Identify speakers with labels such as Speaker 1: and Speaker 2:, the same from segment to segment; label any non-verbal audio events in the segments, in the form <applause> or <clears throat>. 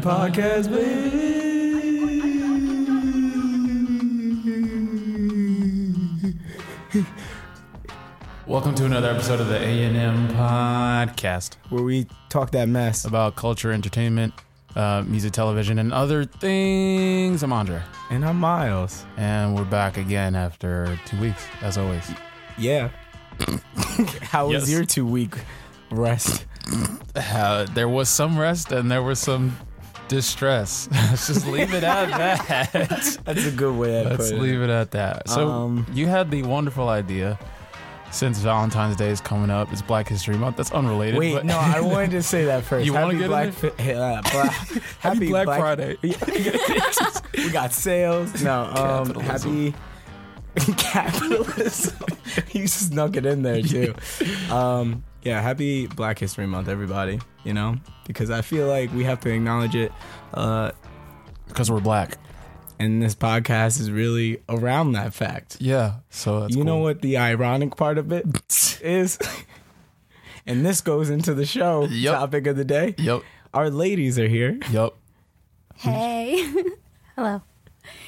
Speaker 1: podcast, baby. Welcome to another episode of the A&M Podcast
Speaker 2: where we talk that mess.
Speaker 1: about culture, entertainment, uh, music, television, and other things. I'm Andre,
Speaker 2: And I'm Miles.
Speaker 1: and we're back again after two weeks, as always. <coughs>
Speaker 2: Yeah. How
Speaker 1: Yes.
Speaker 2: was your two week rest?
Speaker 1: Uh, there was some rest and there was some distress. <laughs> Let's just leave it at <laughs> that.
Speaker 2: That's a good way to
Speaker 1: Let's
Speaker 2: put
Speaker 1: leave it at that. So
Speaker 2: Um,
Speaker 1: you had the wonderful idea. Since Valentine's Day is coming up, it's Black History Month. That's
Speaker 2: it.
Speaker 1: unrelated.
Speaker 2: Wait,
Speaker 1: but-
Speaker 2: no, I wanted to say
Speaker 1: <laughs>
Speaker 2: that first.
Speaker 1: You wanna
Speaker 2: Happy
Speaker 1: get in
Speaker 2: Black,
Speaker 1: there?
Speaker 2: Fi- uh, Bla- Happy,
Speaker 1: <laughs> Happy Black Friday.
Speaker 2: we got sales. No, um,
Speaker 1: Capitalism.
Speaker 2: happy <laughs> capitalism. <laughs> you snuck it in there
Speaker 1: <laughs>
Speaker 2: too. Um, yeah, happy Black History Month, everybody. You know, because I feel like we have to acknowledge it. Uh,
Speaker 1: because we're black.
Speaker 2: and this podcast is really around that fact.
Speaker 1: Yeah. So that's
Speaker 2: you know
Speaker 1: cool.
Speaker 2: what the ironic part of
Speaker 1: <laughs>
Speaker 2: it is? and this goes into the show
Speaker 1: Yep.
Speaker 2: topic of the day.
Speaker 1: Yep.
Speaker 2: Our ladies are
Speaker 1: <laughs>
Speaker 2: here. <laughs>
Speaker 1: Yep.
Speaker 3: Hey. <laughs> Hello.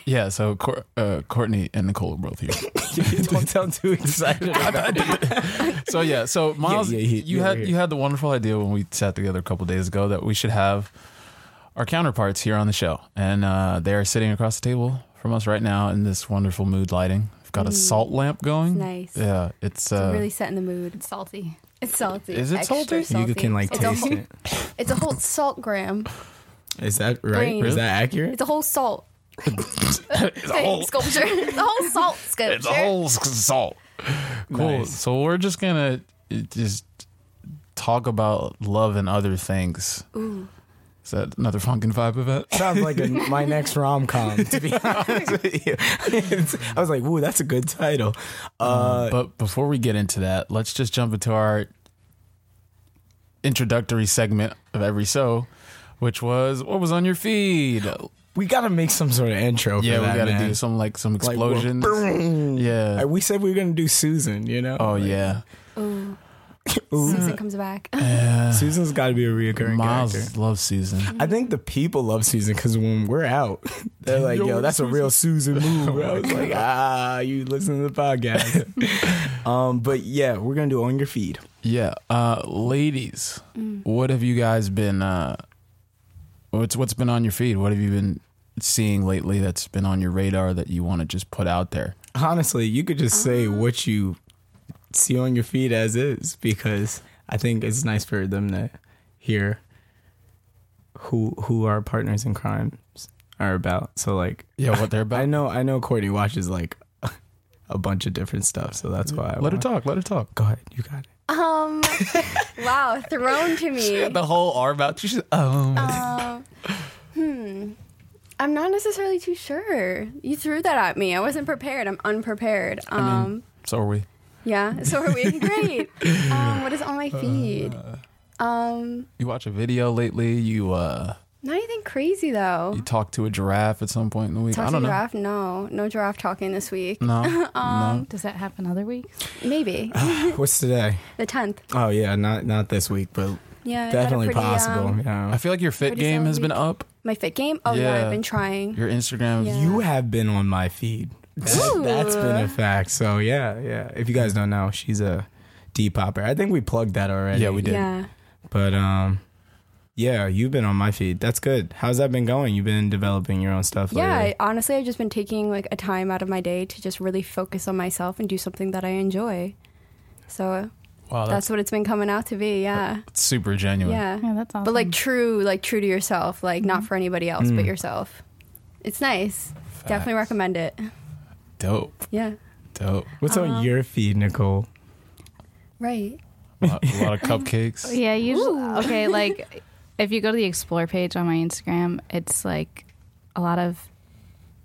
Speaker 1: Yeah. So Cor- uh, Courtney and Nicole are
Speaker 2: <laughs>
Speaker 1: both here.
Speaker 2: Don't sound too excited. About it.
Speaker 1: so yeah, so Miles,
Speaker 2: yeah, he-
Speaker 1: you
Speaker 2: yeah,
Speaker 1: had
Speaker 2: yeah.
Speaker 1: you had the wonderful idea when we sat together a couple days ago that we should have our counterparts here on the show, and uh, they are sitting across the table from us right now in this wonderful mood lighting. We've got a salt lamp going.
Speaker 3: Mm. nice.
Speaker 1: Yeah, it's, uh,
Speaker 3: really setting the mood.
Speaker 4: It's salty.
Speaker 3: It's salty.
Speaker 1: Is it
Speaker 3: Extra
Speaker 1: salty?
Speaker 2: You can like
Speaker 3: it's a
Speaker 2: taste
Speaker 3: whole,
Speaker 2: it.
Speaker 3: It's a whole salt gram.
Speaker 2: Is that right?
Speaker 3: Green.
Speaker 2: Is that accurate?
Speaker 3: It's a whole salt. it's a
Speaker 1: whole-
Speaker 3: sculpture. It's a whole salt sculpture.
Speaker 1: it's a whole s- salt. Cool.
Speaker 2: Nice.
Speaker 1: So we're just gonna uh, just talk about love and other things.
Speaker 3: Ooh.
Speaker 1: Is that another Funkin' Vibe event?
Speaker 2: Sounds like a, my next rom com. To
Speaker 1: <laughs>
Speaker 2: be honest with you, It's- I was like, "Ooh, that's a good title." Uh,
Speaker 1: But before we get into that, let's just jump into our introductory segment of every so, which was what was on your feed.
Speaker 2: we got to make some sort of intro.
Speaker 1: Yeah,
Speaker 2: for that,
Speaker 1: we gotta
Speaker 2: man.
Speaker 1: do some like some
Speaker 2: Like, well,
Speaker 1: explosions. yeah.
Speaker 2: We said we were gonna do Susan. You know?
Speaker 1: oh yeah.
Speaker 3: Ooh.
Speaker 2: Ooh.
Speaker 3: Susan comes back.
Speaker 2: Susan's got to be a reoccurring
Speaker 1: Miles
Speaker 2: character.
Speaker 1: loves Susan.
Speaker 2: I think the people love Susan because when we're out, <laughs> they're like,
Speaker 1: Yo,
Speaker 2: "Yo, that's a real Susan move." Bro. I was like, "Ah, you listen to the podcast." um, but yeah, we're gonna do on your feed.
Speaker 1: Yeah. Uh ladies, what have you guys been uh what's what's been on your feed? What have you been seeing lately that's been on your radar that you want to just put out there?
Speaker 2: Honestly, you could just say what you see on your feed as is because I think it's nice for them to hear who who our partners in crimes are about. So like,
Speaker 1: Yeah, what they're
Speaker 2: I
Speaker 1: about.
Speaker 2: know I know Courtney watches like <laughs> a bunch of different stuff, so that's why I
Speaker 1: Let her
Speaker 2: want-
Speaker 1: talk, let her talk.
Speaker 2: Go ahead, you got it.
Speaker 3: Um Wow, thrown to <laughs> me.
Speaker 1: The whole R about she's um
Speaker 3: Um Hmm. I'm not necessarily too sure. You threw that at me. I wasn't prepared. I'm unprepared. Um
Speaker 1: So are we.
Speaker 3: Yeah, <laughs> so are
Speaker 1: <laughs>
Speaker 3: we. Great. Um, what is on
Speaker 1: Uh,
Speaker 3: my feed? Um,
Speaker 1: You watch a video lately. You uh,
Speaker 3: not anything crazy
Speaker 1: you
Speaker 3: though.
Speaker 1: talk to a giraffe at some point in the week.
Speaker 3: Talk
Speaker 1: I
Speaker 3: to
Speaker 1: don't know.
Speaker 3: giraffe? No, no giraffe talking this week.
Speaker 1: No,
Speaker 3: <laughs> Um,
Speaker 4: Does that happen other weeks?
Speaker 1: Mm. <laughs>
Speaker 3: maybe
Speaker 2: What's today?
Speaker 3: the tenth.
Speaker 2: Oh yeah, not not this week, but
Speaker 3: Yeah, I had a
Speaker 2: definitely
Speaker 3: pretty,
Speaker 2: possible.
Speaker 3: um,
Speaker 2: yeah.
Speaker 1: I feel like your fit
Speaker 3: Pretty
Speaker 1: game
Speaker 3: solid
Speaker 1: has been
Speaker 3: week.
Speaker 1: up.
Speaker 3: my fit game. Oh yeah,
Speaker 1: Yeah.
Speaker 3: I've been trying.
Speaker 1: Your Instagram.
Speaker 3: Yeah.
Speaker 2: you have been on my feed. That,
Speaker 3: Ooh.
Speaker 2: that's been a fact. So yeah, yeah. If you guys don't know, she's a D popper. I think we plugged that already.
Speaker 1: Yeah, we did.
Speaker 3: Yeah,
Speaker 2: But um, yeah, you've been on my feed. That's good. How's that been going? You've been developing your own stuff.
Speaker 3: yeah.
Speaker 2: lately.
Speaker 3: I, honestly, I've just been taking like a time out of my day to just really focus on myself and do something that I enjoy. So
Speaker 1: Wow, Oh, that's,
Speaker 3: that's what it's been coming out to be. Yeah,
Speaker 1: super genuine.
Speaker 3: yeah.
Speaker 4: Yeah, that's awesome.
Speaker 3: Uh, but like true like true to yourself like not for anybody else but
Speaker 2: Mm.
Speaker 3: yourself it's nice
Speaker 1: Facts.
Speaker 3: definitely recommend it
Speaker 1: Dope,
Speaker 3: yeah
Speaker 1: dope.
Speaker 2: What's on
Speaker 3: Um,
Speaker 2: your feed, Nicole?
Speaker 3: right
Speaker 1: A lot, a lot
Speaker 3: <laughs>
Speaker 1: of cupcakes.
Speaker 4: yeah, usually.
Speaker 3: Ooh.
Speaker 4: Okay, like if you go to the explore page on my Instagram, it's like a lot of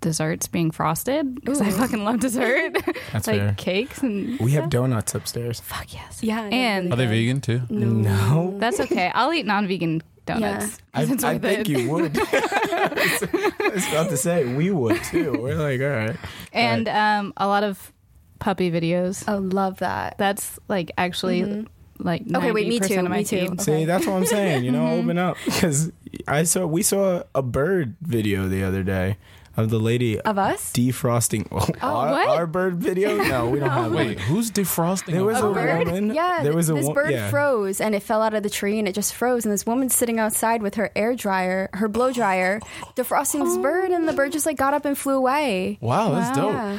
Speaker 4: desserts being frosted because I
Speaker 3: Ooh.
Speaker 4: fucking
Speaker 3: <laughs>
Speaker 4: love dessert,
Speaker 2: That's
Speaker 4: like
Speaker 2: fair.
Speaker 4: cakes and
Speaker 2: We have donuts upstairs.
Speaker 4: fuck yes.
Speaker 3: yeah
Speaker 4: And-
Speaker 1: Are they vegan too?
Speaker 3: no, <laughs>
Speaker 2: No.
Speaker 4: That's okay. I'll eat non-vegan donuts.
Speaker 2: I,
Speaker 4: 'cause it's
Speaker 2: I
Speaker 4: worth
Speaker 2: think
Speaker 4: it.
Speaker 2: you
Speaker 3: <laughs>
Speaker 2: would. <laughs> I was about to say we would too. We're like, all right.
Speaker 4: And um, a lot of puppy videos.
Speaker 3: i love that
Speaker 4: That's like actually like
Speaker 3: Mm-hmm. Okay, wait, me too,
Speaker 4: 90% of my
Speaker 3: me too.
Speaker 4: feed.
Speaker 3: Okay.
Speaker 2: See, that's what I'm saying. You
Speaker 4: <laughs>
Speaker 2: know,
Speaker 4: Mm-hmm.
Speaker 2: open up because I saw we saw a bird video the other day of the lady
Speaker 3: Of us?
Speaker 2: defrosting. <laughs> our,
Speaker 4: Oh, what?
Speaker 2: our bird
Speaker 4: <laughs>
Speaker 2: video? No, we don't have.
Speaker 1: Uh, Wait, who's defrosting?
Speaker 2: There was
Speaker 1: a-
Speaker 2: a-
Speaker 3: bird?
Speaker 2: woman?
Speaker 3: Yeah,
Speaker 2: There was a
Speaker 3: this
Speaker 2: wo-
Speaker 3: bird
Speaker 2: yeah.
Speaker 3: froze and it fell out of the tree and it just froze. And this woman's sitting outside with her air dryer, her blow
Speaker 2: <laughs>
Speaker 3: dryer, defrosting this bird, and the bird just like got up and flew away.
Speaker 1: wow, that's
Speaker 2: Oh.
Speaker 1: dope.
Speaker 3: Yeah,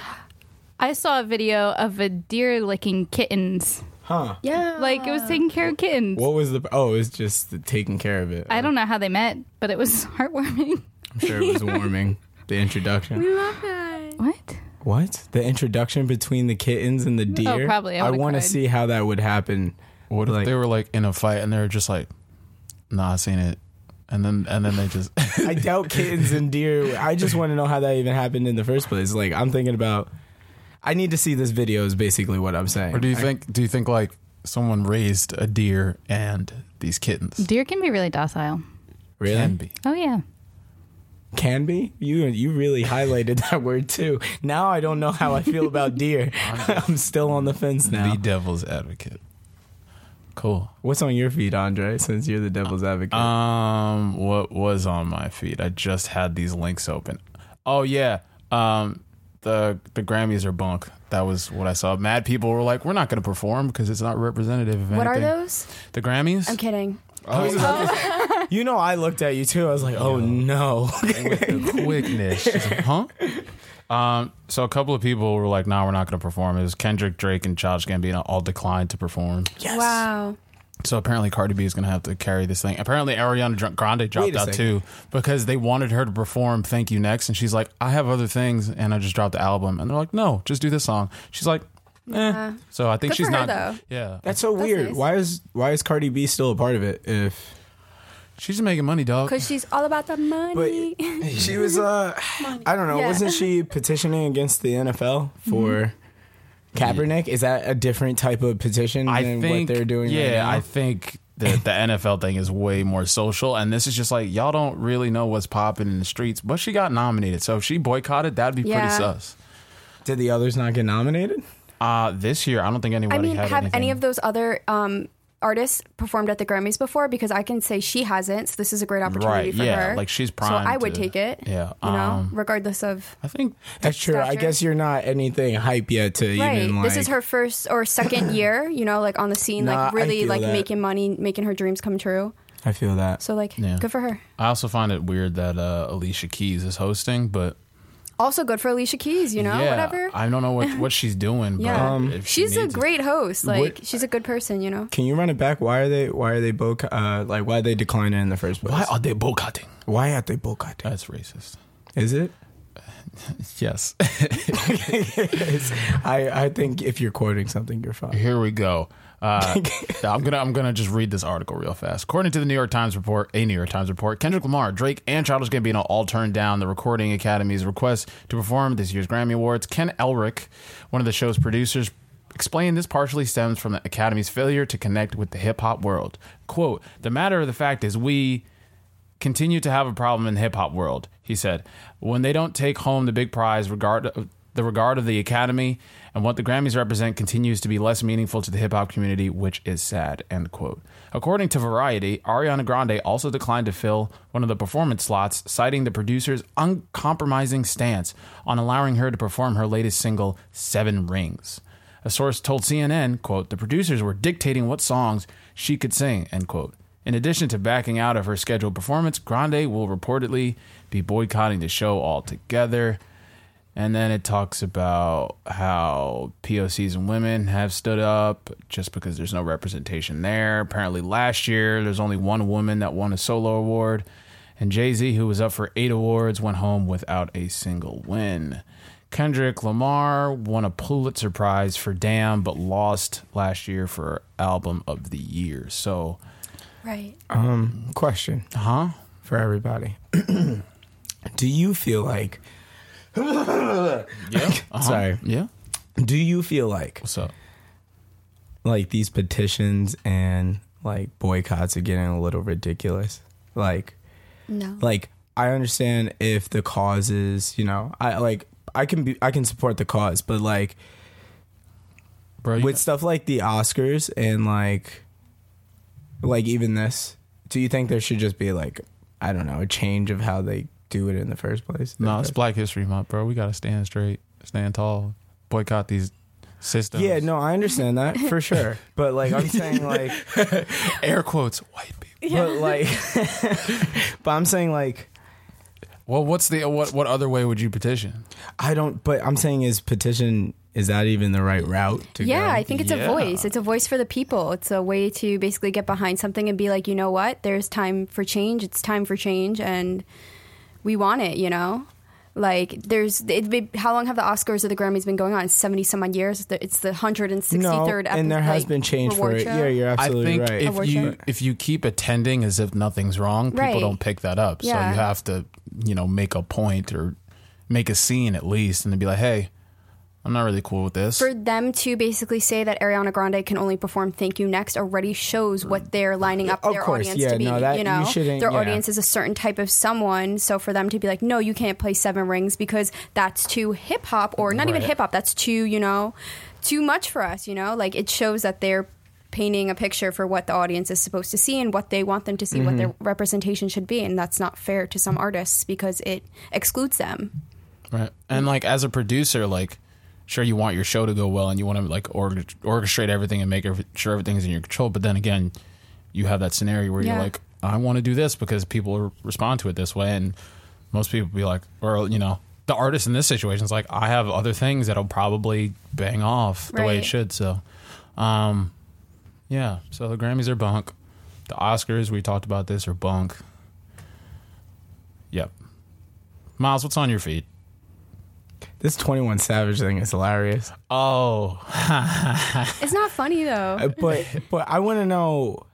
Speaker 4: I saw a video of a deer licking kittens.
Speaker 2: Huh?
Speaker 3: yeah.
Speaker 4: Like it was taking care of kittens.
Speaker 2: What was the? Oh, it's just the taking care of it.
Speaker 4: I don't know how they met, but it was <laughs> heartwarming.
Speaker 2: I'm sure it
Speaker 4: <laughs>
Speaker 2: was warming. The introduction.
Speaker 4: What?
Speaker 2: What? The introduction between the kittens and the deer?
Speaker 4: Oh, probably. I
Speaker 2: I
Speaker 4: would've
Speaker 2: want to
Speaker 4: cried.
Speaker 2: see how that would happen.
Speaker 1: What if
Speaker 2: Like-
Speaker 1: they were like in a fight and they were just like, "Nah, I seen it," and then and then they just
Speaker 2: <laughs>
Speaker 1: <laughs>
Speaker 2: I doubt kittens and deer. I just want to know how that even happened in the first place. Like, I'm thinking about. I need to see this video. Is basically what I'm saying.
Speaker 1: Or do you think do you think like someone raised a deer and these kittens?
Speaker 4: Deer can be really docile.
Speaker 2: really
Speaker 1: Can be.
Speaker 4: Oh yeah.
Speaker 2: Can be? You you really highlighted that word too. Now I don't know how I feel about
Speaker 1: <laughs>
Speaker 2: deer. <laughs> I'm still on the fence now.
Speaker 1: The devil's advocate. Cool.
Speaker 2: What's on your feed, Andre? Since you're the
Speaker 1: Uh,
Speaker 2: devil's advocate.
Speaker 1: Um, what was on my feed? I just had these links open. Oh yeah. Um, the the Grammys are bunk. That was what I saw. Mad people were like, "We're not going to perform because it's not representative of
Speaker 3: what are
Speaker 1: anything."
Speaker 3: those?
Speaker 1: The Grammys.
Speaker 3: I'm kidding.
Speaker 2: you know, I looked at you too. I was like, oh no. <laughs>
Speaker 1: quickness. She's like, huh? Um, so a couple of people were like, "Nah, we're not going to perform." It was Kendrick, Drake, and Childish Gambino all declined to perform.
Speaker 2: yes.
Speaker 3: Wow.
Speaker 1: So apparently Cardi B is going to have to carry this thing. Apparently Ariana Dr- Grande dropped
Speaker 2: a
Speaker 1: out
Speaker 2: second.
Speaker 1: too because they wanted her to perform Thank You Next and she's like, "I have other things and I just dropped the album." And they're like, "No, just do this song." She's like, "Eh." So I think
Speaker 3: Uh, Good for
Speaker 1: she's
Speaker 3: her,
Speaker 1: not
Speaker 3: though.
Speaker 1: Yeah.
Speaker 2: That's so weird.
Speaker 3: nice.
Speaker 2: Why is why is Cardi B still a part of it? If
Speaker 1: She's just making money, dog.
Speaker 3: Because she's all about the
Speaker 2: but
Speaker 3: <laughs> money.
Speaker 2: <laughs> she was uh I don't know,
Speaker 3: Yeah. Mm-hmm.
Speaker 2: wasn't
Speaker 3: <laughs>
Speaker 2: she petitioning against the NFL for Kaepernick? Is that a different type of petition
Speaker 1: I
Speaker 2: than
Speaker 1: think
Speaker 2: what they're doing
Speaker 1: Yeah,
Speaker 2: right now?
Speaker 1: I think that the <laughs> NFL thing is way more social, and this is just like y'all don't really know what's popping in the streets. But she got nominated, so if she boycotted, that'd be pretty
Speaker 3: Yeah.
Speaker 1: sus.
Speaker 2: Did the others not get nominated?
Speaker 1: Uh this year, I don't think anybody.
Speaker 3: I mean,
Speaker 1: had
Speaker 3: have
Speaker 1: anything.
Speaker 3: any of those other um, artists performed at the Grammys before? Because I can say she hasn't. So this is a great opportunity
Speaker 1: Right,
Speaker 3: for
Speaker 1: yeah,
Speaker 3: her.
Speaker 1: like, she's
Speaker 3: So I
Speaker 1: primed
Speaker 3: would
Speaker 1: to-
Speaker 3: take it.
Speaker 1: yeah,
Speaker 3: You know,
Speaker 1: um,
Speaker 3: regardless of.
Speaker 1: I think
Speaker 2: That's true. I
Speaker 3: stature.
Speaker 2: guess you're not anything hype yet to
Speaker 3: Right.
Speaker 2: even like.
Speaker 3: this is her first or
Speaker 1: <coughs>
Speaker 3: second year, you know, like on the scene,
Speaker 2: Nah, I
Speaker 3: like really
Speaker 2: feel
Speaker 3: like
Speaker 2: that.
Speaker 3: making money, making her dreams come true.
Speaker 2: I feel that.
Speaker 3: So like
Speaker 1: Yeah.
Speaker 3: good for her.
Speaker 1: I also find it weird that uh, Alicia Keys is hosting, but
Speaker 3: Also good for Alicia Keys, you know,
Speaker 1: yeah,
Speaker 3: whatever.
Speaker 1: I don't know what, what she's doing.
Speaker 3: <laughs> Yeah.
Speaker 1: but
Speaker 2: Um,
Speaker 1: if she
Speaker 3: she's a
Speaker 1: needs it-
Speaker 3: great host. Like she's a good person, you know.
Speaker 2: Can you run it back? Why are they? Why are they both? Uh, like why they decline it in the first place?
Speaker 1: Why are they boycotting?
Speaker 2: Why are they boycotting?
Speaker 1: That's racist.
Speaker 2: Is <laughs> it?
Speaker 1: Yes.
Speaker 2: It's- I I think if you're quoting something, you're fine.
Speaker 1: Here we go. Uh, I'm gonna I'm gonna just read this article real fast. According to the New York Times report, a New York Times report, Kendrick Lamar, Drake, and Childish Gambino all turned down the Recording Academy's request to perform this year's Grammy Awards. Ken Elric, one of the show's producers, explained this partially stems from the Academy's failure to connect with the hip hop world. "Quote: The matter of the fact is we." continue to have a problem in the hip hop world, he said. When they don't take home the big prize, regard the regard of the Academy and what the Grammys represent continues to be less meaningful to the hip hop community, which is sad. End quote. According to Variety, Ariana Grande also declined to fill one of the performance slots, citing the producer's uncompromising stance on allowing her to perform her latest single, Seven Rings. A source told CNN, quote, the producers were dictating what songs she could sing, end quote. In addition to backing out of her scheduled performance, Grande will reportedly be boycotting the show altogether. And then it talks about how POCs and women have stood up just because there's no representation there. Apparently, last year, there's only one woman that won a solo award. And Jay Z, who was up for eight awards, went home without a single win. Kendrick Lamar won a Pulitzer Prize for Damn, but lost last year for Album of the Year. So,
Speaker 3: Right.
Speaker 2: Um, question
Speaker 1: huh?
Speaker 2: for everybody: <clears throat> Do you feel like? <laughs>
Speaker 1: Yeah.
Speaker 2: Sorry.
Speaker 1: Yeah.
Speaker 2: Do you feel like
Speaker 1: What's up?
Speaker 2: like these petitions and like boycotts are getting a little ridiculous? Like,
Speaker 3: No.
Speaker 2: like I understand if the cause is, you know, I like I can be I can support the cause, but like
Speaker 1: bro. You
Speaker 2: with stuff like the Oscars and like like even this, do you think there should just be like I don't know a change of how they do it in the first place?
Speaker 1: no, it's Black History Month, bro. We gotta stand straight, stand tall, boycott these systems.
Speaker 2: yeah, no, I understand that
Speaker 3: <laughs>
Speaker 2: for sure. But like I'm saying, like,
Speaker 1: air quotes, white people.
Speaker 2: but like, <laughs> but I'm saying like
Speaker 1: Well, what's the what? What other way would you petition?
Speaker 2: I don't. But I'm saying is petition is that even the right route to go?
Speaker 3: Yeah, I think it's
Speaker 1: Yeah.
Speaker 3: a voice. It's a voice for the people. It's a way to basically get behind something and be like, you know what? There's time for change. It's time for change, and we want it. You know, like there's. It'd be, how long have the Oscars or the Grammys been going on? Seventy some odd years. It's the hundred and sixty
Speaker 2: no,
Speaker 3: third.
Speaker 2: and there has been change for it. Yeah, you're absolutely
Speaker 1: I think
Speaker 2: right.
Speaker 1: if
Speaker 3: Award
Speaker 1: you
Speaker 3: show.
Speaker 1: if you keep attending as if nothing's wrong, people
Speaker 3: Right.
Speaker 1: don't pick that up. So
Speaker 3: Yeah.
Speaker 1: you have to, you know, make a point or make a scene at least, and to be like, hey, I'm not really cool with this.
Speaker 3: for them to basically say that Ariana Grande can only perform "Thank You" next already shows what they're lining up
Speaker 2: Of
Speaker 3: their
Speaker 2: course,
Speaker 3: audience
Speaker 2: yeah,
Speaker 3: to be.
Speaker 2: no, that-
Speaker 3: you
Speaker 2: you
Speaker 3: know,
Speaker 2: shouldn't-
Speaker 3: their
Speaker 2: yeah.
Speaker 3: audience is a certain type of someone. So for them to be like, "No, you can't play Seven Rings because that's too hip hop," or not even
Speaker 1: Right.
Speaker 3: hip hop, that's too you know, too much for us. You know, like it shows that they're painting a picture for what the audience is supposed to see and what they want them to see,
Speaker 2: Mm-hmm.
Speaker 3: what their representation should be, and that's not fair to some artists because it excludes them.
Speaker 1: Right. And like as a producer, like sure you want your show to go well and you want to like or- orchestrate everything and make every- sure everything's in your control, but then again, you have that scenario where
Speaker 3: Yeah.
Speaker 1: you're like I want to do this because people r- respond to it this way and most people be like or you know, the artist in this situation is like I have other things that'll probably bang off the way it
Speaker 3: Right.
Speaker 1: should, so um yeah, so the Grammys are bunk. The Oscars we talked about this are bunk. Yep. Miles, what's on your feed?
Speaker 2: this 21 Savage thing is hilarious.
Speaker 1: Oh,
Speaker 3: It's not funny though.
Speaker 2: Uh, <laughs> but but I want to know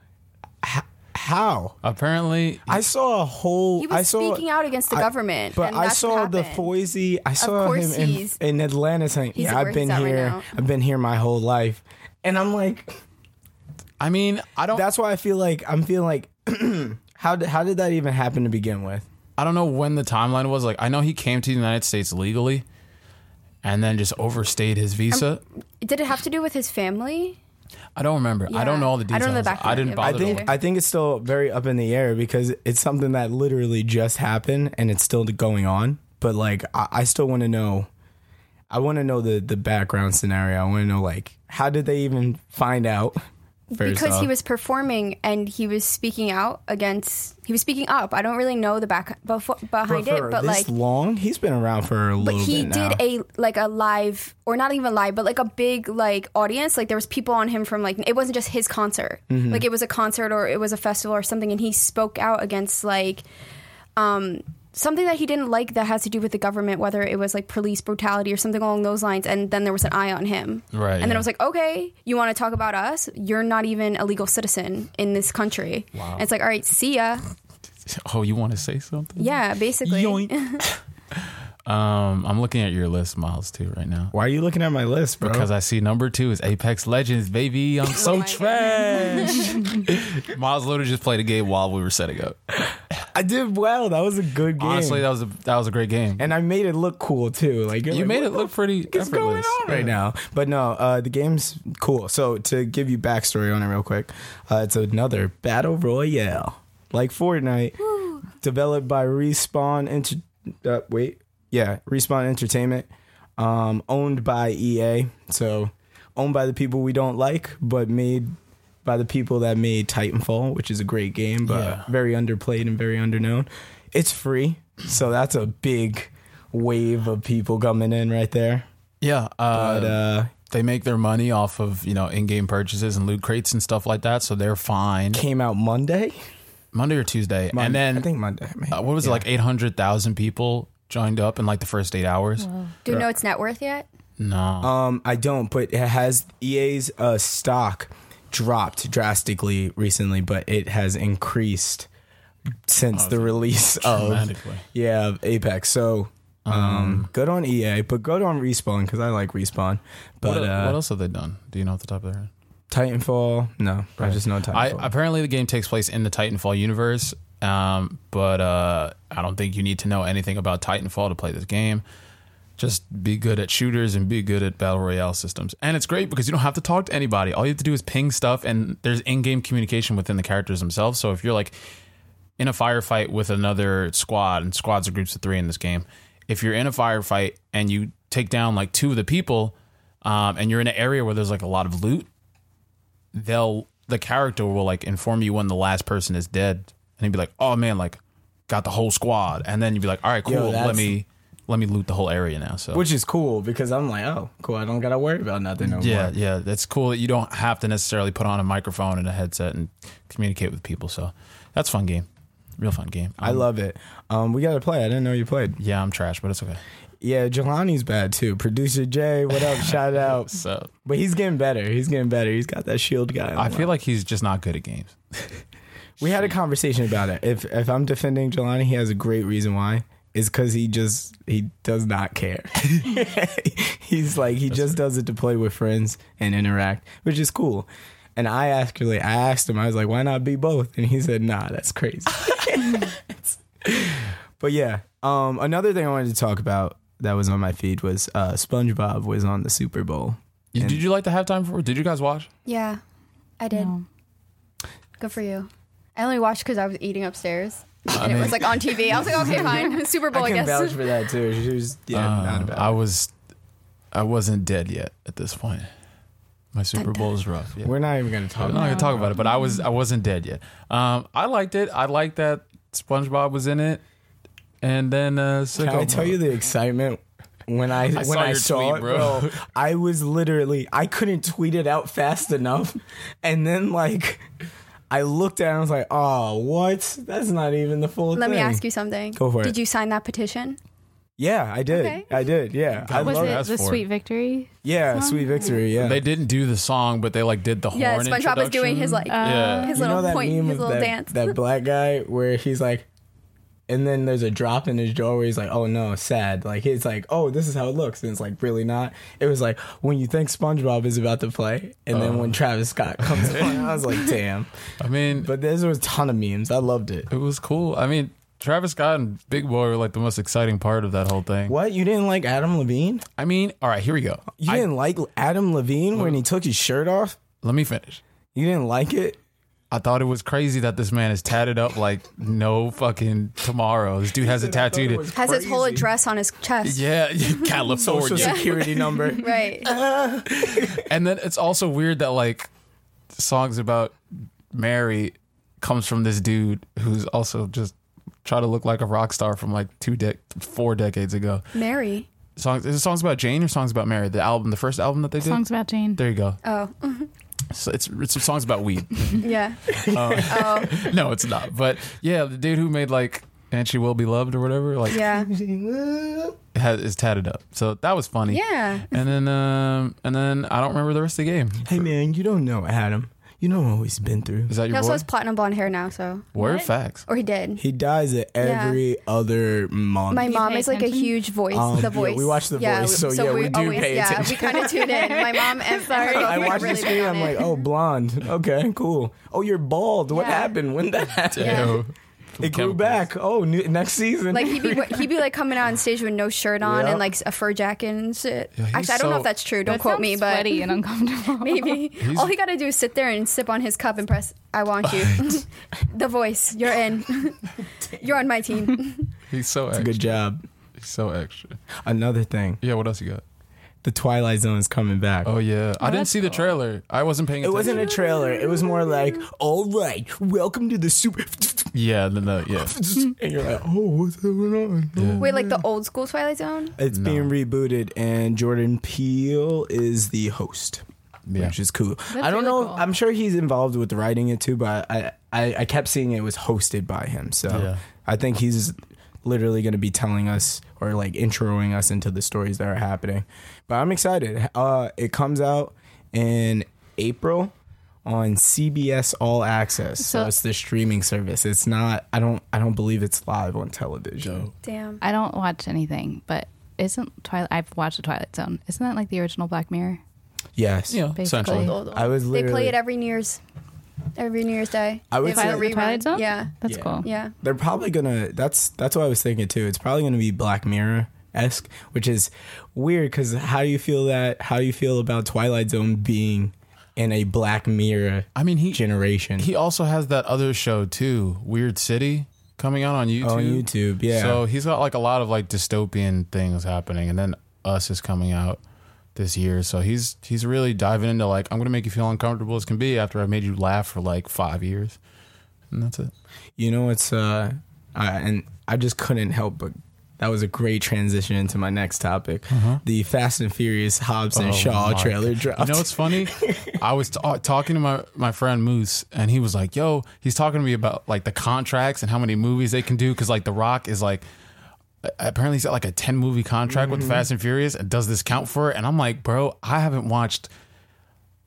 Speaker 2: h- how.
Speaker 1: apparently,
Speaker 2: I saw a whole.
Speaker 3: He
Speaker 2: I
Speaker 3: was
Speaker 2: saw,
Speaker 3: speaking out against the
Speaker 2: I-
Speaker 3: government,
Speaker 2: But
Speaker 3: and
Speaker 2: I
Speaker 3: that's
Speaker 2: saw
Speaker 3: what
Speaker 2: the
Speaker 3: happened.
Speaker 2: Foisey. I saw him
Speaker 3: course
Speaker 2: in,
Speaker 3: he's-
Speaker 2: in Atlanta saying,
Speaker 3: he's
Speaker 2: "Yeah,
Speaker 3: where
Speaker 2: I've been
Speaker 3: he's at right
Speaker 2: here.
Speaker 3: now."
Speaker 2: I've been here my whole life," and I'm like,
Speaker 1: I mean, I
Speaker 3: Oh.
Speaker 1: don't,
Speaker 2: that's why I feel like I'm feeling like, <clears throat> how did, how did that even happen to begin with?
Speaker 1: I don't know when the timeline was. Like, I know he came to the United States legally, and then just overstayed his visa.
Speaker 3: Did it have to do with his family?
Speaker 1: I don't remember. I don't
Speaker 3: Yeah.
Speaker 1: know all the
Speaker 3: I
Speaker 1: details.
Speaker 3: don't know the background
Speaker 1: didn't
Speaker 3: of
Speaker 1: bother.
Speaker 2: I
Speaker 3: it
Speaker 1: to
Speaker 2: think
Speaker 1: look.
Speaker 3: either.
Speaker 2: I think it's still very up in the air because it's something that literally just happened and it's still going on. But like, I, I still want to know. I want to know the the background scenario. I want to know like how did they even find out? First
Speaker 3: Because
Speaker 2: off.
Speaker 3: he was performing and he was speaking out against. He was speaking up. I don't really know the back befo- behind
Speaker 2: for
Speaker 3: it, but
Speaker 2: this
Speaker 3: like,
Speaker 2: long, he's been around for a
Speaker 3: but
Speaker 2: little
Speaker 3: he
Speaker 2: bit
Speaker 3: did
Speaker 2: now.
Speaker 3: a like a live or not even live, but like a big like audience. Like there was people on him from like it wasn't just his concert. Like it was a concert or it was a festival or something, and he spoke out against like um, something that he didn't like that has to do with the government, whether it was like police brutality or something along those lines. And then there was an eye on him.
Speaker 1: Right,
Speaker 3: And then
Speaker 1: yeah.
Speaker 3: I was like, okay, you want to talk about us? You're not even a legal citizen in this country. Wow. And it's like, all right, see ya.
Speaker 1: oh, you want to say something?
Speaker 3: Yeah, basically. <laughs>
Speaker 1: um, I'm looking at your list, Miles, too, right now.
Speaker 2: Why are you looking at my list, bro?
Speaker 1: Because I see number two is Apex Legends, baby.
Speaker 3: <laughs>
Speaker 1: I'm so
Speaker 3: Oh my God.
Speaker 1: trash.
Speaker 3: <laughs>
Speaker 1: Miles literally just played a game while we were setting up.
Speaker 2: I did well. That was a good game.
Speaker 1: Honestly, that was a that was a great game.
Speaker 2: and I made it look cool too. Like
Speaker 1: you made it look pretty.
Speaker 2: What's going
Speaker 1: effortless.
Speaker 2: on
Speaker 1: Yeah.
Speaker 2: right now? But no, uh, the game's cool. So to give you backstory on it real quick, uh, it's another battle royale like Fortnite, developed by Respawn. Inter- uh, wait, yeah, Respawn Entertainment, um, owned by EA. So owned by the people we don't like, but made by the people that made Titanfall, which is a great game, but
Speaker 1: Yeah.
Speaker 2: very underplayed and very underknown. It's free, so that's a big wave of people coming in right there.
Speaker 1: Yeah,
Speaker 2: But
Speaker 1: Um,
Speaker 2: uh,
Speaker 1: they make their money off of you know in-game purchases and loot crates and stuff like that, so they're fine.
Speaker 2: came out Monday,
Speaker 1: Monday or Tuesday,
Speaker 2: Mon-
Speaker 1: and then
Speaker 2: I think Monday. maybe.
Speaker 1: uh, what was it like eight hundred thousand people joined up in like the first eight hours?
Speaker 3: do you know its net worth yet?
Speaker 1: No,
Speaker 2: Um, I don't, but it has EA's uh, stock dropped drastically recently, but it has increased since
Speaker 1: Oh,
Speaker 2: the release of
Speaker 1: dramatically.
Speaker 2: yeah of Apex. So um, good on EA, but good on Respawn because I like Respawn. But
Speaker 1: what, el-
Speaker 2: uh,
Speaker 1: what else have they done? Do you know off the top of their head?
Speaker 2: Titanfall, no, I just know
Speaker 1: I,
Speaker 2: Titanfall.
Speaker 1: apparently, the game takes place in the Titanfall universe, um, but uh, I don't think you need to know anything about Titanfall to play this game. Just be good at shooters and be good at battle royale systems. And it's great because you don't have to talk to anybody. All you have to do is ping stuff, and there's in game communication within the characters themselves. So if you're like in a firefight with another squad, and squads are groups of three in this game, if you're in a firefight and you take down like two of the people, um, and you're in an area where there's like a lot of loot, they'll the character will like inform you when the last person is dead, and he'd be like, "Oh man, like got the whole squad," and then you'd be like, "All right, cool,
Speaker 2: Yo,
Speaker 1: let
Speaker 2: that's-
Speaker 1: me let me loot the whole area now." So
Speaker 2: which is cool because I'm like, oh, cool. I don't gotta worry about nothing no
Speaker 1: yeah,
Speaker 2: more.
Speaker 1: yeah, that's cool that you don't have to necessarily put on a microphone and a headset and communicate with people. So that's a fun game, real fun game.
Speaker 2: I love it. Um, we gotta play. I didn't know you played.
Speaker 1: Yeah, I'm trash, but it's okay.
Speaker 2: Yeah, Jelani's bad too. Producer Jay, what up? Shout out.
Speaker 1: So
Speaker 2: But he's getting better. He's getting better. He's got that shield guy.
Speaker 1: I feel like he's just not good at games.
Speaker 2: we had a conversation about it. If if I'm defending Jelani, he has a great reason why. Is because he just he does not care. <laughs> He's like he just does it to play with friends and interact, which is cool. And I actually I asked him, I was like, why not be both? And he said, nah, that's crazy. <laughs> but yeah, um, another thing I wanted to talk about that was on my feed was uh, SpongeBob was on the Super Bowl.
Speaker 1: You- Did you like the halftime? For, did you guys watch?
Speaker 3: Yeah, I did.
Speaker 4: No.
Speaker 3: Good for you. I only watched because I was eating upstairs. and
Speaker 1: mean-
Speaker 3: it was like on TV. I was like,
Speaker 2: <laughs>
Speaker 3: okay, fine. Super Bowl, Oh, I,
Speaker 2: I can
Speaker 3: guess.
Speaker 2: vouch for that too. She was yeah,
Speaker 1: Uh,
Speaker 2: not about.
Speaker 1: I was, I wasn't dead yet at this point. My Super Bowl is rough. Yeah.
Speaker 2: We're not even gonna talk.
Speaker 1: I'm
Speaker 2: about
Speaker 1: not gonna talk about it, but I was I wasn't dead yet. Um, I liked it. I liked that SpongeBob was in it, and then uh,
Speaker 2: Can I tell you the excitement when I, when
Speaker 1: saw
Speaker 2: I
Speaker 1: your
Speaker 2: saw
Speaker 1: tweet,
Speaker 2: it,
Speaker 1: bro.
Speaker 2: bro. I was literally I couldn't tweet it out fast enough, and then like I looked at it and I was like, oh, what? That's not even the full.
Speaker 3: <laughs> Let me
Speaker 2: thing."
Speaker 3: ask you something.
Speaker 2: Go for it.
Speaker 3: Did you sign that petition?
Speaker 2: Yeah, I did.
Speaker 3: Okay.
Speaker 2: I did. Yeah, I
Speaker 4: Was
Speaker 1: love
Speaker 4: it
Speaker 1: asked
Speaker 4: the
Speaker 1: for it.
Speaker 4: sweet victory?
Speaker 2: yeah,
Speaker 4: song?
Speaker 2: sweet victory. Yeah,
Speaker 1: They didn't do the song, but they like did the
Speaker 3: Yeah,
Speaker 1: horn.
Speaker 3: SpongeBob was doing his like
Speaker 1: introduction. yeah.
Speaker 3: his
Speaker 2: you know
Speaker 3: little
Speaker 2: that
Speaker 3: point,
Speaker 2: meme
Speaker 3: his
Speaker 2: of
Speaker 3: little
Speaker 2: that,
Speaker 3: dance. <laughs>
Speaker 2: that black guy where he's like. And then there's a drop in his jaw where he's like, "Oh no, sad." Like it's like, "Oh, this is how it looks," and it's like really not. It was like when you think SpongeBob is about to play, and then
Speaker 1: Uh.
Speaker 2: when Travis Scott
Speaker 1: <laughs>
Speaker 2: comes on, I was like, "Damn!"
Speaker 1: I mean,
Speaker 2: But there's was a ton of memes. I loved it.
Speaker 1: it was cool. I mean, Travis Scott and Big Boy were like the most exciting part of that whole thing.
Speaker 2: What you didn't like Adam Levine?
Speaker 1: I mean, all right, here we go.
Speaker 2: You didn't like Adam Levine when he took his shirt off?
Speaker 1: Let me finish.
Speaker 2: You didn't like it?
Speaker 1: I thought it was crazy that this man is tatted up like no fucking tomorrow. This dude has it tattooed.
Speaker 3: has his whole
Speaker 2: Crazy.
Speaker 3: address on his
Speaker 1: <laughs>
Speaker 3: chest.
Speaker 1: yeah, California.
Speaker 2: social security
Speaker 3: <laughs>
Speaker 2: number.
Speaker 3: Right.
Speaker 1: And then it's also weird that like songs about Mary comes from this dude who's also just trying to look like a rock star from like two dec four decades ago.
Speaker 3: Mary.
Speaker 1: Songs is it songs about Jane or songs about Mary? The album, the first album that they did.
Speaker 4: Songs about Jane.
Speaker 1: There you go.
Speaker 3: Oh,
Speaker 1: <laughs> So it's it's songs about weed. <laughs>
Speaker 3: yeah. oh,
Speaker 1: no, it's not. But yeah, the dude who made like and she will be loved or whatever like
Speaker 3: yeah.
Speaker 1: has, is tatted up. So that was funny.
Speaker 3: Yeah.
Speaker 1: And then um and then I don't remember the rest of the game.
Speaker 2: Hey man, you don't know Adam. You know what he's been through.
Speaker 1: Is that
Speaker 3: He
Speaker 1: your
Speaker 3: also
Speaker 1: boy?
Speaker 3: has platinum blonde hair now, so.
Speaker 1: Word facts.
Speaker 3: Or he did.
Speaker 2: He dies at every other month.
Speaker 3: My
Speaker 4: you
Speaker 3: mom
Speaker 4: pay
Speaker 3: is like a
Speaker 4: attention?
Speaker 3: huge voice.
Speaker 2: Um, yeah,
Speaker 3: the voice.
Speaker 2: we watch The Voice, so yeah, we do pay
Speaker 3: yeah,
Speaker 2: attention.
Speaker 3: we kind of tune in.
Speaker 2: <laughs>
Speaker 3: My mom and
Speaker 2: <laughs>
Speaker 3: sorry,
Speaker 2: I watch the screen. I'm like, oh, blonde. <laughs> Okay, cool. Oh, you're bald. What
Speaker 3: Yeah.
Speaker 2: happened? When that happened?
Speaker 3: Yeah.
Speaker 1: Ew.
Speaker 2: It grew
Speaker 1: Chemicals.
Speaker 2: back. Oh, new, next season.
Speaker 3: Like he'd be he'd be like coming out on stage with no shirt on
Speaker 2: Yeah.
Speaker 3: and like a fur jacket and shit.
Speaker 1: he's
Speaker 3: Actually, I don't know
Speaker 1: so-
Speaker 3: if that's true. Don't
Speaker 4: That
Speaker 3: quote
Speaker 4: sounds
Speaker 3: me, but
Speaker 4: sweaty and uncomfortable.
Speaker 3: <laughs> maybe all he got to do is sit there and sip on his cup and press "I want
Speaker 2: <laughs>
Speaker 3: you." <laughs> the voice, you're in. <laughs> you're on
Speaker 2: <laughs>
Speaker 3: my team.
Speaker 1: He's so
Speaker 2: <laughs>
Speaker 1: extra.
Speaker 2: Good job.
Speaker 1: He's so extra.
Speaker 2: Another thing,
Speaker 1: Yeah, what else you got?
Speaker 2: the Twilight Zone is coming back.
Speaker 1: Oh yeah, I didn't
Speaker 4: that's
Speaker 1: see the
Speaker 4: cool.
Speaker 1: trailer. I wasn't paying.
Speaker 2: It
Speaker 1: attention.
Speaker 2: wasn't a trailer. It was more like, all right, welcome to the super. <laughs>
Speaker 1: Yeah, no, no, yeah.
Speaker 2: And you're like, oh, what's going on?
Speaker 1: yeah.
Speaker 3: Wait, like the old school Twilight Zone?
Speaker 2: It's being rebooted, and Jordan Peele is the host,
Speaker 1: Yeah.
Speaker 2: which is cool. I don't
Speaker 4: really
Speaker 2: know.
Speaker 4: cool.
Speaker 2: I'm sure he's involved with writing it too, but I, I, I kept seeing it was hosted by him. So
Speaker 1: Yeah.
Speaker 2: I think he's literally going to be telling us or like introing us into the stories that are happening. But I'm excited. Uh, it comes out in April on CBS All Access. So,
Speaker 4: So-
Speaker 2: it's the streaming service. It's not. I don't. I don't believe it's live on television.
Speaker 3: Damn.
Speaker 4: I don't watch anything, but isn't Twilight? I've watched the Twilight Zone. Isn't that like the original Black Mirror?
Speaker 2: Yes.
Speaker 1: yeah,
Speaker 4: Basically.
Speaker 1: essentially.
Speaker 4: Old,
Speaker 2: I was
Speaker 3: They play
Speaker 2: literally-
Speaker 3: it every New Year's, every New Year's Day.
Speaker 2: I would
Speaker 3: They
Speaker 2: say-
Speaker 3: have a
Speaker 4: The Twilight
Speaker 3: rerun.
Speaker 4: Zone?
Speaker 3: Yeah,
Speaker 4: That's
Speaker 2: Yeah.
Speaker 4: cool.
Speaker 3: yeah.
Speaker 2: They're probably gonna. That's that's what I was thinking too. It's probably gonna be Black Mirror esque, which is weird because how do you feel that? How do you feel about Twilight Zone being in a Black Mirror
Speaker 1: I mean, he
Speaker 2: generation?
Speaker 1: he also has that other show too, Weird City, coming out on YouTube.
Speaker 2: on YouTube, yeah.
Speaker 1: So he's got like a lot of like dystopian things happening, and then Us is coming out this year. So he's he's really diving into like I'm gonna make you feel uncomfortable as can be after I've made you laugh for like five years, and that's it.
Speaker 2: You know, it's uh, I, and I just couldn't help but that was a great transition into my next topic, the Fast and Furious Hobbs and
Speaker 1: Uh-huh. Oh,
Speaker 2: Shaw
Speaker 1: my.
Speaker 2: trailer dropped.
Speaker 1: You know what's funny? I was ta- uh, talking to my, my friend Moose, and he was like, "Yo, he's talking to me about like the contracts and how many movies they can do because like The Rock is like." a- Apparently he's got like a ten movie contract
Speaker 2: Mm-hmm.
Speaker 1: with Fast and Furious, and does this count for it? And I'm like, bro, I haven't watched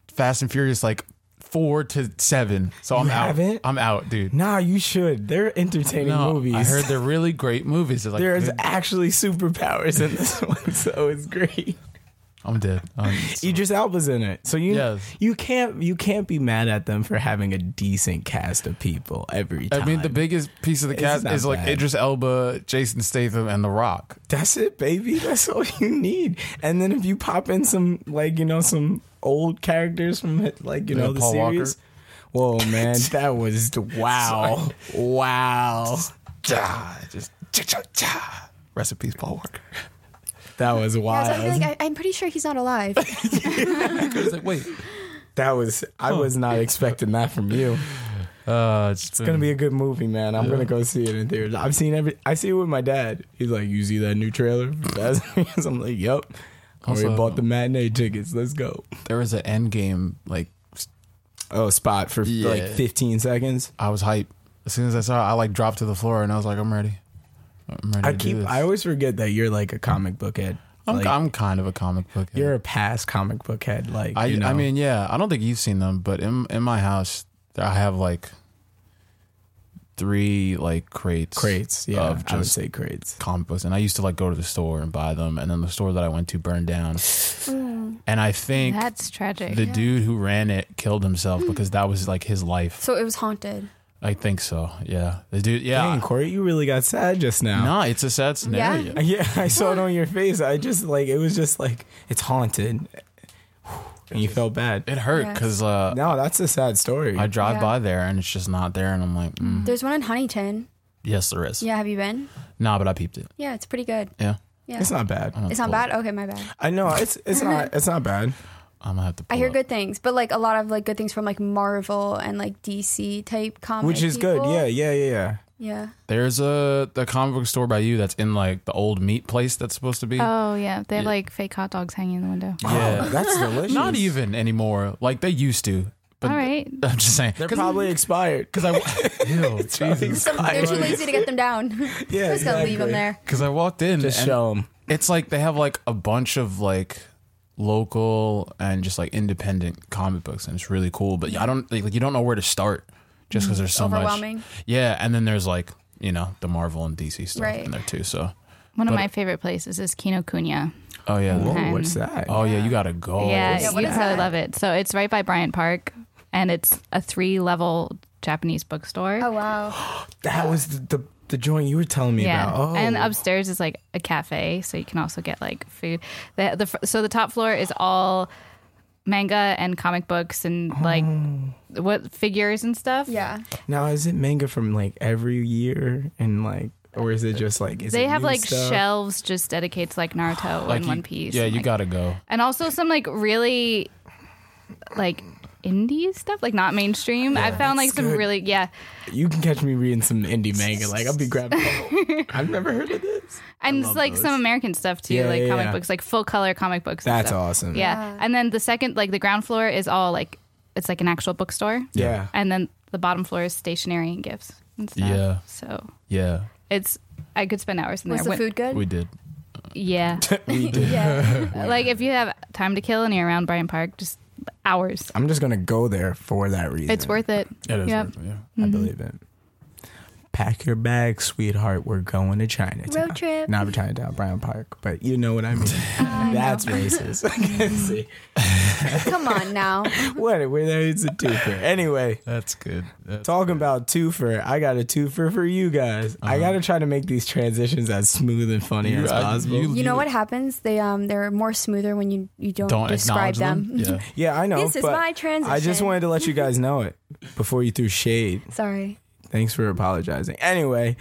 Speaker 1: Fast and Furious like four to seven, so I'm out.
Speaker 2: haven't?
Speaker 1: I'm out,
Speaker 2: <laughs>
Speaker 1: dude.
Speaker 2: nah, you should. They're entertaining
Speaker 1: No,
Speaker 2: movies.
Speaker 1: I heard they're really great movies. They're like,
Speaker 2: there's
Speaker 1: good-
Speaker 2: actually superpowers in this <laughs> one, so it's great.
Speaker 1: I'm dead.
Speaker 2: <laughs>
Speaker 1: Um, so-
Speaker 2: Idris Elba's in it, so you
Speaker 1: Yes.
Speaker 2: you can't you can't be mad at them for having a decent cast of people every time.
Speaker 1: I mean, the biggest piece of the cast
Speaker 2: not
Speaker 1: is like
Speaker 2: bad.
Speaker 1: Idris Elba, Jason Statham, and The Rock.
Speaker 2: that's it, baby. That's all you need. And then if you pop in some like you know some old characters from like you know the
Speaker 1: Paul
Speaker 2: series. Whoa,
Speaker 1: <laughs>
Speaker 2: man, that was wow, wow.
Speaker 1: Ah, just recipes, Paul <laughs> Walker.
Speaker 2: That was
Speaker 3: Yeah, so I
Speaker 2: wild.
Speaker 3: feel like I, I'm pretty sure he's
Speaker 2: <laughs>
Speaker 3: not alive.
Speaker 1: I was like, wait,
Speaker 2: that was I was not expecting that from you.
Speaker 1: uh, it's,
Speaker 2: It's gonna be a good movie, man. I'm gonna go see it in theaters. I've seen every. I see it with my dad. He's like, "You see that new trailer?" <laughs> That's, I'm like, "Yep." I already
Speaker 1: Also-
Speaker 2: bought the matinee tickets. Let's go.
Speaker 1: There was an end game. Like
Speaker 2: Oh, spot for
Speaker 1: Yeah.
Speaker 2: like 15 seconds.
Speaker 1: I was hype as soon as I saw. it, I like dropped to the floor and I was like, I'm ready. I'm ready.
Speaker 2: I
Speaker 1: to
Speaker 2: keep.
Speaker 1: Do this.
Speaker 2: I always forget that you're like a comic book head.
Speaker 1: I'm,
Speaker 2: Like,
Speaker 1: I'm kind of a comic book. head.
Speaker 2: you're a past comic book head. Like,
Speaker 1: I
Speaker 2: you know.
Speaker 1: I mean, yeah. I don't think you've seen them, but in in my house, I have like three like crates
Speaker 2: crates. Yeah,
Speaker 1: of
Speaker 2: I would
Speaker 1: just
Speaker 2: say crates.
Speaker 1: comic books and i used to like go to the store and buy them and then the store that i went to burned
Speaker 2: <sighs>
Speaker 1: down and i think
Speaker 4: That's tragic.
Speaker 1: the dude who ran it killed himself because that was like his life
Speaker 3: so it was haunted.
Speaker 1: i think so yeah the dude yeah
Speaker 2: Dang, Corey, you really got sad just now.
Speaker 1: no it's a sad
Speaker 2: <laughs>
Speaker 1: scenario
Speaker 2: Yeah, I saw it on your face. I just like it was just like it's haunted, <sighs> and you felt bad.
Speaker 1: it hurt
Speaker 3: Yes.
Speaker 1: because uh
Speaker 2: No, that's a sad story.
Speaker 1: i drive
Speaker 3: Yeah.
Speaker 1: by there and it's just not there and i'm like mm,
Speaker 3: There's one in Huntington.
Speaker 1: yes there is
Speaker 3: Yeah, have you been?
Speaker 1: nah but i peeped it
Speaker 3: Yeah, it's pretty good.
Speaker 1: yeah
Speaker 3: Yeah,
Speaker 2: It's not bad.
Speaker 1: Uh-huh.
Speaker 3: It's not bad. Okay, my bad.
Speaker 2: I know it's it's not it's not
Speaker 4: <laughs>
Speaker 2: bad.
Speaker 1: i'm gonna have to
Speaker 3: I
Speaker 1: pull
Speaker 3: hear
Speaker 1: up.
Speaker 3: good things, but like a lot of like good things from like Marvel and like DC type comics,
Speaker 2: Which is good. Yeah, yeah, yeah, yeah. <laughs>
Speaker 3: yeah.
Speaker 1: there's a the comic book store by you that's in like the old meat place that's supposed to be
Speaker 4: Oh yeah, they have like fake hot dogs hanging in the window.
Speaker 1: yeah
Speaker 2: Oh,
Speaker 4: <laughs>
Speaker 2: that's delicious.
Speaker 1: not even anymore like they used to but
Speaker 4: All right,
Speaker 1: i'm just saying
Speaker 2: They're
Speaker 1: <laughs>
Speaker 2: probably expired.
Speaker 1: Because
Speaker 2: <laughs>
Speaker 1: I, Ew, Jesus.
Speaker 3: Some, they're too lazy to get them down. <laughs>
Speaker 2: Yeah,
Speaker 3: Just gonna leave them there.
Speaker 1: 'Cause I walked in,
Speaker 2: Just
Speaker 1: and
Speaker 2: show them.
Speaker 1: it's like they have like a bunch of like local and just like independent comic books, and it's really cool. But I don't like you don't know where to start just because there's so
Speaker 3: Overwhelming.
Speaker 1: much. Yeah, and then there's like you know the Marvel and DC stuff
Speaker 3: Right.
Speaker 1: in there too. So
Speaker 4: one of my favorite places is Kinokuniya.
Speaker 1: oh yeah,
Speaker 2: Whoa,
Speaker 4: Okay.
Speaker 2: what's that?
Speaker 1: oh yeah, you gotta go.
Speaker 3: Yeah,
Speaker 4: yeah, you
Speaker 3: what
Speaker 4: probably
Speaker 3: is that?
Speaker 4: love it. So it's right by Bryant Park, and it's a three-level Japanese bookstore.
Speaker 3: Oh wow,
Speaker 2: That was the, the the joint you were telling me
Speaker 4: Yeah,
Speaker 2: about. Oh,
Speaker 4: and upstairs is like a cafe, so you can also get like food. The, the fr- so the top floor is all manga and comic books and like
Speaker 2: Oh.
Speaker 4: what figures and stuff.
Speaker 2: <gasps>
Speaker 3: yeah.
Speaker 2: now is it manga from like every year and like, or is it just like is
Speaker 4: they
Speaker 2: it
Speaker 4: have
Speaker 2: new
Speaker 4: like
Speaker 2: stuff?
Speaker 4: shelves just dedicated to
Speaker 2: <gasps>
Speaker 4: like Naruto
Speaker 1: Like
Speaker 4: and
Speaker 1: you-
Speaker 4: One Piece.
Speaker 1: Yeah,
Speaker 4: and,
Speaker 1: you
Speaker 4: like-
Speaker 1: gotta go.
Speaker 4: and also some like really like indie stuff, like not mainstream. I found like some
Speaker 2: good.
Speaker 4: really yeah.
Speaker 2: You can catch me reading some indie manga. Like I'll be grabbing.
Speaker 4: <laughs>
Speaker 2: I've never heard of this.
Speaker 4: and it's like some American stuff too,
Speaker 2: Yeah,
Speaker 4: like
Speaker 2: yeah,
Speaker 4: comic
Speaker 2: yeah.
Speaker 4: books, like full color comic books. and
Speaker 2: That's
Speaker 4: stuff.
Speaker 2: awesome.
Speaker 4: Yeah. and then the second, like the ground floor is all like it's like an actual bookstore.
Speaker 2: Yeah.
Speaker 4: and then the bottom floor is stationery and gifts and stuff.
Speaker 1: Yeah.
Speaker 4: so
Speaker 1: Yeah,
Speaker 4: it's I could spend hours in
Speaker 3: Was
Speaker 4: there.
Speaker 3: the
Speaker 4: When-
Speaker 3: food good?
Speaker 1: we did.
Speaker 2: <laughs>
Speaker 4: Yeah,
Speaker 3: <laughs> yeah,
Speaker 4: like if you have time to kill and you're around Bryant Park, just hours.
Speaker 2: I'm just gonna go there for that reason.
Speaker 4: It's worth it. <laughs>
Speaker 1: It is.
Speaker 3: Mm-hmm.
Speaker 4: Yep.
Speaker 1: worth it, yeah.
Speaker 2: I believe it. pack your bag, sweetheart. We're going to Chinatown.
Speaker 3: Road trip.
Speaker 2: Not Chinatown, Bryant Park, but you know what I
Speaker 3: <laughs>
Speaker 2: mean. That's racist. I can't see.
Speaker 3: Come on now.
Speaker 2: What? Where there is a twofer. Anyway,
Speaker 1: That's good. That's
Speaker 2: talking about twofer, I got a twofer for you guys. I gotta try to make these transitions as smooth and funny
Speaker 1: Uh-huh. You-
Speaker 2: as
Speaker 1: I-
Speaker 2: possible.
Speaker 1: you-
Speaker 3: You know what happens? They um they're more smoother when you you don't,
Speaker 1: don't
Speaker 3: describe
Speaker 1: acknowledge them.
Speaker 3: them. <laughs>
Speaker 1: Yeah.
Speaker 2: yeah, I know.
Speaker 3: This is
Speaker 2: but
Speaker 3: my transition.
Speaker 2: I just wanted to let
Speaker 3: <laughs>
Speaker 2: you guys know it before you threw shade.
Speaker 3: Sorry.
Speaker 2: Thanks for apologizing. Anyway,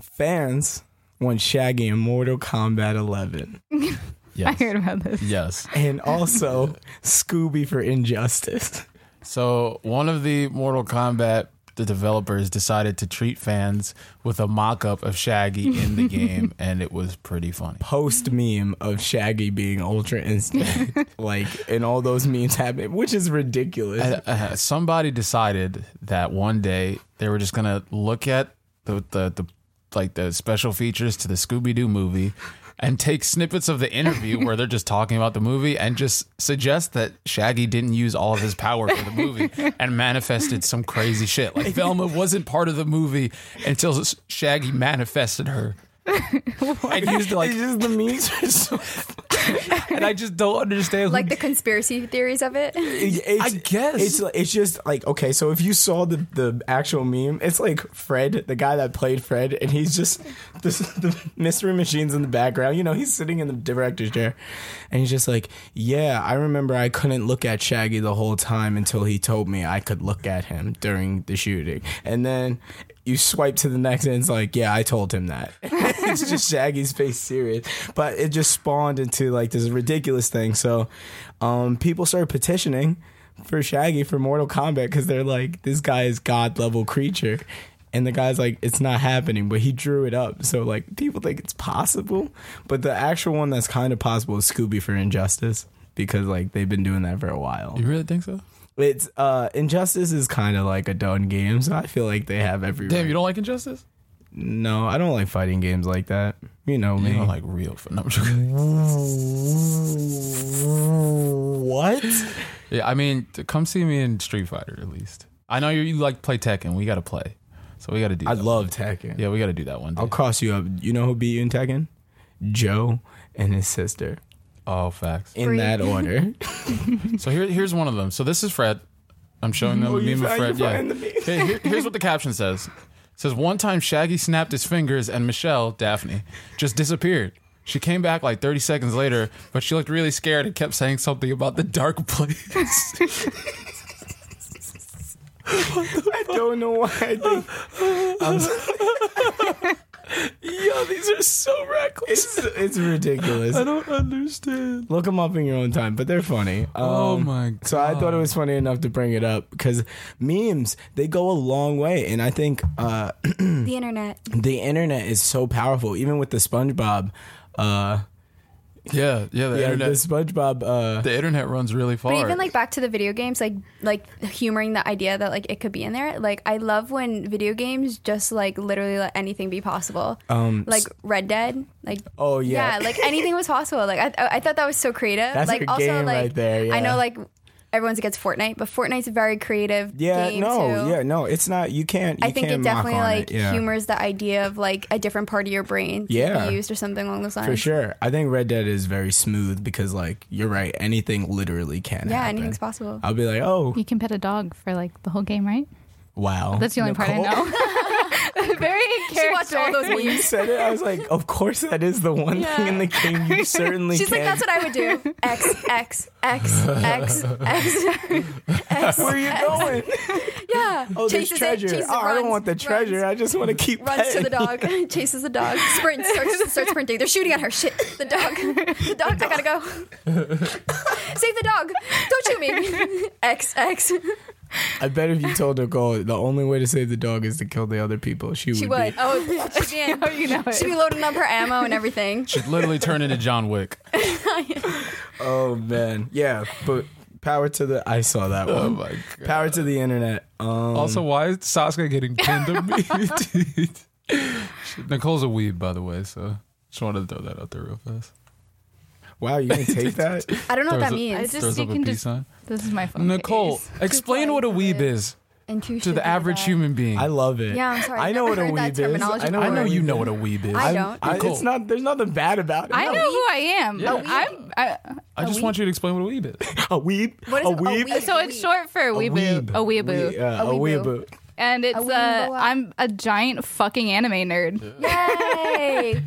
Speaker 2: fans want Shaggy in Mortal Kombat 11
Speaker 4: <laughs> I
Speaker 1: Yes.
Speaker 4: heard about this.
Speaker 1: Yes.
Speaker 2: and also Scooby for Injustice.
Speaker 1: So one of the Mortal Kombat the developers decided to treat fans with a mock-up of Shaggy in the game, and it was pretty funny.
Speaker 2: Post meme of Shaggy being ultra instinct, like, and all those memes happen, which is ridiculous.
Speaker 1: And, uh, somebody decided that one day they were just gonna look at the the, the like the special features to the Scooby Doo movie. And take snippets of the interview where they're just talking about the movie and just suggest that Shaggy didn't use all of his power for the movie and manifested some crazy shit. Like Velma wasn't part of the movie until Shaggy manifested her. and used like,
Speaker 2: It's
Speaker 1: <laughs>
Speaker 2: just the memes are so.
Speaker 1: and I just don't understand.
Speaker 3: Like
Speaker 1: Like
Speaker 3: the conspiracy theories of it.
Speaker 2: It's,
Speaker 1: I guess.
Speaker 2: it's like- it's just like okay. So if you saw the the actual meme, it's like Fred, the guy that played Fred, and he's just <laughs> the, the mystery machines in the background. You know, he's sitting in the director's chair, and he's just like, "Yeah, I remember I couldn't look at Shaggy the whole time until he told me I could look at him during the shooting." And then you swipe to the next, and it's like, "Yeah, I told him that." <laughs> it's just Shaggy's face serious, but it just spawned into like this ridiculous thing. So, um, people started petitioning for Shaggy for Mortal Kombat because they're like, this guy is god level creature. And the guy's like, it's not happening, but he drew it up. So, like, people think it's possible. But the actual one that's kind of possible is Scooby for Injustice because, like, they've been doing that for a while.
Speaker 1: you really think so?
Speaker 2: It's, uh, Injustice is kind of like a done game. So I feel like they have every.
Speaker 1: Damn, you don't like Injustice?
Speaker 2: No, I don't like fighting games like that. You know me.
Speaker 1: You don't like real? f- <laughs> No, I'm joking.
Speaker 2: what?
Speaker 1: Yeah, I mean, t- come see me in Street Fighter at least. I know you, you like play Tekken. We got to play, so we got to do.
Speaker 2: I
Speaker 1: that.
Speaker 2: love Tekken.
Speaker 1: Yeah, we got to do that one day.
Speaker 2: I'll cross you up. You know who beat you in Tekken? Joe and his sister.
Speaker 1: Oh, facts.
Speaker 2: in
Speaker 3: Free.
Speaker 2: that order.
Speaker 1: So here, here's one of them. So this is Fred. I'm showing them
Speaker 2: Oh,
Speaker 1: the
Speaker 2: you
Speaker 1: meme of
Speaker 2: found-
Speaker 1: Fred.
Speaker 2: you
Speaker 1: Yeah.
Speaker 2: found the meme.
Speaker 1: Okay, here- here's what the caption says. It says one time Shaggy snapped his fingers and Michelle Daphne just disappeared. She came back like 30 seconds later, but she looked really scared and kept saying something about the dark place.
Speaker 2: <laughs> I don't know why I think. I'm so-
Speaker 1: <laughs> Yo, these are so reckless.
Speaker 2: it's, it's ridiculous.
Speaker 1: <laughs> don't understand.
Speaker 2: Look them up in your own time, but they're funny. Um,
Speaker 1: Oh my god.
Speaker 2: So I thought it was funny enough to bring it up because memes they go a long way, and I think uh, <clears throat>
Speaker 3: <laughs> the internet.
Speaker 2: the internet is so powerful. Even with the SpongeBob, uh,
Speaker 1: Yeah, yeah, the
Speaker 2: yeah,
Speaker 1: internet
Speaker 2: the SpongeBob uh,
Speaker 1: the internet runs really far.
Speaker 3: But even like back to the video games, like like humoring the idea that like it could be in there. Like I love when video games just like literally let anything be possible.
Speaker 2: Um,
Speaker 3: like Red Dead. Like
Speaker 2: Oh, yeah.
Speaker 3: like anything was possible. Like I, I I thought that was so creative.
Speaker 2: That's
Speaker 3: like
Speaker 2: a game right there, yeah.
Speaker 3: I know like everyone's against Fortnite, but Fortnite's a very creative.
Speaker 2: yeah,
Speaker 3: game
Speaker 2: no,
Speaker 3: too.
Speaker 2: yeah, no, it's not. You can't. You
Speaker 3: I think
Speaker 2: can't
Speaker 3: it
Speaker 2: mock
Speaker 3: definitely
Speaker 2: on
Speaker 3: like
Speaker 2: it, yeah.
Speaker 3: humors the idea of like a different part of your brain to
Speaker 2: Yeah.
Speaker 3: be used or something along those lines.
Speaker 2: For sure. I think Red Dead is very smooth because like you're right, anything literally can
Speaker 3: Yeah,
Speaker 2: happen.
Speaker 3: anything's possible.
Speaker 2: I'll be like,
Speaker 3: <laughs>
Speaker 2: oh
Speaker 4: You can pet a dog for like the whole game, right?
Speaker 2: wow.
Speaker 4: That's the only part
Speaker 2: Nicole?
Speaker 4: I know. <laughs> Very in
Speaker 3: She watched all
Speaker 4: character.
Speaker 3: those memes.
Speaker 2: You said it, I was like, of course that is the one
Speaker 3: Yeah.
Speaker 2: thing in the game
Speaker 3: <laughs>
Speaker 2: you certainly
Speaker 3: She's
Speaker 2: can.
Speaker 3: like, that's what I would do. X, X, X, X, X.
Speaker 2: Where are you going?
Speaker 3: Yeah.
Speaker 2: Oh, there's
Speaker 3: Chases it,
Speaker 2: treasure.
Speaker 3: chases it,
Speaker 2: oh, I don't
Speaker 3: runs,
Speaker 2: want the treasure.
Speaker 3: Runs,
Speaker 2: I just
Speaker 3: <laughs>
Speaker 2: want to keep
Speaker 3: runs to
Speaker 2: petting.
Speaker 3: the dog,
Speaker 2: <laughs>
Speaker 3: <laughs> chases the dog, sprints, starts, starts sprinting. They're shooting at her. Shit. The dog. The dog. I gotta
Speaker 2: <laughs>
Speaker 3: go. Save the dog. Don't shoot me. X, X.
Speaker 2: I bet if you told Nicole the only way to save the dog is to kill the other people, she,
Speaker 3: She
Speaker 2: would.
Speaker 3: would. Oh, she'd be,
Speaker 2: <laughs>
Speaker 3: in-
Speaker 4: <laughs> Oh, you know
Speaker 3: she'd be
Speaker 4: it.
Speaker 3: loading up her ammo and everything.
Speaker 1: Should literally turn into John Wick.
Speaker 2: Be, <laughs> oh man. Yeah, but power to the I saw that
Speaker 1: Oh
Speaker 2: one.
Speaker 1: my god.
Speaker 2: Power to the internet. Um
Speaker 1: Also, why is Sasuke getting pinned on me? dude? <laughs> Nicole's a weeb, by the way, so just wanted to throw that out there real fast.
Speaker 2: wow, you gonna take that?
Speaker 3: I don't know what
Speaker 1: There's
Speaker 3: that
Speaker 1: a-
Speaker 3: means.
Speaker 4: Just
Speaker 1: Throws
Speaker 4: you
Speaker 1: up a
Speaker 4: can
Speaker 1: peace
Speaker 4: just-
Speaker 1: sign.
Speaker 4: This is my phone.
Speaker 1: Nicole,
Speaker 4: case.
Speaker 1: explain what a weeb is.
Speaker 3: and too
Speaker 1: to the average human being.
Speaker 2: <laughs> I love it.
Speaker 3: Yeah, I'm sorry,
Speaker 2: I
Speaker 3: I've
Speaker 2: know
Speaker 3: never
Speaker 2: what a
Speaker 3: heard that
Speaker 2: weeb is.
Speaker 3: terminology
Speaker 2: I know,
Speaker 1: I
Speaker 2: what a
Speaker 1: know
Speaker 2: weeb
Speaker 1: you
Speaker 2: is.
Speaker 1: know what a weeb is.
Speaker 3: I
Speaker 1: I,
Speaker 3: don't.
Speaker 2: I-
Speaker 1: Cool.
Speaker 2: It's not. There's nothing bad about it.
Speaker 4: I
Speaker 2: No.
Speaker 4: know who I am. I'm, I,
Speaker 1: just want you to explain what a weeb <laughs> is.
Speaker 2: a weeb.
Speaker 3: What is
Speaker 2: a
Speaker 3: a
Speaker 2: weeb.
Speaker 3: weeb?
Speaker 4: so it's short for weeboo, a weeboo,
Speaker 2: We- yeah, a
Speaker 3: weeboo.
Speaker 2: weeboo.
Speaker 4: and it's
Speaker 3: weeboo.
Speaker 4: uh, I'm a giant fucking anime nerd. Uh,
Speaker 2: <laughs>
Speaker 3: Yay!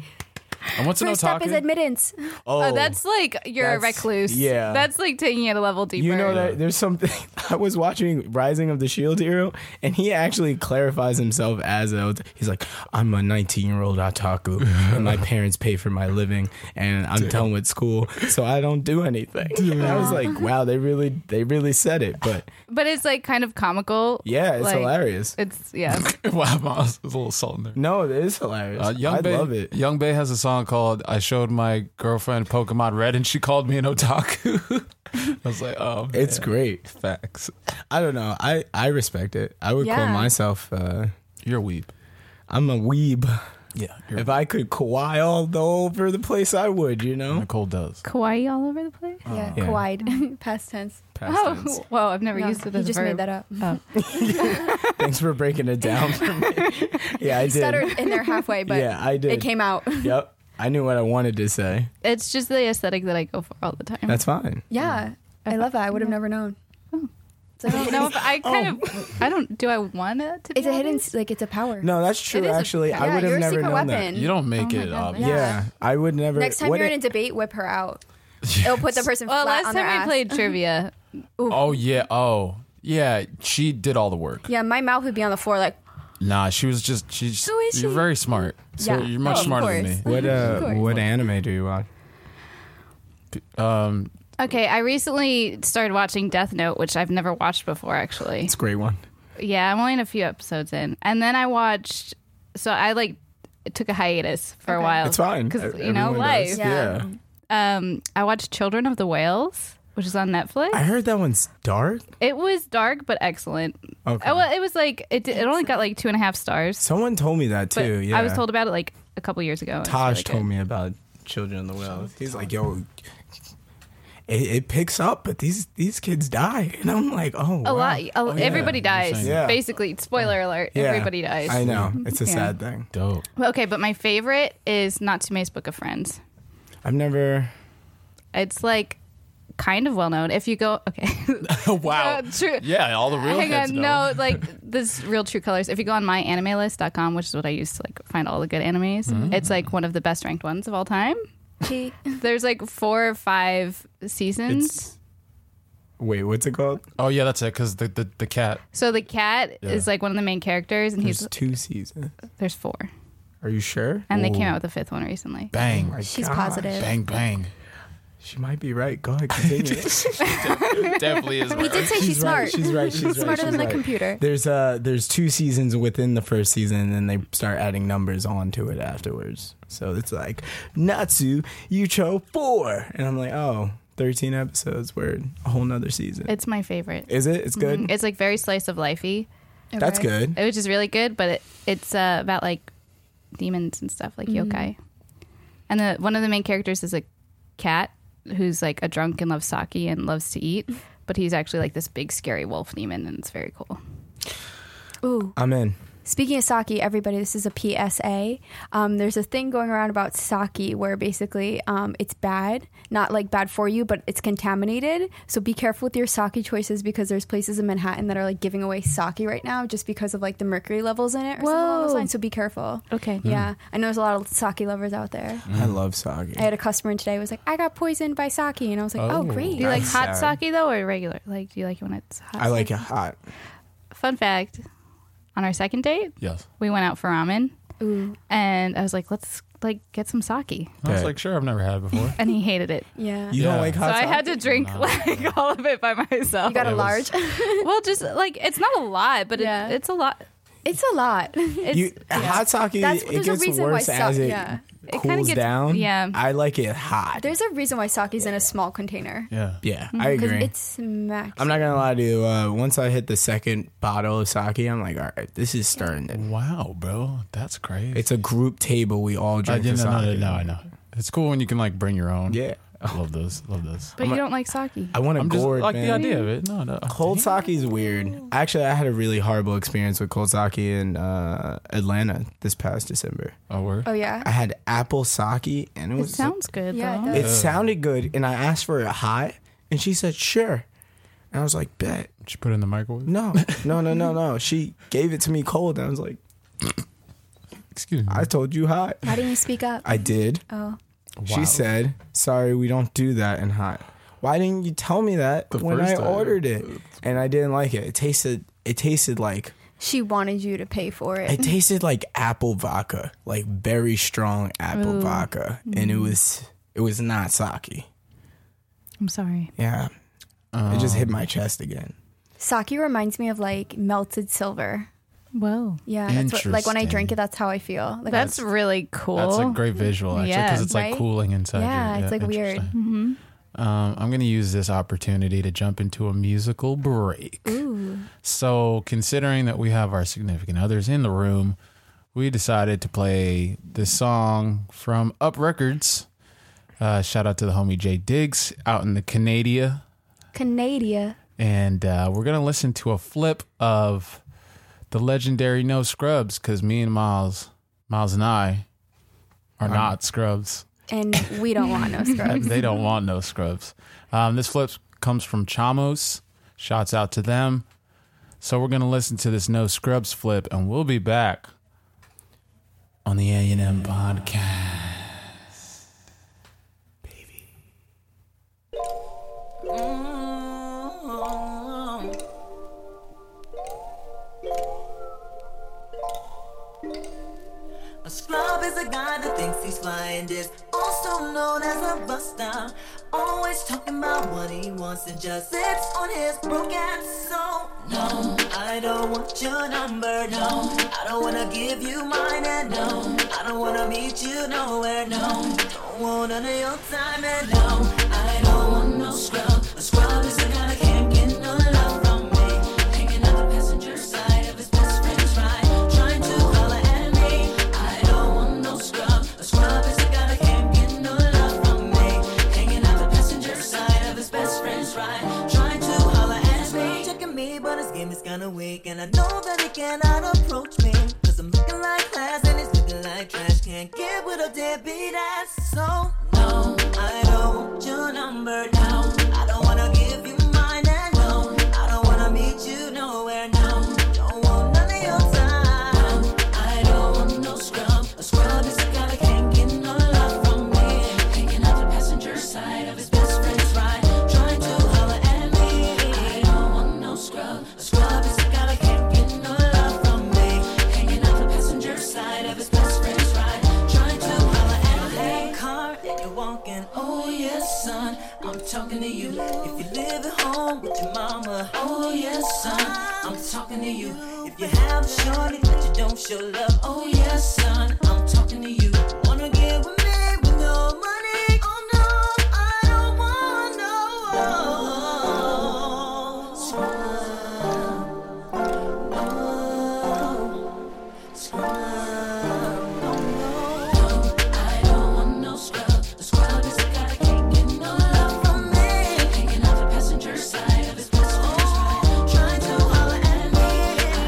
Speaker 1: And what's an
Speaker 3: First step is
Speaker 1: otaku?
Speaker 3: admittance.
Speaker 2: Oh,
Speaker 4: Uh, that's like you're a
Speaker 2: That's-
Speaker 4: recluse.
Speaker 2: yeah.
Speaker 4: that's like taking it a level deeper.
Speaker 2: You know that there's something. <laughs> I was watching Rising of the Shield Hero, and he actually clarifies himself as a. He's like, I'm a 19 year old otaku, and <laughs> my parents pay for my living, and I'm done with school, so I don't do anything. And I was like, wow, they really, they really said it, but
Speaker 4: but it's like kind of comical.
Speaker 2: yeah, it's
Speaker 4: Like,
Speaker 2: hilarious.
Speaker 4: It's yeah.
Speaker 1: <laughs> wow, Miles, there's a little salt in there.
Speaker 2: No, it is hilarious.
Speaker 1: Uh, Young
Speaker 2: I
Speaker 1: Bay,
Speaker 2: love it.
Speaker 1: Young Bay has a song called "I Showed My Girlfriend Pokemon Red and She Called Me an Otaku." <laughs> I was like, "Oh, man.
Speaker 2: It's great.
Speaker 1: facts.
Speaker 2: I don't know. I I respect it. I would call
Speaker 3: Yeah.
Speaker 2: myself. Uh,
Speaker 1: You're a weeb."
Speaker 2: I'm a weeb.
Speaker 1: Yeah,
Speaker 2: If I could Kawhi all over the place, I would. You know.
Speaker 1: Nicole does.
Speaker 4: Kawaii all over the place.
Speaker 3: Yeah,
Speaker 2: Yeah.
Speaker 3: kawaii. <laughs> Past tense.
Speaker 2: Oh. Mm-hmm. Past tense.
Speaker 4: Oh, whoa! I've never
Speaker 3: No,
Speaker 4: used it.
Speaker 3: he
Speaker 4: As
Speaker 3: just
Speaker 4: a verb.
Speaker 3: made that up. <laughs>
Speaker 4: Oh.
Speaker 2: <laughs> Thanks for breaking it down for me. <laughs> Yeah, I
Speaker 3: He
Speaker 2: did.
Speaker 3: stuttered in there halfway, but
Speaker 2: <laughs> Yeah, I did.
Speaker 3: it came out. <laughs>
Speaker 2: Yep. I knew what I wanted to say.
Speaker 4: It's just the aesthetic that I go for all the time.
Speaker 2: That's fine.
Speaker 3: Yeah,
Speaker 2: Mm-hmm.
Speaker 3: I love that. I would have never known.
Speaker 2: Oh.
Speaker 3: It's like,
Speaker 4: I don't know if I kind of I don't do I want it
Speaker 3: Oh.
Speaker 4: to.
Speaker 3: it's
Speaker 4: be
Speaker 3: a hidden,
Speaker 4: obvious?
Speaker 3: like it's a power.
Speaker 2: No, that's true.
Speaker 4: It is a-
Speaker 2: Actually, I
Speaker 3: yeah,
Speaker 2: would
Speaker 3: you're
Speaker 2: have
Speaker 3: a
Speaker 2: never
Speaker 3: secret
Speaker 2: known
Speaker 3: weapon.
Speaker 1: You don't make
Speaker 4: Oh my
Speaker 1: it
Speaker 4: God,
Speaker 1: obvious.
Speaker 2: that. Yeah, I would never.
Speaker 3: Next time
Speaker 2: what
Speaker 3: you're
Speaker 2: it-
Speaker 3: in a debate, whip her
Speaker 2: <laughs>
Speaker 3: out. It'll put the person
Speaker 4: Well,
Speaker 3: flat
Speaker 4: last
Speaker 3: on their
Speaker 4: time we
Speaker 3: ass. <laughs>
Speaker 4: played trivia,
Speaker 1: Oh yeah. Oh yeah. She did all the work.
Speaker 3: Yeah, my mouth would be on the floor. Like, <laughs>
Speaker 1: Nah, she was just. She's.
Speaker 3: Who is
Speaker 1: You're
Speaker 3: she?
Speaker 1: very smart. So
Speaker 3: Yeah.
Speaker 1: you're much
Speaker 3: Oh, of
Speaker 1: smarter than me.
Speaker 3: course.
Speaker 2: What
Speaker 3: Of
Speaker 2: uh,
Speaker 3: course.
Speaker 2: what anime do you watch?
Speaker 1: Um,
Speaker 4: okay. I recently started watching Death Note, which I've never watched before, actually.
Speaker 2: It's a great one.
Speaker 4: Yeah, I'm only in a few episodes in, and then I watched. So I like took a hiatus for a
Speaker 3: Okay.
Speaker 4: while.
Speaker 2: It's fine.
Speaker 3: Oh,
Speaker 4: because
Speaker 2: E-
Speaker 4: you know
Speaker 2: everyone
Speaker 4: life.
Speaker 2: does.
Speaker 3: Yeah.
Speaker 2: Yeah.
Speaker 4: Um, I watched Children of the Whales, which is on Netflix.
Speaker 2: I heard that one's dark.
Speaker 4: It was dark but excellent.
Speaker 2: Okay.
Speaker 4: Uh, well, it was like it. Did, it only got like two and a half stars.
Speaker 2: Someone told me that
Speaker 4: But
Speaker 2: too. yeah.
Speaker 4: I was told about it like a couple years ago. and it's
Speaker 2: Taj
Speaker 4: really good.
Speaker 2: told me about Children of the Whales. He's like, yo, it, it picks up, but these these kids die, <laughs> and I'm like, oh, wow.
Speaker 4: a lot. a-
Speaker 1: yeah.
Speaker 4: Everybody
Speaker 1: You're
Speaker 4: dies.
Speaker 1: saying
Speaker 2: that.
Speaker 4: Basically, spoiler alert.
Speaker 2: Yeah.
Speaker 4: Everybody dies.
Speaker 2: I
Speaker 4: <laughs>
Speaker 2: know it's a
Speaker 4: Yeah.
Speaker 2: sad thing.
Speaker 1: dope.
Speaker 4: Okay, but my favorite is Natsume's Book of Friends.
Speaker 2: I've never.
Speaker 4: It's like kind of well known. If you go,
Speaker 2: <laughs>
Speaker 4: okay,
Speaker 1: wow.
Speaker 4: No, true.
Speaker 1: Yeah, all the real
Speaker 4: Hang
Speaker 1: kids
Speaker 4: on,
Speaker 1: know.
Speaker 4: no,
Speaker 2: <laughs>
Speaker 4: like this real true colors. If you go on myanimelist.com, which is what I use to like find all the good animes,
Speaker 2: Mm-hmm.
Speaker 4: it's like one of the best ranked ones of
Speaker 2: <laughs>
Speaker 4: all time.
Speaker 3: she,
Speaker 4: There's like four or five seasons.
Speaker 2: It's. Wait, what's it called?
Speaker 1: Oh yeah, that's it. Cause the the, the cat.
Speaker 4: so the cat
Speaker 1: Yeah.
Speaker 4: is like one of the main characters, and
Speaker 2: There's
Speaker 4: he's
Speaker 2: two seasons.
Speaker 4: there's four,
Speaker 2: Are you sure?
Speaker 4: and they came
Speaker 1: Ooh.
Speaker 4: out with a fifth one recently.
Speaker 1: Bang.
Speaker 2: My
Speaker 3: she's
Speaker 2: gosh.
Speaker 3: positive.
Speaker 1: Bang bang.
Speaker 2: She might be right. Go ahead,
Speaker 4: <laughs>
Speaker 2: continue.
Speaker 1: Definitely is.
Speaker 3: He did say she's,
Speaker 2: Right,
Speaker 3: smart.
Speaker 2: she's
Speaker 3: <laughs>
Speaker 2: right. She's right.
Speaker 3: smarter
Speaker 2: she's
Speaker 3: than
Speaker 2: right.
Speaker 3: the computer.
Speaker 2: There's uh, there's two seasons within the first season, and then they start adding numbers onto it afterwards. So it's like Natsu Yucho four, and I'm like, oh, 13 episodes, word, a whole nother season.
Speaker 4: It's my favorite.
Speaker 2: Is it? It's good.
Speaker 4: Mm-hmm. It's like very slice of lifey,
Speaker 2: That's
Speaker 3: Mm-hmm. Okay.
Speaker 2: good.
Speaker 4: which is really good. But it, it's uh, about like demons and stuff, like yokai. And the one of the main characters is a cat who's like a drunk and loves sake and loves to eat, but he's actually like this big scary wolf demon, and it's very cool.
Speaker 3: Ooh.
Speaker 2: I'm in.
Speaker 3: Speaking of sake, everybody, this is a PSA. Um, there's a thing going around about sake where basically um, it's bad, not like bad for you, but it's contaminated. So be careful with your sake choices because there's places in Manhattan that are like giving away sake right now just because of like the mercury levels in it or something along those
Speaker 4: Whoa. Mm.
Speaker 3: lines. So be careful.
Speaker 4: Okay.
Speaker 2: Hmm.
Speaker 3: Yeah, I know there's a lot of sake lovers out there.
Speaker 2: I love sake.
Speaker 3: I had a customer today who was like, "I got poisoned by sake," and I was like, "Oh,
Speaker 1: Oh.
Speaker 3: great!"
Speaker 4: Do you like hot
Speaker 2: Sorry.
Speaker 4: sake though, or regular? Like, do you like it when it's hot?
Speaker 2: I like it hot.
Speaker 4: Fun fact: on our second date,
Speaker 1: Yes.
Speaker 4: we went out for ramen,
Speaker 3: Ooh,
Speaker 4: and I was like, "Let's like get some sake,"
Speaker 1: I was
Speaker 2: Okay.
Speaker 1: like, sure, I've never had it before.
Speaker 4: and he hated it.
Speaker 3: yeah.
Speaker 2: You
Speaker 1: Yeah.
Speaker 2: don't like
Speaker 4: So
Speaker 2: hot
Speaker 4: I
Speaker 2: sake?
Speaker 4: had to drink like <laughs> all of it by myself.
Speaker 3: you got a
Speaker 1: It was-
Speaker 3: large.
Speaker 4: <laughs>
Speaker 3: <laughs>
Speaker 4: well, just like it's not a lot, but
Speaker 3: Yeah.
Speaker 4: it, it's a lot.
Speaker 3: it's a lot.
Speaker 4: It's,
Speaker 2: You, Hot sake,
Speaker 3: That's-
Speaker 2: it
Speaker 3: there's a
Speaker 2: gets
Speaker 3: reason why
Speaker 2: worse
Speaker 3: sa-
Speaker 2: as it
Speaker 3: yeah.
Speaker 4: It kinda
Speaker 2: cools
Speaker 4: gets-
Speaker 2: down.
Speaker 4: yeah.
Speaker 2: I like it hot.
Speaker 3: There's a reason why sake's in a small container.
Speaker 1: <laughs> Yeah.
Speaker 2: yeah, I agree.
Speaker 3: Mm-hmm, It's smacked.
Speaker 2: I'm not gonna lie to you. Uh, once I hit the second bottle of sake, I'm like, all right, this is starting. To,
Speaker 1: Wow, bro, that's crazy.
Speaker 2: it's a group table. We all
Speaker 1: I
Speaker 2: drink the
Speaker 1: didn't
Speaker 2: sake.
Speaker 1: know. No, no, I know. It's cool when you can like bring your own.
Speaker 2: Yeah,
Speaker 1: Love those. Love those.
Speaker 4: But you don't like sake.
Speaker 2: I want a
Speaker 1: I'm just
Speaker 2: gourd,
Speaker 1: like
Speaker 2: man.
Speaker 1: the idea of it. No, no.
Speaker 2: Cold sake is weird. Actually, I had a really horrible experience with cold sake in uh, Atlanta this past December.
Speaker 1: Oh, word.
Speaker 3: Oh yeah.
Speaker 2: I had apple sake, and it
Speaker 4: It
Speaker 2: was
Speaker 4: sounds good.
Speaker 3: Yeah, it
Speaker 4: though.
Speaker 3: does.
Speaker 2: it sounded good. And I asked for it hot, and she said sure. And I was like, bet.
Speaker 1: Did you put it in the microwave?
Speaker 2: No, no, no, no, no. She gave it to me cold, and I was like,
Speaker 1: Excuse me.
Speaker 2: I told you hot.
Speaker 3: Why didn't you speak up?
Speaker 2: I did.
Speaker 3: Oh,
Speaker 1: Wow.
Speaker 2: She said, "Sorry, we don't do that in hot." Why didn't you tell me that
Speaker 1: The
Speaker 2: when I
Speaker 1: first time.
Speaker 2: ordered it? And I didn't like it. It tasted. It tasted like.
Speaker 3: she wanted you to pay for it.
Speaker 2: It tasted like apple vodka, like very strong apple
Speaker 4: Ooh.
Speaker 2: vodka, and it was. It was not sake.
Speaker 4: I'm sorry.
Speaker 2: Yeah, it just hit my chest again.
Speaker 3: Sake reminds me of like melted silver.
Speaker 4: Whoa.
Speaker 3: Yeah, that's what, like when I drink
Speaker 1: Interesting.
Speaker 3: it, that's how I feel. Like
Speaker 4: That's really cool.
Speaker 1: That's a great visual, actually, because
Speaker 4: Yeah,
Speaker 1: it's
Speaker 3: right?
Speaker 1: like cooling inside. you.
Speaker 3: Yeah, it's, like, weird. Mm-hmm.
Speaker 1: interesting.
Speaker 4: hmm
Speaker 1: Um, I'm going to use this opportunity to jump into a musical break.
Speaker 3: ooh,
Speaker 1: So, considering that we have our significant others in the room, we decided to play this song from Up Records. Uh, shout out to the homie Jay Diggs out in the Canada.
Speaker 3: Canada.
Speaker 1: And uh, we're going to listen to a flip of the legendary No Scrubs because me and Miles, Miles and I, are not Scrubs.
Speaker 3: And we don't want
Speaker 2: <laughs>
Speaker 3: no
Speaker 1: Uh,
Speaker 3: scrubs.
Speaker 1: they don't want no scrubs. Um, this flip comes from Chamos. Shouts out to them. So we're gonna listen to this no scrubs flip, and we'll be back on the A and M podcast.
Speaker 5: Mm-hmm. A schlub is a guy that thinks he's flying, is also known as a buster. Always talking about what he wants and just sits on his broken soul. No, I don't want your number. No, I don't wanna give you mine, and no, I don't wanna meet you nowhere. No, don't want none of your time, and no, I don't want no scrub. A scrub is the guy that can't get no love from me. Hanging on the passenger side of his best friend's ride, trying to holler at me. I don't want no scrub. A scrub is a guy that can't get no love from me. Hanging out the passenger side of his best friend's ride, trying to holler at me. Checking me, but his game is kinda weak, and I know that he cannot approach me. Cause I'm looking like class and he's looking like trash. Can't get with a deadbeat ass. So, no, I don't want your number now. I don't wanna give you mine, and no, I don't wanna meet you nowhere now. Don't want none of your time. I don't want no scrub. A scrub is a guy that can't get no love from me. Hanging out the passenger side of his best friend's ride, trying to holler at me. I don't want no scrub. A scrub is a guy that can't get no love from me. Hanging out the passenger side of his best friend's ride, trying to holler at me. Car that you're walking, oh yes, son. I'm talking to you. If you live at home with your mama, oh yes, son. I'm talking to you. If you have a shorty but you don't show love, oh yes, son. I'm talking to you. Wanna get with me with no money? Oh no, I don't want no scrub. Oh, scrub. I don't want no scrub. The scrub is a guy that can't get no love from me. Hanging out the passenger side of his best friend's ride, trying to holler at me.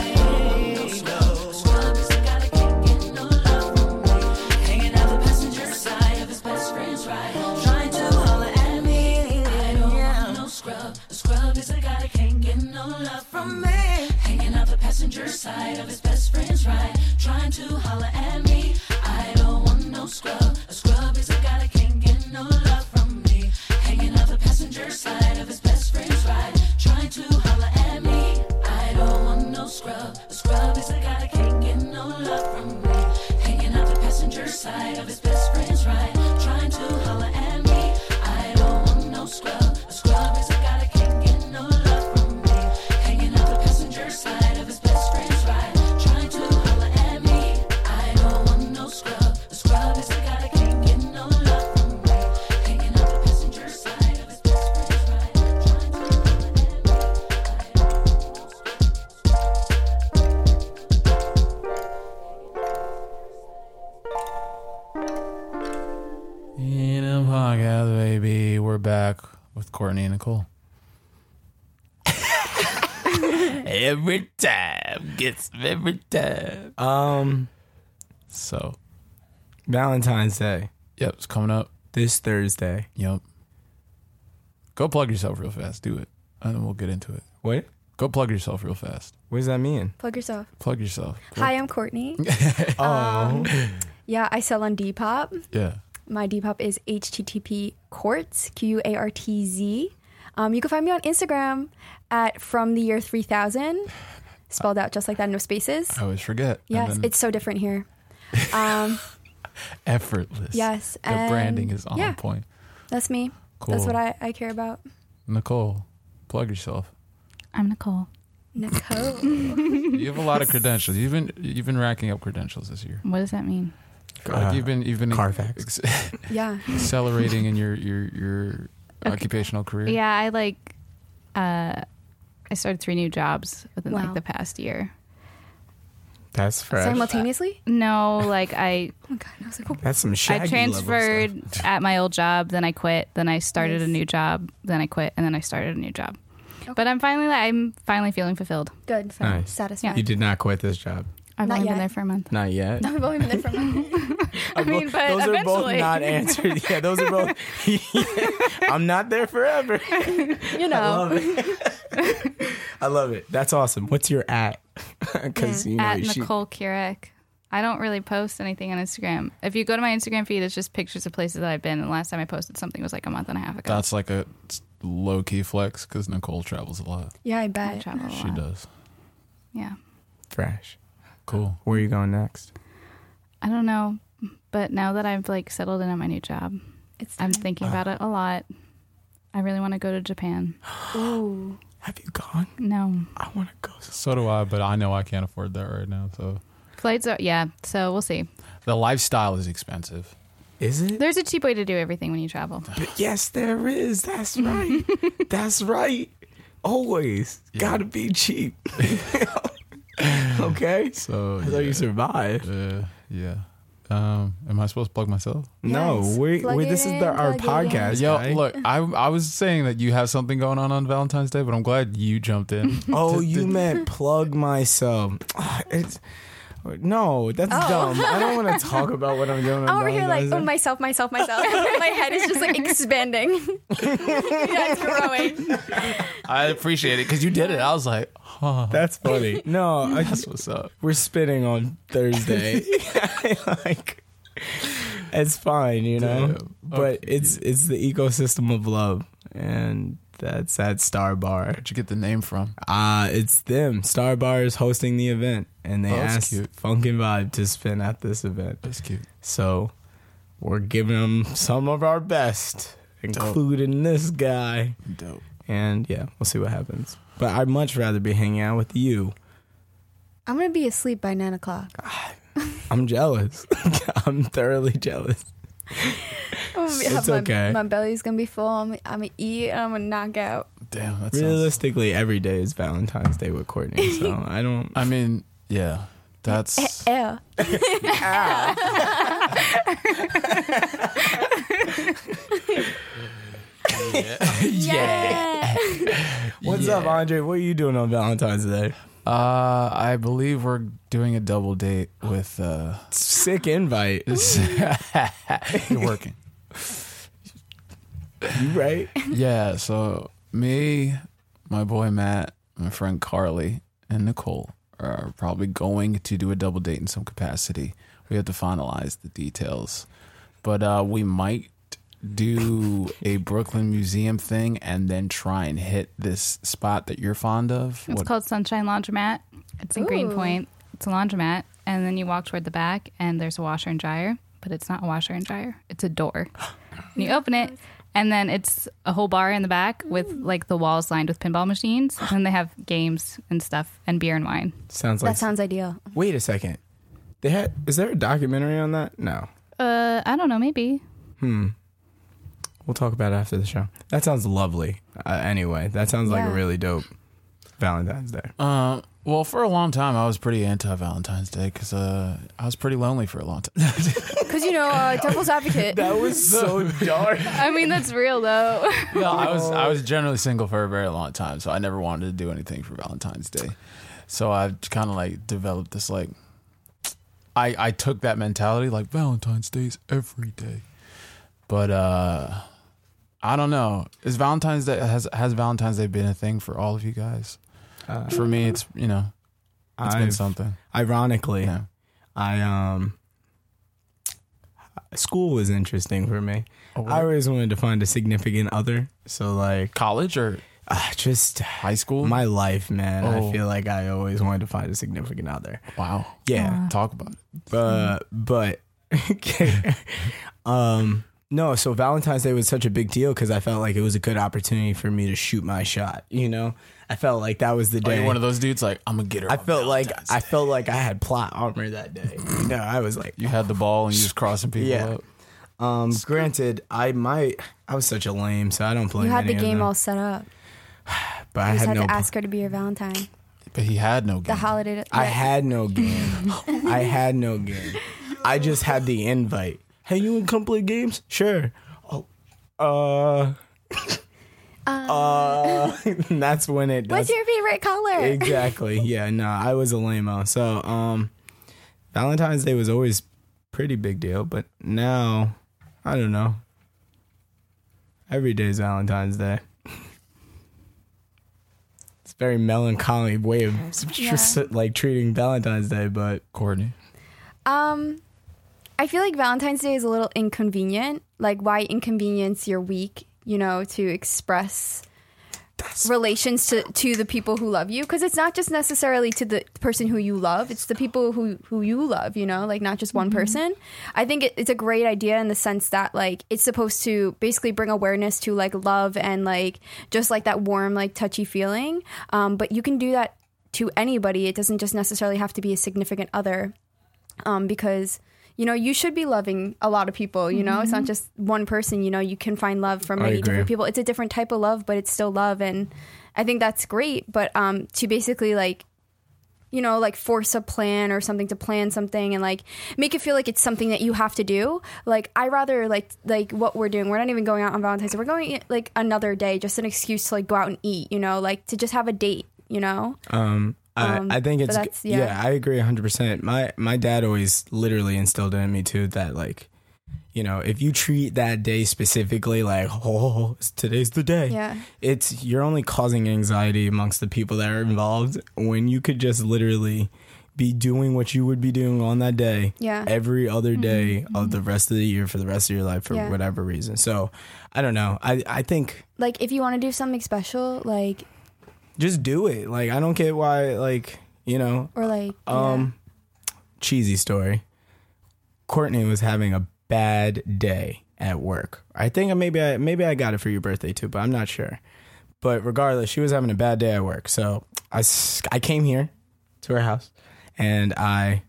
Speaker 5: I don't want no scrub. The scrub is a guy that can't get no love from me. Hanging out the passenger side of his best friend's ride, trying to holler at me. I don't want no scrub. The scrub is a guy that can't get no love from me. Hanging out the passenger side of his best friend's ride, trying to holler at me. I don't want no scrub. A scrub is a guy that can't get no love from me. Hanging out the passenger side of his best friend's ride, trying to holler at me. I don't want no scrub. A scrub is a guy that can't get no love from me. Hanging out the passenger side of his best friend's ride, trying to holler at me. I don't want no scrub. A scrub is a guy that can't get no love from me. Hanging out the passenger side of his best friend's ride, trying to holler at me. I don't want no scrub. A scrub is a guy that can't get no love from me. Hanging out the passenger side of his best friend's ride, trying to holler at me. I don't want no scrub.
Speaker 1: In a podcast, baby. we're back with Courtney and Nicole. every time gets me every time.
Speaker 2: Um,
Speaker 1: So,
Speaker 2: Valentine's Day
Speaker 1: yep, it's coming up.
Speaker 2: this Thursday.
Speaker 1: Yep. Go plug yourself real fast. Do it, and then we'll get into it.
Speaker 2: What?
Speaker 1: Go plug yourself real fast.
Speaker 2: What does that mean?
Speaker 3: Plug yourself.
Speaker 1: Plug yourself.
Speaker 3: Hi,
Speaker 2: <laughs>
Speaker 3: I'm Courtney. Um,
Speaker 2: Oh,
Speaker 3: yeah, I sell on Depop.
Speaker 1: Yeah.
Speaker 3: My Depop is http quartz q u a r t z. Um, you can find me on Instagram at from the year three thousand, spelled out just like that, no spaces.
Speaker 1: I always forget. And
Speaker 3: Yes,
Speaker 1: then
Speaker 3: it's so different here. Um,
Speaker 1: effortless.
Speaker 3: yes,
Speaker 1: The
Speaker 3: and
Speaker 1: branding is on
Speaker 3: yeah.
Speaker 1: point.
Speaker 3: that's me.
Speaker 1: Cool.
Speaker 3: That's what I, I care about.
Speaker 1: Nicole, plug yourself.
Speaker 4: I'm Nicole.
Speaker 3: Nicole.
Speaker 1: You have a
Speaker 3: <laughs>
Speaker 1: lot of credentials. You've been you've been racking up credentials this year.
Speaker 4: What does that mean?
Speaker 1: Like you've been you've been
Speaker 2: Carfax.
Speaker 1: ex- <laughs>
Speaker 3: yeah.
Speaker 2: <laughs>
Speaker 1: accelerating in your your your occupational career.
Speaker 4: Yeah, I like. Uh, I started three new jobs within
Speaker 3: Wow.
Speaker 4: like the past year.
Speaker 2: that's fresh.
Speaker 3: Simultaneously?
Speaker 4: No, like
Speaker 2: <laughs>
Speaker 4: I
Speaker 3: Oh my god, I was like, oh,
Speaker 2: That's some shaggy
Speaker 4: I transferred at my old job, then I quit, then I started a
Speaker 3: Nice.
Speaker 4: new job, then I quit, and then I started a new job. But I'm finally I'm finally feeling fulfilled.
Speaker 3: good.
Speaker 2: Nice.
Speaker 3: Satisfied.
Speaker 2: You
Speaker 3: <laughs>
Speaker 2: did not quit this job.
Speaker 4: I've
Speaker 3: Not
Speaker 4: only
Speaker 3: yet.
Speaker 4: been there for a month.
Speaker 2: Not yet.
Speaker 4: <laughs>
Speaker 3: No, we've only been there for a month.
Speaker 4: I mean, but
Speaker 2: Uh, those are both
Speaker 4: eventually.
Speaker 2: not answered.
Speaker 4: <laughs>
Speaker 2: Yeah, those are both. <laughs> I'm not there forever.
Speaker 3: You
Speaker 2: I
Speaker 3: know.
Speaker 2: love it. <laughs> I love it. That's awesome. What's your <laughs> at? Because you know
Speaker 4: at
Speaker 2: she,
Speaker 4: Nicole Keurig. I don't really post anything on Instagram. If you go to my Instagram feed, it's just pictures of places that I've been. And the last time I posted something was like a month and a half ago.
Speaker 1: That's like a low key flex because Nicole travels a lot.
Speaker 3: Yeah, I
Speaker 4: I
Speaker 3: bet.
Speaker 4: travel a
Speaker 1: She
Speaker 4: lot.
Speaker 1: does.
Speaker 4: Yeah.
Speaker 2: fresh.
Speaker 1: Cool.
Speaker 2: Where are you going next?
Speaker 4: I don't know, but now that I've like settled in at my new job,
Speaker 3: It's
Speaker 4: I'm
Speaker 2: Uh.
Speaker 4: thinking about it a lot. I really want to go to Japan.
Speaker 3: <gasps> Ooh.
Speaker 2: Have you gone?
Speaker 4: No.
Speaker 2: I want to go. s-
Speaker 1: So do I, but I know I can't afford that right now. So
Speaker 4: Flights are yeah, so we'll see.
Speaker 1: the lifestyle is expensive.
Speaker 2: Is it?
Speaker 4: There's a cheap way to do everything when you travel.
Speaker 2: Yes, there is.
Speaker 4: <laughs>
Speaker 2: That's right. That's right. Always gotta be cheap. <laughs> okay.
Speaker 1: So
Speaker 2: That's how you survive.
Speaker 1: Uh, yeah. Um, am I supposed to plug myself?
Speaker 2: No,
Speaker 3: Yes.
Speaker 2: we,
Speaker 3: Plug
Speaker 2: we
Speaker 3: it
Speaker 2: this is
Speaker 3: in,
Speaker 2: the, our
Speaker 3: plug it in. <laughs>
Speaker 2: podcast.
Speaker 1: Yo,
Speaker 2: guy.
Speaker 1: look, I I was saying that you have something going on on Valentine's Day, but I'm glad you
Speaker 2: <laughs>
Speaker 1: jumped in.
Speaker 2: Oh, you meant plug
Speaker 3: <laughs>
Speaker 2: myself. Ah, It's, no, that's dumb. I don't
Speaker 3: <laughs>
Speaker 2: want to talk about what I'm doing. on
Speaker 3: Oh. I'm over here like,
Speaker 2: Valentine's
Speaker 3: oh,
Speaker 2: Day.
Speaker 3: myself, myself, myself. <laughs> my head is just like expanding. <laughs> yeah, it's growing.
Speaker 1: I appreciate it because you did it. I was like, huh,
Speaker 2: That's funny.
Speaker 3: <laughs>
Speaker 2: No, I
Speaker 1: that's what's up.
Speaker 2: we're spitting on
Speaker 3: <laughs>
Speaker 2: Thursday. <laughs> like it's fine, you know.
Speaker 1: Damn.
Speaker 2: But
Speaker 1: Okay.
Speaker 2: it's it's the ecosystem of love, and that's at Star Bar.
Speaker 1: Where'd you get the name from?
Speaker 2: Uh it's them. Star Bar is hosting the event, and they
Speaker 1: Oh, that's
Speaker 2: asked
Speaker 1: cute.
Speaker 2: Funkin Vibe to spin at this event.
Speaker 1: That's cute.
Speaker 2: So we're giving them some of our best, including this guy.
Speaker 1: Dope.
Speaker 2: And yeah, we'll see what happens. But I'd much rather be hanging out with you.
Speaker 3: I'm gonna be asleep by nine o'clock.
Speaker 2: I'm jealous. <laughs> I'm thoroughly jealous.
Speaker 3: Oh, I'm gonna be-
Speaker 2: It's
Speaker 3: my,
Speaker 2: okay.
Speaker 3: My belly's gonna be full. I'm, I'm gonna eat and I'm gonna knock out.
Speaker 1: Damn, that's
Speaker 2: Realistically, every day is Valentine's Day with Courtney, so <laughs> I don't.
Speaker 1: I mean, yeah, that's uh,
Speaker 3: Yeah. yeah.
Speaker 2: What's
Speaker 1: Yeah.
Speaker 2: up, Andre? What are you doing on Valentine's Day?
Speaker 1: Uh, I believe we're doing a double date with. Uh, <laughs>
Speaker 2: Sick invite,
Speaker 1: you're working.
Speaker 2: <laughs> you right?
Speaker 1: yeah, so me, my boy Matt, my friend Carly, and Nicole are probably going to do a double date in some capacity. We have to finalize the details, but uh, we might do a Brooklyn Museum thing and then try and hit this spot that you're fond of.
Speaker 4: It's
Speaker 1: What-
Speaker 4: called Sunshine Laundromat. It's in
Speaker 3: Ooh.
Speaker 4: Greenpoint. It's a laundromat and then you walk toward the back and there's a washer and dryer, but it's not a washer and dryer. It's a door. and you open it and then it's a whole bar in the back with like the walls lined with pinball machines and they have games and stuff and beer and wine.
Speaker 2: Sounds like.
Speaker 3: That sounds ideal.
Speaker 2: wait a second. They had. Is there a documentary on that? No.
Speaker 4: Uh, I don't know, maybe.
Speaker 2: Hmm. We'll talk about it after the show. That sounds lovely. Uh, anyway, that sounds like
Speaker 3: Yeah.
Speaker 2: really dope. Valentine's Day?
Speaker 1: Uh, well, for a long time, I was pretty anti Valentine's Day because uh, I was pretty lonely for a long <laughs> time.
Speaker 3: Because, you know, uh, devil's advocate.
Speaker 2: was so dark.
Speaker 4: I mean, that's real though.
Speaker 1: no, I was
Speaker 2: Oh.
Speaker 1: I was generally single for a very long time, so I never wanted to do anything for Valentine's Day. So I kind of like developed this like I I took that mentality like Valentine's Day's every day, but uh, I don't know. Is Valentine's Day has has Valentine's Day been a thing for all of you guys?
Speaker 2: Uh,
Speaker 1: For me, it's you know it's been
Speaker 2: I've-
Speaker 1: something.
Speaker 2: Ironically,
Speaker 1: Yeah.
Speaker 2: I um school was interesting for me.
Speaker 1: Oh,
Speaker 2: I always wanted to find a significant other. So like
Speaker 1: College or
Speaker 2: ah, just
Speaker 1: high school?
Speaker 2: my life, man.
Speaker 1: Oh.
Speaker 2: I feel like I always wanted to find a significant other.
Speaker 1: wow.
Speaker 2: Yeah.
Speaker 1: Talk about it.
Speaker 2: But but <laughs> um no, so Valentine's Day was such a big deal because I felt like it was a good opportunity for me to shoot my shot. You know, I felt like that was the
Speaker 1: Are
Speaker 2: day.
Speaker 1: you Oh, one of those dudes like I'm gonna get her?
Speaker 2: I
Speaker 1: on
Speaker 2: felt like
Speaker 1: Valentine's
Speaker 2: I
Speaker 1: Day."
Speaker 2: felt like I had plot armor that day. You know, I was like,
Speaker 1: you had the ball and you just crossing people
Speaker 2: Yeah.
Speaker 1: up.
Speaker 2: Um, granted, I might. I was such a lame, so I don't blame.
Speaker 3: You had the
Speaker 2: any of
Speaker 3: game
Speaker 2: them.
Speaker 3: all set up.
Speaker 2: but I
Speaker 3: You just
Speaker 2: had,
Speaker 3: had
Speaker 2: no.
Speaker 3: to ask her to be your Valentine.
Speaker 1: But he had no
Speaker 3: The
Speaker 1: game.
Speaker 3: holiday. yeah.
Speaker 2: I had no game.
Speaker 3: <laughs>
Speaker 2: I had no game. I just had the invite. Hey, you want to come play games? Sure. Oh, uh, uh, <laughs> and that's when it.
Speaker 3: um,
Speaker 2: that's-
Speaker 3: What's your favorite
Speaker 2: <laughs>
Speaker 3: color?
Speaker 2: exactly. Yeah. No, I was a lameo. So, um, Valentine's Day was always pretty big deal, but now I don't know. Every day's Valentine's Day. It's a very melancholy way of just, <laughs> like treating Valentine's Day, but
Speaker 1: Courtney.
Speaker 3: Um, I feel like Valentine's Day is a little inconvenient. Like, why inconvenience your week? You know, to express relations to, to the people who love you, because it's not just necessarily to the person who you love; it's the people who who you love. You know, like not just one person. I think it, it's a great idea in the sense that like it's supposed to basically bring awareness to like love and like just like that warm, like touchy feeling. Um, but you can do that to anybody. It doesn't just necessarily have to be a significant other um, because you know you should be loving a lot of people you know it's not just one person you know you can find love from
Speaker 2: Mm-hmm. I
Speaker 3: many different
Speaker 2: agree.
Speaker 3: people it's a different type of love but it's still love and i think that's great but um, to basically like you know like force a plan or something to plan something and like make it feel like it's something that you have to do like i rather like like what we're doing we're not even going out on valentine's day we're going like another day just an excuse to like go out and eat you know like to just have a date you know
Speaker 2: Um, I,
Speaker 3: Um,
Speaker 2: I think
Speaker 3: but
Speaker 2: it's
Speaker 3: that's-
Speaker 2: yeah.
Speaker 3: yeah.
Speaker 2: I agree 100%. My my dad always literally instilled in me too that like you know, if you treat that day specifically like <laughs> oh, today's the day.
Speaker 3: Yeah.
Speaker 2: It's you're only causing anxiety amongst the people that are involved when you could just literally be doing what you would be doing on that day
Speaker 3: Yeah. Mm-hmm.
Speaker 2: every other day of the rest of the year for the rest of your life for
Speaker 3: Yeah.
Speaker 2: whatever reason. So, I don't know. I I think
Speaker 3: like if you want to do something special like
Speaker 2: just do it. Like I don't get why like, you know,
Speaker 3: or like yeah.
Speaker 2: Um, cheesy story. Courtney was having a bad day at work. I think maybe I maybe I got it for your birthday too, but I'm not sure. But regardless, she was having a bad day at work. So I s- I came here to her house and I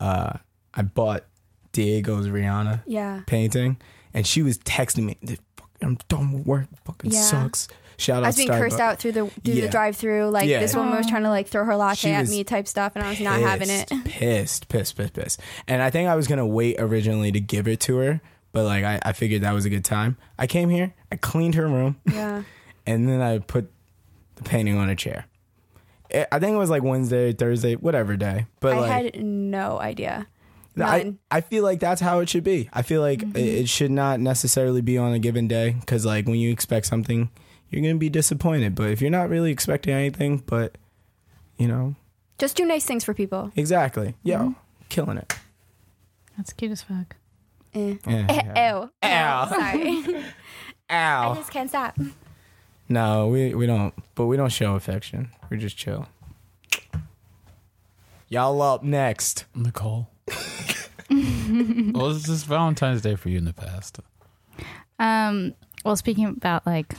Speaker 2: uh I bought Diego's Rihanna
Speaker 3: yeah
Speaker 2: painting, and she was texting me. "Fuck, I'm done with work. Fucking
Speaker 3: Yeah.
Speaker 2: sucks. Shout out.
Speaker 3: I was being cursed
Speaker 2: Starbucks.
Speaker 3: out through the through
Speaker 2: Yeah.
Speaker 3: the drive through. Like
Speaker 2: Yeah.
Speaker 3: this woman was trying to like throw her
Speaker 2: She
Speaker 3: latte at
Speaker 2: was
Speaker 3: me type stuff, and I was not having it.
Speaker 2: Pissed, pissed, pissed, pissed. And I think I was gonna wait originally to give it to her, but like I, I figured that was a good time. I came here, I cleaned her room,
Speaker 3: <laughs> Yeah,
Speaker 2: and then I put the painting on a chair. I I think it was like Wednesday, Thursday, whatever day. But
Speaker 3: I
Speaker 2: like,
Speaker 3: had no idea.
Speaker 2: I,
Speaker 3: None. Mm-hmm.
Speaker 2: I feel like that's how it should be. I feel like it, it should not necessarily be on a given day because, like, when you expect something, you're going to be disappointed. But if you're not really expecting anything, but, you know,
Speaker 3: Just do nice things for people.
Speaker 2: exactly. Yo,
Speaker 3: Mm-hmm.
Speaker 2: killing it.
Speaker 4: That's cute as fuck.
Speaker 3: Eh.
Speaker 2: Yeah,
Speaker 3: Eh,
Speaker 2: yeah. Oh.
Speaker 3: Ew. Ew.
Speaker 2: <laughs>
Speaker 3: Sorry. I
Speaker 2: Ow.
Speaker 3: just can't stop.
Speaker 2: No, we, we don't. But we don't show affection. We're just chill. Y'all up next.
Speaker 1: Nicole. well, is this Valentine's Day for you in the past?
Speaker 4: Um, well, speaking about like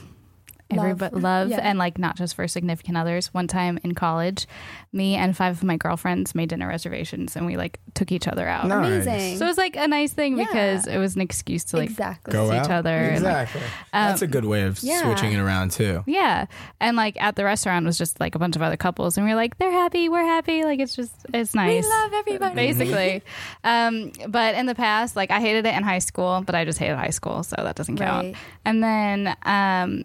Speaker 4: everybody love
Speaker 3: Yeah.
Speaker 4: and like not just for significant others. One time in college, me and five of my girlfriends made dinner reservations and we like took each other out.
Speaker 2: Nice.
Speaker 3: Amazing.
Speaker 4: So it was like a nice thing
Speaker 3: Yeah.
Speaker 4: because it was an excuse to like
Speaker 3: exactly.
Speaker 4: Go
Speaker 2: Go
Speaker 4: see
Speaker 2: out.
Speaker 4: each other and, like-
Speaker 2: Exactly. That's a good way of
Speaker 3: Um, yeah.
Speaker 2: switching it around too.
Speaker 4: Yeah. And like at the restaurant was just like a bunch of other couples and we were like, they're happy, we're happy. Like it's just it's nice.
Speaker 3: love everybody.
Speaker 4: Basically. <laughs> um, but in the past, like I hated it in high school, but I just hated high school, so that doesn't count.
Speaker 3: Right.
Speaker 4: And then um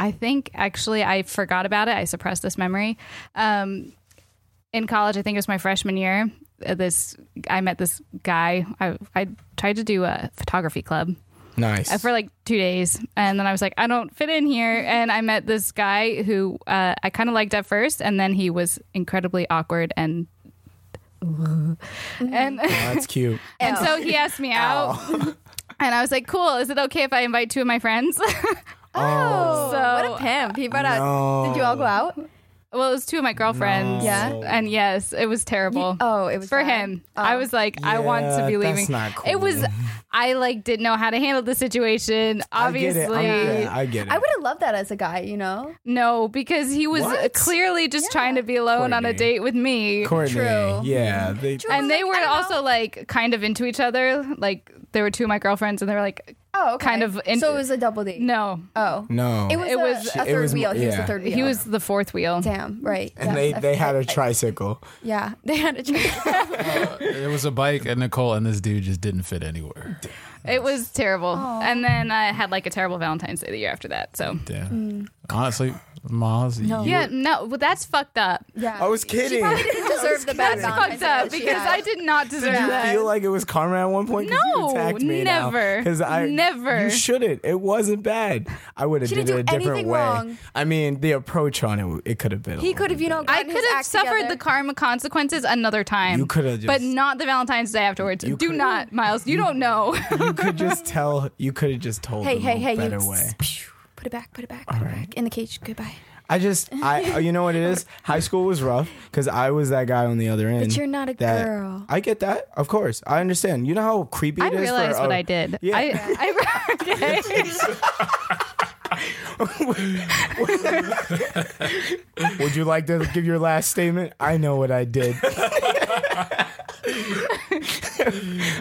Speaker 4: I think actually I forgot about it. I suppressed this memory. Um in college, I think it was my freshman year. uh, This I met this guy. I I tried to do a photography club
Speaker 2: Nice.
Speaker 4: uh, for like two days and then i was like i don't fit
Speaker 3: <laughs>
Speaker 4: in here and i met this guy who uh, i kind of liked at first and then he was incredibly awkward
Speaker 3: <laughs>
Speaker 4: and and <laughs>
Speaker 2: Oh, That's
Speaker 3: <laughs>
Speaker 2: cute.
Speaker 4: and so he asked me out <laughs> and i was like cool is it okay if i invite two of my friends <laughs>
Speaker 3: Oh,
Speaker 4: So-
Speaker 3: what a pimp! He brought
Speaker 2: No.
Speaker 3: out. Did you all go out?
Speaker 4: well it was two of my girlfriends
Speaker 3: Yeah.
Speaker 4: and yes it was terrible
Speaker 3: Oh, it was
Speaker 4: for
Speaker 3: bad.
Speaker 4: him. I was like, I want to
Speaker 2: Yeah,
Speaker 4: be leaving.
Speaker 2: that's not cool.
Speaker 4: It was, I like didn't know how to handle the situation. Obviously,
Speaker 2: I get it. I'm- yeah, I get it.
Speaker 3: Oh. I would have loved that as a guy, you know.
Speaker 4: No, because he was
Speaker 2: What?
Speaker 4: clearly just
Speaker 3: Yeah.
Speaker 4: trying to be alone on a
Speaker 2: Courtney.
Speaker 4: date with me.
Speaker 2: Courtney.
Speaker 3: True. Mm-hmm.
Speaker 2: Yeah. They,
Speaker 3: True.
Speaker 4: And they
Speaker 3: Like,
Speaker 4: were
Speaker 3: I don't
Speaker 4: also like kind of into each other. Like there were two of my girlfriends and they were like
Speaker 3: Oh, okay.
Speaker 4: Kind of in-
Speaker 3: so it was a double date.
Speaker 4: no.
Speaker 3: Oh,
Speaker 2: No.
Speaker 3: It was.
Speaker 4: It
Speaker 3: a,
Speaker 4: was-
Speaker 3: a
Speaker 2: It
Speaker 3: third
Speaker 2: was-
Speaker 3: wheel. He was the
Speaker 2: yeah.
Speaker 3: third wheel.
Speaker 4: He was the fourth wheel.
Speaker 3: Damn right.
Speaker 2: and
Speaker 3: Yes,
Speaker 2: they,
Speaker 3: I
Speaker 2: they had a
Speaker 3: forget.
Speaker 2: tricycle.
Speaker 3: <laughs> Yeah, they had
Speaker 4: <laughs>
Speaker 3: a tricycle.
Speaker 1: It was a bike and Nicole and this dude just didn't fit anywhere.
Speaker 4: It was terrible. And then I had like a terrible Valentine's Day the year after that. So
Speaker 1: Damn. Honestly, Maz,
Speaker 3: No.
Speaker 1: you-
Speaker 4: yeah, no, well, that's fucked up.
Speaker 3: yeah,
Speaker 2: I was kidding.
Speaker 3: Probably didn't deserve the bad
Speaker 4: Fucked
Speaker 3: Valentine's Day
Speaker 4: up
Speaker 3: that she
Speaker 4: because
Speaker 3: had.
Speaker 4: I did not deserve
Speaker 2: Did you
Speaker 4: that.
Speaker 2: feel like it was karma at one point? 'Cause
Speaker 4: No,
Speaker 2: you attacked me
Speaker 4: never.
Speaker 2: Because I
Speaker 4: Never.
Speaker 2: You shouldn't. It wasn't bad. I would have
Speaker 3: She
Speaker 2: did
Speaker 3: didn't
Speaker 2: it
Speaker 3: do
Speaker 2: a different
Speaker 3: anything
Speaker 2: way.
Speaker 3: wrong.
Speaker 2: I mean, the approach on it, it could have been. a
Speaker 3: He
Speaker 2: little
Speaker 3: could have,
Speaker 2: bit
Speaker 3: you know,
Speaker 2: better.
Speaker 4: I
Speaker 3: gotten
Speaker 4: could
Speaker 3: his
Speaker 4: have
Speaker 3: act
Speaker 4: suffered
Speaker 3: together.
Speaker 4: the karma consequences another time.
Speaker 2: You could have
Speaker 4: but
Speaker 2: just-
Speaker 4: not the Valentine's Day afterwards. Do
Speaker 2: could-
Speaker 4: not, Miles. You,
Speaker 2: <laughs>
Speaker 4: don't know.
Speaker 2: you could
Speaker 3: <laughs>
Speaker 2: just tell. You could have just told.
Speaker 3: Hey,
Speaker 2: them
Speaker 3: hey,
Speaker 2: a
Speaker 3: hey! You
Speaker 2: Better way.
Speaker 3: psh, put it back. Put it back. Put it back in the cage. Goodbye.
Speaker 2: I just, I, uh, you know what it
Speaker 3: <laughs>
Speaker 2: is. High school was rough because I was that guy on the other end.
Speaker 3: you're not a
Speaker 2: that-
Speaker 3: girl.
Speaker 2: I get that, of course. I understand. You know how creepy
Speaker 4: I
Speaker 2: it is.
Speaker 4: realized
Speaker 2: for,
Speaker 4: what
Speaker 2: a-
Speaker 4: I did.
Speaker 2: Yeah.
Speaker 4: I,
Speaker 3: <laughs>
Speaker 4: I
Speaker 2: <laughs>
Speaker 4: okay.
Speaker 2: Would you like to give your last statement? I know what I did.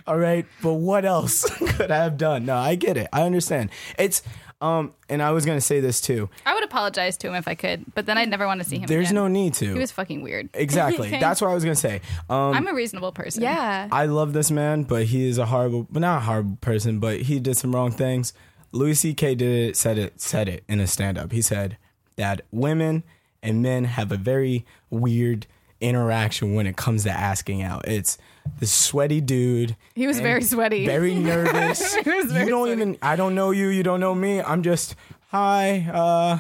Speaker 2: <laughs> All right, but what else <laughs> could I have done? No, I get it. I understand. It's um and I was going to say this too.
Speaker 4: <laughs> I would apologize to him if I could, but then I'd never want to see him.
Speaker 2: There's
Speaker 4: again.
Speaker 2: no need to.
Speaker 4: He was fucking weird. <laughs>
Speaker 2: exactly. That's what I was going to say. Um
Speaker 4: I'm a reasonable person.
Speaker 3: Yeah.
Speaker 2: I love this man, but he is a horrible, but not a horrible person, but he did some wrong things. Louis C.K. did it, said it, said it in a stand up. He said that women and men have a very weird interaction when it comes to asking out. It's the sweaty dude.
Speaker 4: He was very sweaty.
Speaker 2: Very nervous.
Speaker 4: <laughs> He was very
Speaker 2: you don't
Speaker 4: sweaty.
Speaker 2: even, I don't know you, you don't know me. I'm just, hi, uh,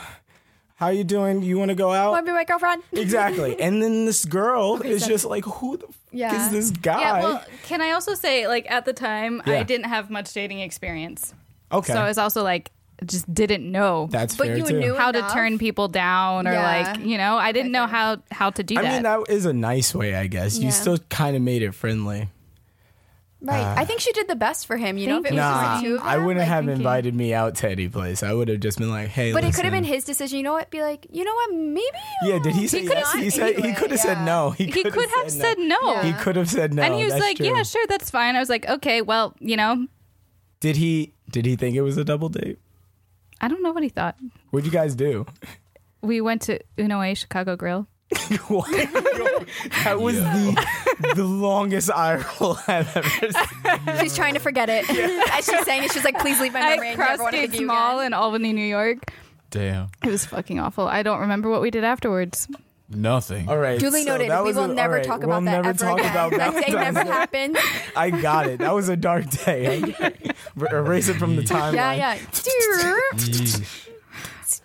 Speaker 2: how you doing? You want to go out?
Speaker 4: <laughs>
Speaker 3: Want to be
Speaker 2: <laughs>
Speaker 3: my girlfriend?
Speaker 2: Exactly. And then this girl is
Speaker 3: so-
Speaker 2: just like, who the f
Speaker 3: Yeah.
Speaker 2: is this guy?
Speaker 4: Yeah, well, can I also say, like, at the time, I
Speaker 2: Yeah.
Speaker 4: didn't have much dating experience.
Speaker 2: okay.
Speaker 4: So I was also like, just didn't know
Speaker 2: That's
Speaker 3: But
Speaker 2: fair
Speaker 3: you
Speaker 2: too.
Speaker 3: knew
Speaker 4: how
Speaker 3: enough.
Speaker 4: to turn people down or,
Speaker 3: Yeah.
Speaker 4: like, you know, I didn't know how, how to do
Speaker 2: I
Speaker 4: that.
Speaker 2: mean, that is a nice way, I guess.
Speaker 3: Yeah.
Speaker 2: You still kind of made it friendly.
Speaker 3: Right. I think she did the best for him. You know, if it
Speaker 4: Thank
Speaker 3: was
Speaker 2: Nah,
Speaker 3: just the two of them,
Speaker 2: I wouldn't
Speaker 3: like,
Speaker 2: have
Speaker 4: thank you.
Speaker 2: invited me out to any place. I would have just been like, "Hey."
Speaker 3: But it
Speaker 2: listen.
Speaker 3: could have been his decision. You know what? Be like, you know what? Maybe.
Speaker 2: Yeah. Did he
Speaker 3: uh,
Speaker 2: say
Speaker 3: could
Speaker 2: yes?
Speaker 3: have-
Speaker 2: He said he
Speaker 3: anyway,
Speaker 2: could have said
Speaker 3: yeah.
Speaker 2: no. He,
Speaker 4: he
Speaker 2: could
Speaker 4: could have said no.
Speaker 2: He could have said no.
Speaker 4: And he was
Speaker 2: That's
Speaker 4: like,
Speaker 2: true.
Speaker 4: yeah, sure, that's fine. I was like, okay, well, you know,
Speaker 2: Did he? Did he think it was a double date?
Speaker 4: I don't know what he thought.
Speaker 2: What'd you guys do? <laughs>
Speaker 4: We went to Unoe Chicago Grill.
Speaker 2: What? that was the the longest eye roll I've ever seen.
Speaker 3: She's trying to forget it. <laughs> As she's saying it, she's like, please leave my memory.
Speaker 4: At
Speaker 3: I never want to
Speaker 4: Crossgate
Speaker 3: forgive you
Speaker 4: Mall
Speaker 3: again.
Speaker 4: in Albany, New York.
Speaker 1: damn.
Speaker 4: It was fucking awful. I don't remember what we did afterwards.
Speaker 1: Nothing.
Speaker 2: All right.
Speaker 3: Duly
Speaker 2: so
Speaker 3: noted.
Speaker 2: that
Speaker 3: we
Speaker 2: was
Speaker 3: will
Speaker 2: a-
Speaker 3: never
Speaker 2: all right,
Speaker 3: talk about
Speaker 2: we'll
Speaker 3: that
Speaker 2: never
Speaker 3: ever
Speaker 2: talk
Speaker 3: again.
Speaker 2: about
Speaker 3: that
Speaker 2: <laughs>
Speaker 3: day
Speaker 2: Valentine's
Speaker 3: never
Speaker 2: Day.
Speaker 3: happened.
Speaker 2: I got it. That was a dark day. R- Erase it from the timeline.
Speaker 3: Yeah, yeah.
Speaker 2: <laughs>
Speaker 3: Dear.
Speaker 1: Yeesh.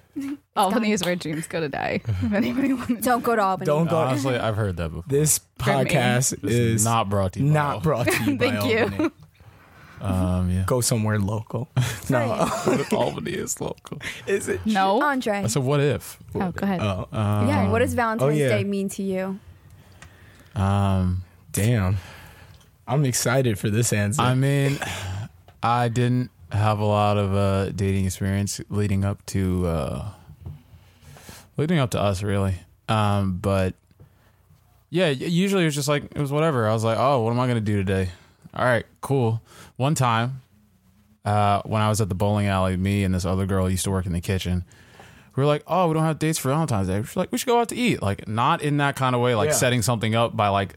Speaker 4: Albany is where dreams go to die. If anybody wanted
Speaker 3: Don't go to Albany.
Speaker 2: Don't go.
Speaker 1: Honestly, I've heard that before.
Speaker 2: This podcast
Speaker 1: This
Speaker 2: is not
Speaker 1: not brought to you. by all.
Speaker 2: not brought to you by
Speaker 4: Thank you.
Speaker 2: Albany.
Speaker 1: Um, yeah.
Speaker 2: Go somewhere <laughs> local. no,
Speaker 1: Albany is local.
Speaker 2: is it?
Speaker 4: No.
Speaker 3: <laughs> Andre.
Speaker 1: So what if?
Speaker 4: Oh, go ahead.
Speaker 2: Oh,
Speaker 3: yeah. What does Valentine's
Speaker 2: Oh, yeah.
Speaker 3: Day mean to you?
Speaker 1: Um,
Speaker 2: damn! I'm excited for this answer.
Speaker 1: I mean, I didn't have a lot of uh, dating experience leading up to uh, leading up to us, really. Um, but yeah, y- usually it was just like it was whatever. I was like, oh, what am I gonna do today? All right, cool. One time, uh, when I was at the bowling alley, me and this other girl used to work in the kitchen. We were like, oh, we don't have dates for Valentine's Day. She's like, we should go out to eat. Like, not in that kind of way, like
Speaker 2: Yeah.
Speaker 1: setting something up by like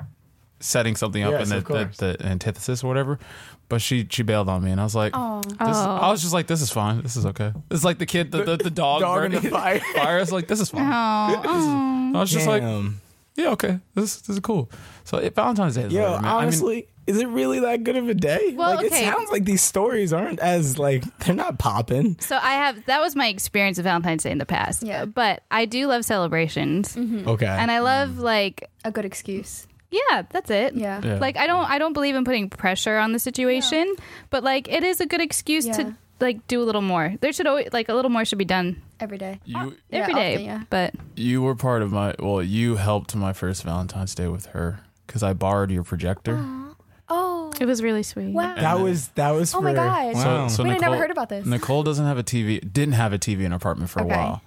Speaker 1: setting something up
Speaker 2: Yes,
Speaker 1: in the,
Speaker 2: of
Speaker 1: the,
Speaker 2: course.
Speaker 1: the antithesis or whatever. But she she bailed on me, and I was like,
Speaker 3: Oh.
Speaker 1: this is- I was just like, this is fine. This is okay. It's like the kid, the, the, the dog,
Speaker 2: Dog in
Speaker 1: burning
Speaker 2: the
Speaker 1: <laughs>
Speaker 2: fire.
Speaker 1: I was like, this is fine.
Speaker 4: Oh, oh.
Speaker 1: I was just like,
Speaker 2: Damn.
Speaker 1: yeah, okay, this this is cool. So it, Valentine's Day, is
Speaker 2: Yo,
Speaker 1: whatever, man.
Speaker 2: honestly, is it really that good of a day?
Speaker 4: Well,
Speaker 2: like,
Speaker 4: okay.
Speaker 2: it sounds like these stories aren't as like they're not popping.
Speaker 4: So I have that was my experience of Valentine's Day in the past.
Speaker 3: Yeah. Mm-hmm.
Speaker 4: But I do love celebrations.
Speaker 2: Okay.
Speaker 4: And I love like
Speaker 3: a good excuse.
Speaker 4: yeah, that's it.
Speaker 3: Yeah.
Speaker 1: Yeah.
Speaker 4: Like I don't I don't believe in putting pressure on the situation, but like it is a good excuse
Speaker 3: Yeah.
Speaker 4: to like do a little more. There should always like a little more should be done
Speaker 3: Every day.
Speaker 1: I mean, you
Speaker 3: Yeah,
Speaker 4: every day.
Speaker 3: often, yeah.
Speaker 4: But
Speaker 1: you were part of my well, you helped my first Valentine's Day with her because I borrowed your projector.
Speaker 3: Oh.
Speaker 4: it was really sweet.
Speaker 3: Wow.
Speaker 2: that was that was.
Speaker 3: Oh my
Speaker 2: for-
Speaker 3: God.
Speaker 2: Wow.
Speaker 3: Wait, I never heard about this.
Speaker 1: Nicole doesn't have a TV, didn't have a TV in her apartment for
Speaker 3: Okay.
Speaker 1: a while,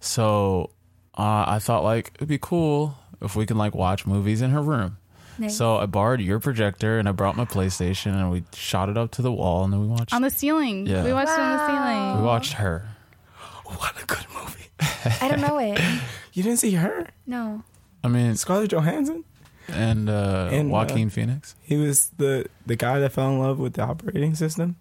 Speaker 1: so uh, I thought like it'd be cool if we can like watch movies in her room.
Speaker 3: Nice.
Speaker 1: So I borrowed your projector and I brought my PlayStation and we shot it up to the wall and then we watched.
Speaker 4: On the ceiling.
Speaker 1: Yeah.
Speaker 4: We watched it on the
Speaker 3: Wow.
Speaker 1: we
Speaker 4: ceiling.
Speaker 1: watched her.
Speaker 2: what a good movie.
Speaker 3: I don't know
Speaker 2: <laughs>
Speaker 3: it.
Speaker 2: You didn't see her,
Speaker 3: No.
Speaker 1: I mean,
Speaker 2: Scarlett Johansson.
Speaker 1: and, uh,
Speaker 2: And, uh,
Speaker 1: Joaquin Phoenix.
Speaker 2: He was the the guy that fell in love with the operating system.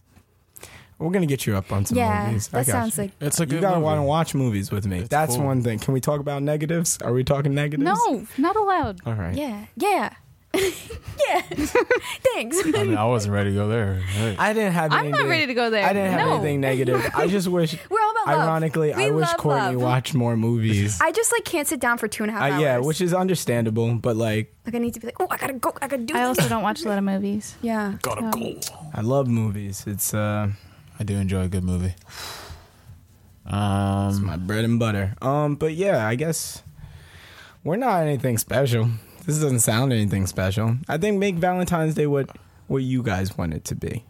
Speaker 2: We're gonna get you up on some
Speaker 3: yeah.
Speaker 2: movies. I
Speaker 3: That
Speaker 2: got
Speaker 3: sounds
Speaker 2: you.
Speaker 3: like
Speaker 1: It's a
Speaker 2: you gotta want to watch movies with me.
Speaker 1: It's
Speaker 2: That's
Speaker 1: cool.
Speaker 2: one thing. Can we talk about negatives? Are we talking negatives?
Speaker 4: No, not allowed.
Speaker 2: All right.
Speaker 3: yeah. Yeah. <laughs> yeah. <laughs> Thanks.
Speaker 1: I mean, I wasn't ready to go there. Hey.
Speaker 2: I didn't have.
Speaker 4: I'm not
Speaker 2: anything-
Speaker 4: ready to go there.
Speaker 2: I didn't have
Speaker 4: no.
Speaker 2: anything negative. I
Speaker 3: <laughs>
Speaker 2: just wish.
Speaker 3: We're all about love.
Speaker 2: Ironically,
Speaker 3: We
Speaker 2: I wish
Speaker 3: love
Speaker 2: Courtney
Speaker 3: love.
Speaker 2: watched more movies.
Speaker 3: I just like can't sit down for two and a half
Speaker 2: Uh,
Speaker 3: hours.
Speaker 2: yeah, which is understandable, but like
Speaker 3: like I need to be like, oh, I gotta go, I gotta do
Speaker 4: I
Speaker 3: this.
Speaker 4: also don't watch a lot of movies.
Speaker 3: yeah.
Speaker 1: Gotta go.
Speaker 2: I love movies. It's uh,
Speaker 1: I do enjoy a good movie.
Speaker 2: it's
Speaker 1: Um,
Speaker 2: my bread and butter. Um, but yeah, I guess we're not anything special. This doesn't sound anything special. I think make Valentine's Day what what you guys want it to be.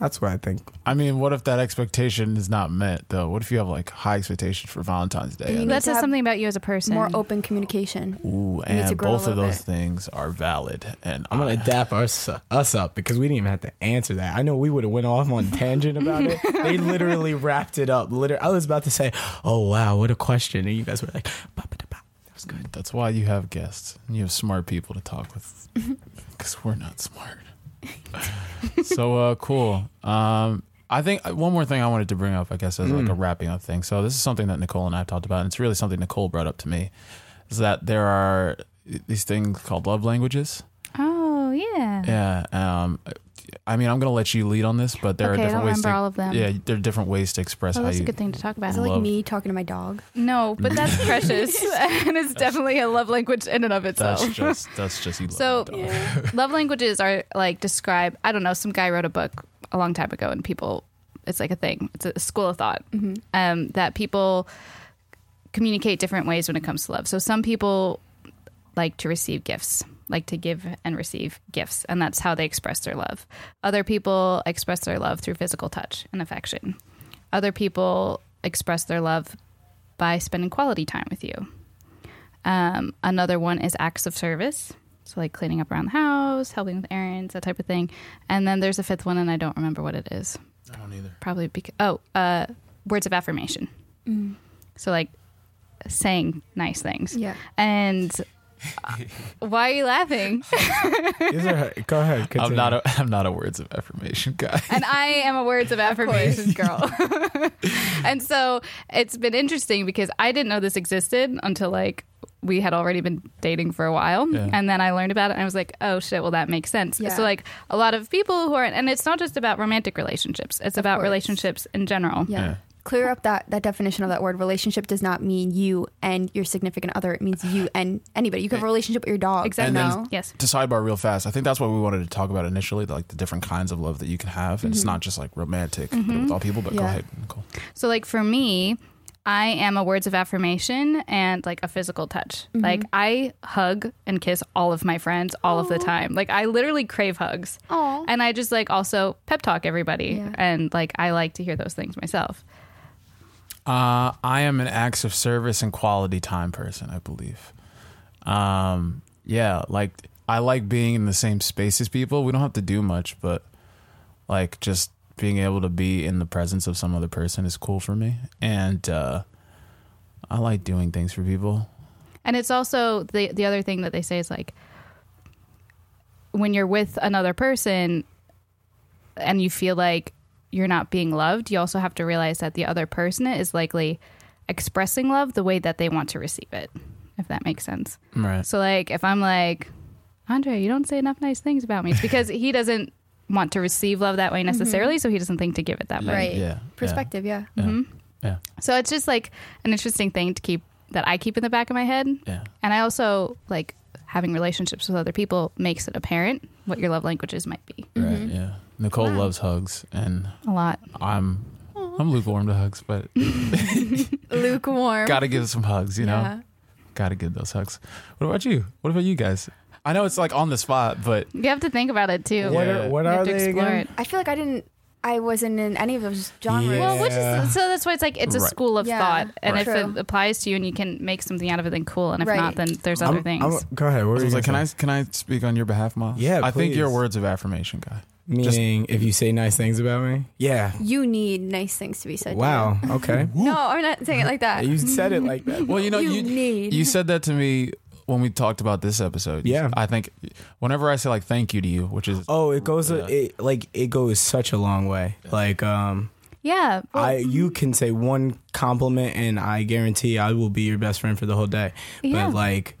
Speaker 2: That's what I think.
Speaker 1: I mean, what if that expectation is not met though? What if you have like high expectations for Valentine's Day?
Speaker 3: You
Speaker 1: And-
Speaker 3: need
Speaker 4: That
Speaker 3: to
Speaker 4: says
Speaker 3: have
Speaker 4: something about you as a person.
Speaker 3: More open communication.
Speaker 1: Ooh,
Speaker 3: need to
Speaker 1: and
Speaker 3: grow a
Speaker 1: both of
Speaker 3: little
Speaker 1: those
Speaker 3: bit.
Speaker 1: things are valid. And
Speaker 2: I'm gonna dap us us up because we didn't even have to answer that. I know we would have went off on a tangent about
Speaker 1: <laughs>
Speaker 2: it. They literally wrapped it up. Literally, I was about to say, "Oh wow, what a question!" And you guys were like, "Ba-ba-da-ba." "That was good."
Speaker 1: That's why you have guests. And you have smart people to talk
Speaker 4: <laughs>
Speaker 1: with because we're not smart. so uh, cool. Um, I think uh, one more thing I wanted to bring up, I guess, as like a wrapping up thing. So this is something that Nicole and I have talked about, and it's really something Nicole brought up to me, is that there are these things called love languages.
Speaker 4: Oh yeah.
Speaker 1: Yeah. Um, I mean, I'm gonna let you lead on this, but there are
Speaker 4: Okay, I
Speaker 1: different
Speaker 4: don't
Speaker 1: ways. To,
Speaker 4: remember all of them.
Speaker 1: Yeah, there are different ways to express
Speaker 4: Oh,
Speaker 1: how
Speaker 4: that's
Speaker 1: you.
Speaker 4: a good thing to talk about.
Speaker 3: Is it like
Speaker 1: Love.
Speaker 3: me talking to my dog?
Speaker 4: No, but that's
Speaker 1: <laughs>
Speaker 4: precious, <laughs> and it's definitely a love language in and of itself.
Speaker 1: That's just that's just you. love
Speaker 4: <laughs> So-
Speaker 1: that dog.
Speaker 4: <laughs> love languages are like describe. I don't know. Some guy wrote a book a long time ago, and people, it's like a thing. It's a school of thought um, that people communicate different ways when it comes to love. So some people like to receive gifts, like to give and receive gifts, and that's how they express their love. Other people express their love through physical touch and affection. Other people express their love by spending quality time with you. Um, another one is acts of service. So, like cleaning up around the house, helping with errands, that type of thing. And then there's a fifth one, and I don't remember what it is.
Speaker 1: <laughs> I don't either.
Speaker 4: Probably because, oh, uh, words of affirmation. So, like saying nice things.
Speaker 3: Yeah.
Speaker 4: And uh, why are you laughing?
Speaker 2: These are her- go ahead.
Speaker 1: <laughs> I'm
Speaker 2: continue.
Speaker 1: not a I'm not a words of affirmation guy. <laughs>
Speaker 4: and I am a words of affirmation girl.
Speaker 3: <laughs>
Speaker 4: and so it's been interesting because I didn't know this existed until like we had already been dating for a while
Speaker 1: Yeah.
Speaker 4: and then I learned about it and I was like, "Oh shit, well that makes sense."
Speaker 3: Yeah.
Speaker 4: So like a lot of people who are and it's not just about romantic relationships. It's about
Speaker 3: course.
Speaker 4: relationships in general.
Speaker 3: Yeah.
Speaker 1: Yeah.
Speaker 3: Clear up that, that definition of that word. Relationship does not mean you and your significant other. It means you and anybody. You can have a relationship with your dog.
Speaker 4: Exactly.
Speaker 1: And then-
Speaker 3: No.
Speaker 4: Yes.
Speaker 1: to sidebar real fast, I think that's what we wanted to talk about initially, like the different kinds of love that you can have. And it's not just like romantic but with all people, but go
Speaker 3: Yeah.
Speaker 1: ahead, Nicole.
Speaker 4: So like for me, I am a words of affirmation and like a physical touch.
Speaker 3: Mm-hmm.
Speaker 4: Like I hug and kiss all of my friends all of the time. Like I literally crave hugs.
Speaker 3: Aw.
Speaker 4: And I just like also pep talk everybody
Speaker 3: Yeah.
Speaker 4: and like I like to hear those things myself.
Speaker 1: Uh, I am an acts of service and quality time person, I believe. Um, yeah, like I like being in the same space as people. We don't have to do much, but like just being able to be in the presence of some other person is cool for me. And uh, I like doing things for people.
Speaker 4: And it's also the the other thing that they say is like when you're with another person and you feel like you're not being loved, you also have to realize that the other person is likely expressing love the way that they want to receive it, if that makes sense.
Speaker 1: Right.
Speaker 4: So like if I'm like, Andre, you don't say enough nice things about me, it's because he doesn't want to receive love that way necessarily, so he doesn't think to give it that way.
Speaker 3: Mm-hmm. Right.
Speaker 1: Yeah.
Speaker 3: Perspective, yeah.
Speaker 1: Yeah. Yeah.
Speaker 4: So it's just like an interesting thing to keep that I keep in the back of my head
Speaker 1: Yeah.
Speaker 4: and I also like having relationships with other people makes it apparent what your love languages might be
Speaker 3: Mm-hmm.
Speaker 1: Right. Yeah. Nicole
Speaker 4: Wow.
Speaker 1: loves hugs, and
Speaker 4: a lot.
Speaker 1: I'm I'm lukewarm to hugs, but
Speaker 3: Lukewarm.
Speaker 1: gotta give some hugs, you know. Gotta give those hugs. What about you? What about you guys? I know it's like on the spot, but
Speaker 4: You have to think about it too.
Speaker 2: What
Speaker 1: Yeah.
Speaker 2: are, what
Speaker 4: You have
Speaker 2: are
Speaker 4: to
Speaker 2: they
Speaker 4: explore
Speaker 2: again?
Speaker 4: it.
Speaker 3: I feel like I didn't. I wasn't in any of those genres.
Speaker 2: Yeah.
Speaker 4: Well, which is so that's why it's like it's a
Speaker 1: Right.
Speaker 4: school of
Speaker 3: Yeah.
Speaker 4: thought, and if
Speaker 3: True.
Speaker 4: it applies to you and you can make something out of it, then cool. And if
Speaker 3: Right.
Speaker 4: not, then there's other
Speaker 2: I'm-
Speaker 4: things.
Speaker 2: I'm- go ahead. What were
Speaker 1: I
Speaker 2: you
Speaker 1: was like, can
Speaker 2: gonna
Speaker 1: I
Speaker 2: say?
Speaker 1: can I speak on your behalf, Miles?
Speaker 2: Yeah,
Speaker 1: I think you're a
Speaker 2: please.
Speaker 1: words of affirmation guy.
Speaker 2: Meaning, if you say nice things about me, yeah.
Speaker 3: You need nice things to be said. to you.
Speaker 2: Wow. Okay.
Speaker 3: No, I'm not saying it like
Speaker 2: <laughs>
Speaker 3: that.
Speaker 2: you said it like that.
Speaker 1: Well, you know,
Speaker 3: You
Speaker 1: you
Speaker 3: need.
Speaker 1: you said that to me when we talked about this episode.
Speaker 2: Yeah.
Speaker 1: I think whenever I say like thank you to you, which is
Speaker 2: Oh, it goes
Speaker 1: Yeah.
Speaker 2: it like it goes such a long way. Like um
Speaker 4: yeah, well,
Speaker 2: I
Speaker 3: mm-hmm.
Speaker 2: you can say one compliment and I guarantee I will be your best friend for the whole day.
Speaker 4: Yeah.
Speaker 2: But like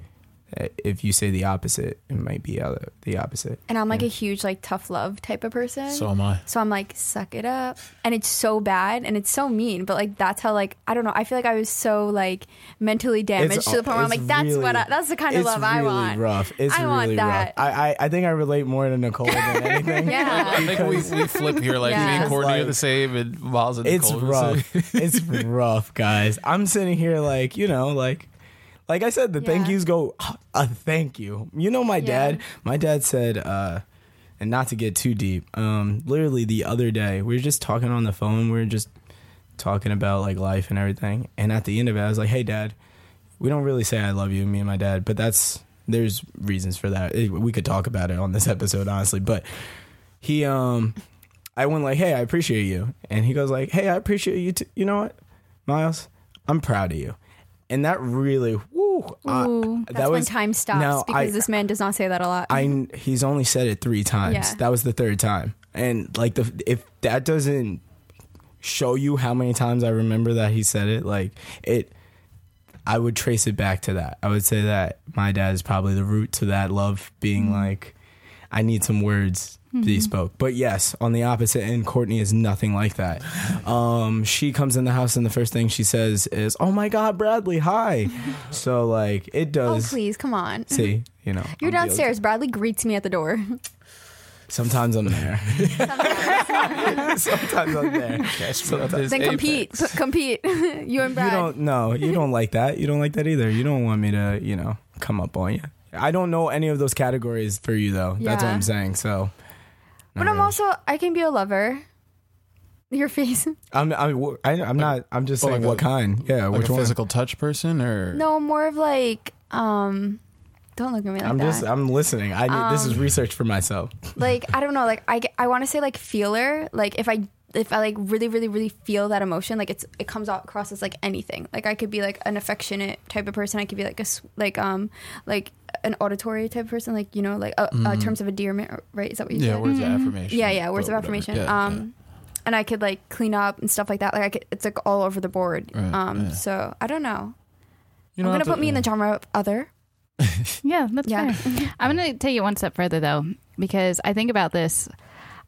Speaker 2: eh, if you say the opposite, it might be other, the opposite.
Speaker 3: and I'm like a huge like tough love type of person.
Speaker 1: so am I.
Speaker 3: So I'm like, suck it up. And it's so bad and it's so mean. But like, that's how, like, I don't know. I feel like I was so, like, mentally damaged to the point where I'm
Speaker 2: it's
Speaker 3: like, that's what I,
Speaker 2: really-
Speaker 3: that's the kind of
Speaker 2: it's
Speaker 3: love I
Speaker 2: really
Speaker 3: want.
Speaker 2: Rough. It's
Speaker 3: I want
Speaker 2: really
Speaker 3: that.
Speaker 2: rough. I, I I think I relate more to Nicole
Speaker 3: <laughs>
Speaker 2: than anything. <laughs>
Speaker 1: I
Speaker 3: Yeah.
Speaker 1: think we, we flip here like
Speaker 3: Yeah.
Speaker 1: me and Courtney are
Speaker 2: Like,
Speaker 1: the same, and Miles and
Speaker 2: It's
Speaker 1: Nicole are the same.
Speaker 2: rough.
Speaker 1: <laughs>
Speaker 2: it's rough, guys. I'm sitting here like, you know, like like I said, the thank
Speaker 3: Yeah.
Speaker 2: yous go a thank you. You know my
Speaker 3: Yeah.
Speaker 2: dad, my dad said uh and not to get too deep. Um literally the other day, we were just talking on the phone, we were just talking about like life and everything. And at the end of it, I was like, "Hey dad, we don't really say I love you, me and my dad, but that's there's reasons for that. It- We could talk about it on this episode, honestly. But he, um, I went like, "Hey, I appreciate you," and he goes like, "Hey, I appreciate you. Too. You know what, Miles? I'm proud of you." And that really, woo, I-
Speaker 4: Ooh,
Speaker 2: that
Speaker 3: That's when
Speaker 2: was
Speaker 3: time stops
Speaker 2: No,
Speaker 3: because
Speaker 2: I-
Speaker 3: this man does not say that a lot.
Speaker 2: I he's only said it three times.
Speaker 3: Yeah.
Speaker 2: That was the third time, and like the if that doesn't show you how many times I remember that he said it, like it, I would trace it back to that. I would say that my dad is probably the root to that love being
Speaker 3: Mm-hmm.
Speaker 2: like, I need some words to be spoke. But yes, on the opposite end, Courtney is nothing like
Speaker 3: <laughs>
Speaker 2: that. Um, she comes in the house and the first thing she says is, "Oh my God, Bradley,
Speaker 3: <laughs>
Speaker 2: hi." so like it
Speaker 3: oh,
Speaker 2: does.
Speaker 3: please, come on.
Speaker 2: See, you know,
Speaker 3: You're
Speaker 2: I'm guilty.
Speaker 3: downstairs. Bradley greets me at
Speaker 2: <laughs>
Speaker 3: the door. <laughs>
Speaker 2: Sometimes I'm
Speaker 1: <laughs>
Speaker 2: there. Sometimes I'm <laughs> there. Sometimes.
Speaker 3: then compete. P- compete. <laughs> you and
Speaker 2: You
Speaker 3: Brad.
Speaker 2: don't no,
Speaker 3: <laughs>
Speaker 2: you don't like that. You don't like that either. You don't want me to, you know, come up on you. I don't know any of those categories for you though. That's what
Speaker 3: Yeah.
Speaker 2: I'm saying. So
Speaker 3: but I'm also, I can be a lover. Your face.
Speaker 2: I'm I'm I, am i am not I'm just
Speaker 1: Well,
Speaker 2: saying
Speaker 1: like
Speaker 2: what
Speaker 1: a-
Speaker 2: kind. Yeah,
Speaker 1: Like
Speaker 2: which
Speaker 1: a
Speaker 2: one?
Speaker 1: physical touch person, or
Speaker 3: No, more of like, um, don't look at me like
Speaker 2: I'm
Speaker 3: that. Um,
Speaker 2: just I'm listening. I need this is research for myself.
Speaker 3: like I don't know, like I I want to say like feeler, like if I if I like really really really feel that emotion, like it's it comes out across as like anything. Like I could be like an affectionate type of person. I could be like a s- like um like an auditory type of person. Like you know like uh, uh, terms of endearment, right? Is that what you
Speaker 1: Mm-hmm. yeah,
Speaker 3: said?
Speaker 1: words of affirmation.
Speaker 3: Mm-hmm. yeah, yeah, words
Speaker 1: but
Speaker 3: of
Speaker 1: whatever.
Speaker 3: affirmation.
Speaker 1: Yeah,
Speaker 3: um, and I could like clean up and stuff like that. Like I could, it's like all over the board.
Speaker 1: Right,
Speaker 3: um,
Speaker 1: yeah.
Speaker 3: so I don't know.
Speaker 1: You don't
Speaker 3: I'm gonna
Speaker 1: have
Speaker 3: put
Speaker 1: to- <laughs>
Speaker 3: me in the genre of other.
Speaker 4: Yeah, that's
Speaker 3: Yeah.
Speaker 4: fair. <laughs> I'm going to take it one step further though, because I think about this.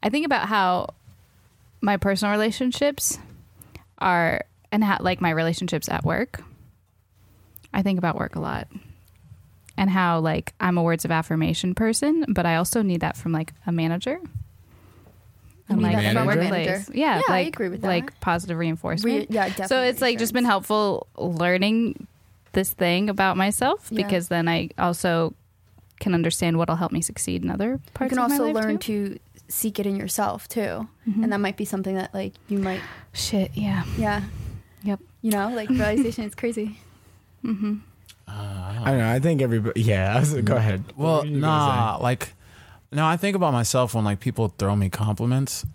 Speaker 4: I think about how my personal relationships are, and how, like my relationships at work. I think about work a lot, and how like I'm a words of affirmation person, but I also need that from like a manager. and
Speaker 3: mean
Speaker 4: like
Speaker 3: that
Speaker 4: in the
Speaker 3: about your
Speaker 4: workplace.
Speaker 3: manager?
Speaker 4: Yeah,
Speaker 3: Yeah, I
Speaker 4: like,
Speaker 3: agree with
Speaker 4: Like
Speaker 3: that.
Speaker 4: positive reinforcement.
Speaker 3: Re- yeah,
Speaker 4: So
Speaker 3: definitely
Speaker 4: it's like
Speaker 3: reassurance.
Speaker 4: just been helpful learning this thing about myself
Speaker 3: Yeah.
Speaker 4: because then I also can understand what'll help me succeed in other
Speaker 3: You
Speaker 4: parts.
Speaker 3: can
Speaker 4: of my
Speaker 3: also
Speaker 4: life,
Speaker 3: learn
Speaker 4: too. Mm-hmm.
Speaker 3: to seek it in yourself too, and that might be something that like you might,
Speaker 4: shit. Yeah.
Speaker 3: yeah,
Speaker 4: Yep.
Speaker 3: you know,
Speaker 4: <laughs>
Speaker 3: like realization is crazy.
Speaker 2: I don't know. I think everybody. Yeah. I was, go ahead.
Speaker 1: Well,
Speaker 2: What were you
Speaker 1: nah, like, no, I think about myself when like people throw me compliments,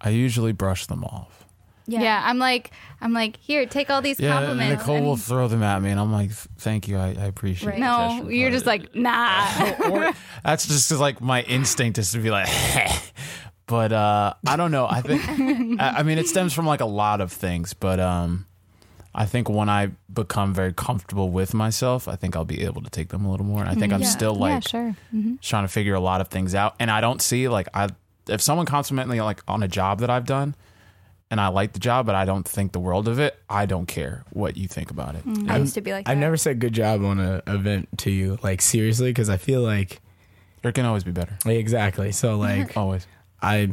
Speaker 1: I usually brush them off.
Speaker 4: Yeah. I'm like, I'm like, here, take all these
Speaker 1: Yeah, and
Speaker 4: compliments.
Speaker 1: Nicole
Speaker 4: and-
Speaker 1: will throw them at me, and I'm like, "Thank you, I, I appreciate."
Speaker 3: Right.
Speaker 1: the
Speaker 4: no,
Speaker 1: gesture."
Speaker 4: you're just
Speaker 1: <laughs>
Speaker 4: like, nah.
Speaker 1: Or- that's just 'cause, like my instinct is to be like, <laughs> but uh, I don't know. I think, I, I mean, it stems from like a lot of things, but um, I think when I become very comfortable with myself, I think I'll be able to take them a little more. And I think I'm
Speaker 3: Yeah.
Speaker 1: still
Speaker 4: yeah,
Speaker 1: like
Speaker 4: sure.
Speaker 1: trying to figure a lot of things out, and I don't see like I if someone compliments me like on a job that I've done. And I like the job, but I don't think the world of it. I don't care what you think about it.
Speaker 4: Mm.
Speaker 3: I used to be like
Speaker 2: I've
Speaker 3: that.
Speaker 2: never said good job on a event to you, like seriously, because I feel like
Speaker 1: It can always be
Speaker 4: <laughs>
Speaker 1: better.
Speaker 2: like, exactly. So
Speaker 1: <laughs>
Speaker 2: like
Speaker 1: Always.
Speaker 2: I,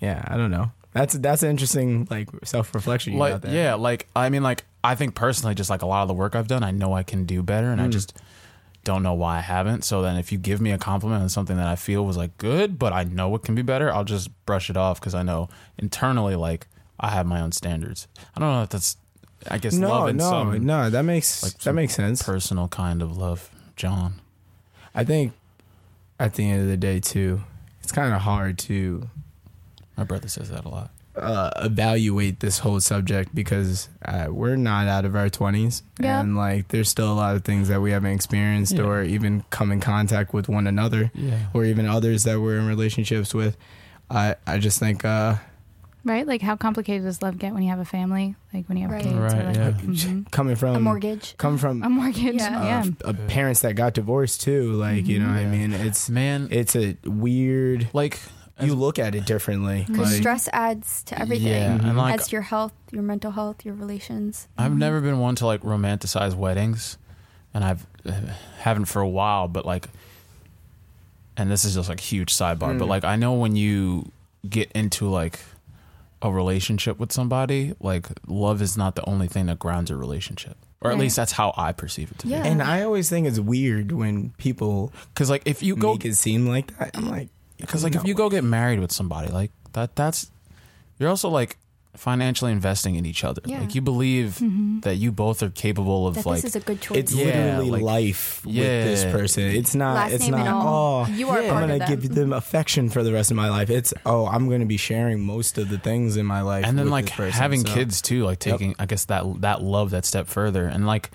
Speaker 2: yeah, I don't know. That's that's an interesting like self reflection. you
Speaker 1: Like
Speaker 2: got there.
Speaker 1: yeah, like I mean like I think personally just like a lot of the work I've done, I know I can do better
Speaker 2: Mm.
Speaker 1: and I just don't know why I haven't. So then if you give me a compliment on something that I feel was like good, but I know it can be better, I'll just brush it off cuz I know internally like I have my own standards. I don't know if that's I guess
Speaker 2: No,
Speaker 1: love in
Speaker 2: no,
Speaker 1: some
Speaker 2: no. That makes
Speaker 1: like,
Speaker 2: that makes sense.
Speaker 1: personal kind of love, John.
Speaker 2: I think at the end of the day too, it's kind of hard to
Speaker 1: My brother says that a lot.
Speaker 2: uh, evaluate this whole subject because uh, we're not out of our 20s
Speaker 3: Yeah.
Speaker 2: and like there's still a lot of things that we haven't experienced
Speaker 1: Yeah.
Speaker 2: or even come in contact with one another
Speaker 1: Yeah.
Speaker 2: or even others that we're in relationships with i i just think uh
Speaker 4: Right? Like, how complicated does love get when you have a family? Like, when you have
Speaker 3: Right.
Speaker 4: kids? or,
Speaker 1: Right,
Speaker 4: like,
Speaker 1: yeah.
Speaker 4: mhm.
Speaker 2: coming from
Speaker 3: Mm-hmm. a mortgage.
Speaker 2: come from
Speaker 4: A mortgage.
Speaker 3: Yeah.
Speaker 4: Yeah.
Speaker 2: uh, uh, parents that got divorced too like you know what i
Speaker 1: Mm-hmm. Yeah.
Speaker 2: mean it's
Speaker 1: Man,
Speaker 2: it's a weird
Speaker 1: like
Speaker 2: you look at it differently
Speaker 3: Because
Speaker 2: like,
Speaker 3: stress adds to everything.
Speaker 1: Yeah,
Speaker 4: Mm-hmm.
Speaker 1: and like
Speaker 3: adds to your health, your mental health, your relations.
Speaker 1: I've never been one to like romanticize weddings, and I've haven't for a while. But like, and this is just like huge sidebar.
Speaker 3: Mm.
Speaker 1: But like, I know when you get into like a relationship with somebody, like love is not the only thing that grounds a relationship, or at
Speaker 3: Right.
Speaker 1: least that's how I perceive it to
Speaker 3: Yeah.
Speaker 1: be.
Speaker 2: and i always think it's weird when people
Speaker 1: Because like, if you go,
Speaker 2: make it seem like that i'm like
Speaker 1: because like if
Speaker 2: no
Speaker 1: you go get married with somebody, like that, that's you're also like financially investing in each other.
Speaker 3: Yeah. Mm-hmm.
Speaker 1: Like you believe that you both are capable of
Speaker 3: That
Speaker 1: like
Speaker 3: this is a good choice.
Speaker 2: it's
Speaker 1: Yeah,
Speaker 2: literally
Speaker 1: like-
Speaker 2: life with this
Speaker 1: Yeah.
Speaker 2: person. It's not.
Speaker 3: Last
Speaker 2: it's
Speaker 3: name
Speaker 2: not.
Speaker 3: and all.
Speaker 2: Oh,
Speaker 3: You are
Speaker 2: I'm
Speaker 3: part
Speaker 2: gonna
Speaker 3: of them.
Speaker 2: give them affection for the rest of my life. It's oh, I'm gonna be sharing most of the things in my life.
Speaker 1: and then
Speaker 2: with
Speaker 1: like
Speaker 2: this person,
Speaker 1: having
Speaker 2: so-
Speaker 1: kids too like taking i guess that that love that step further and like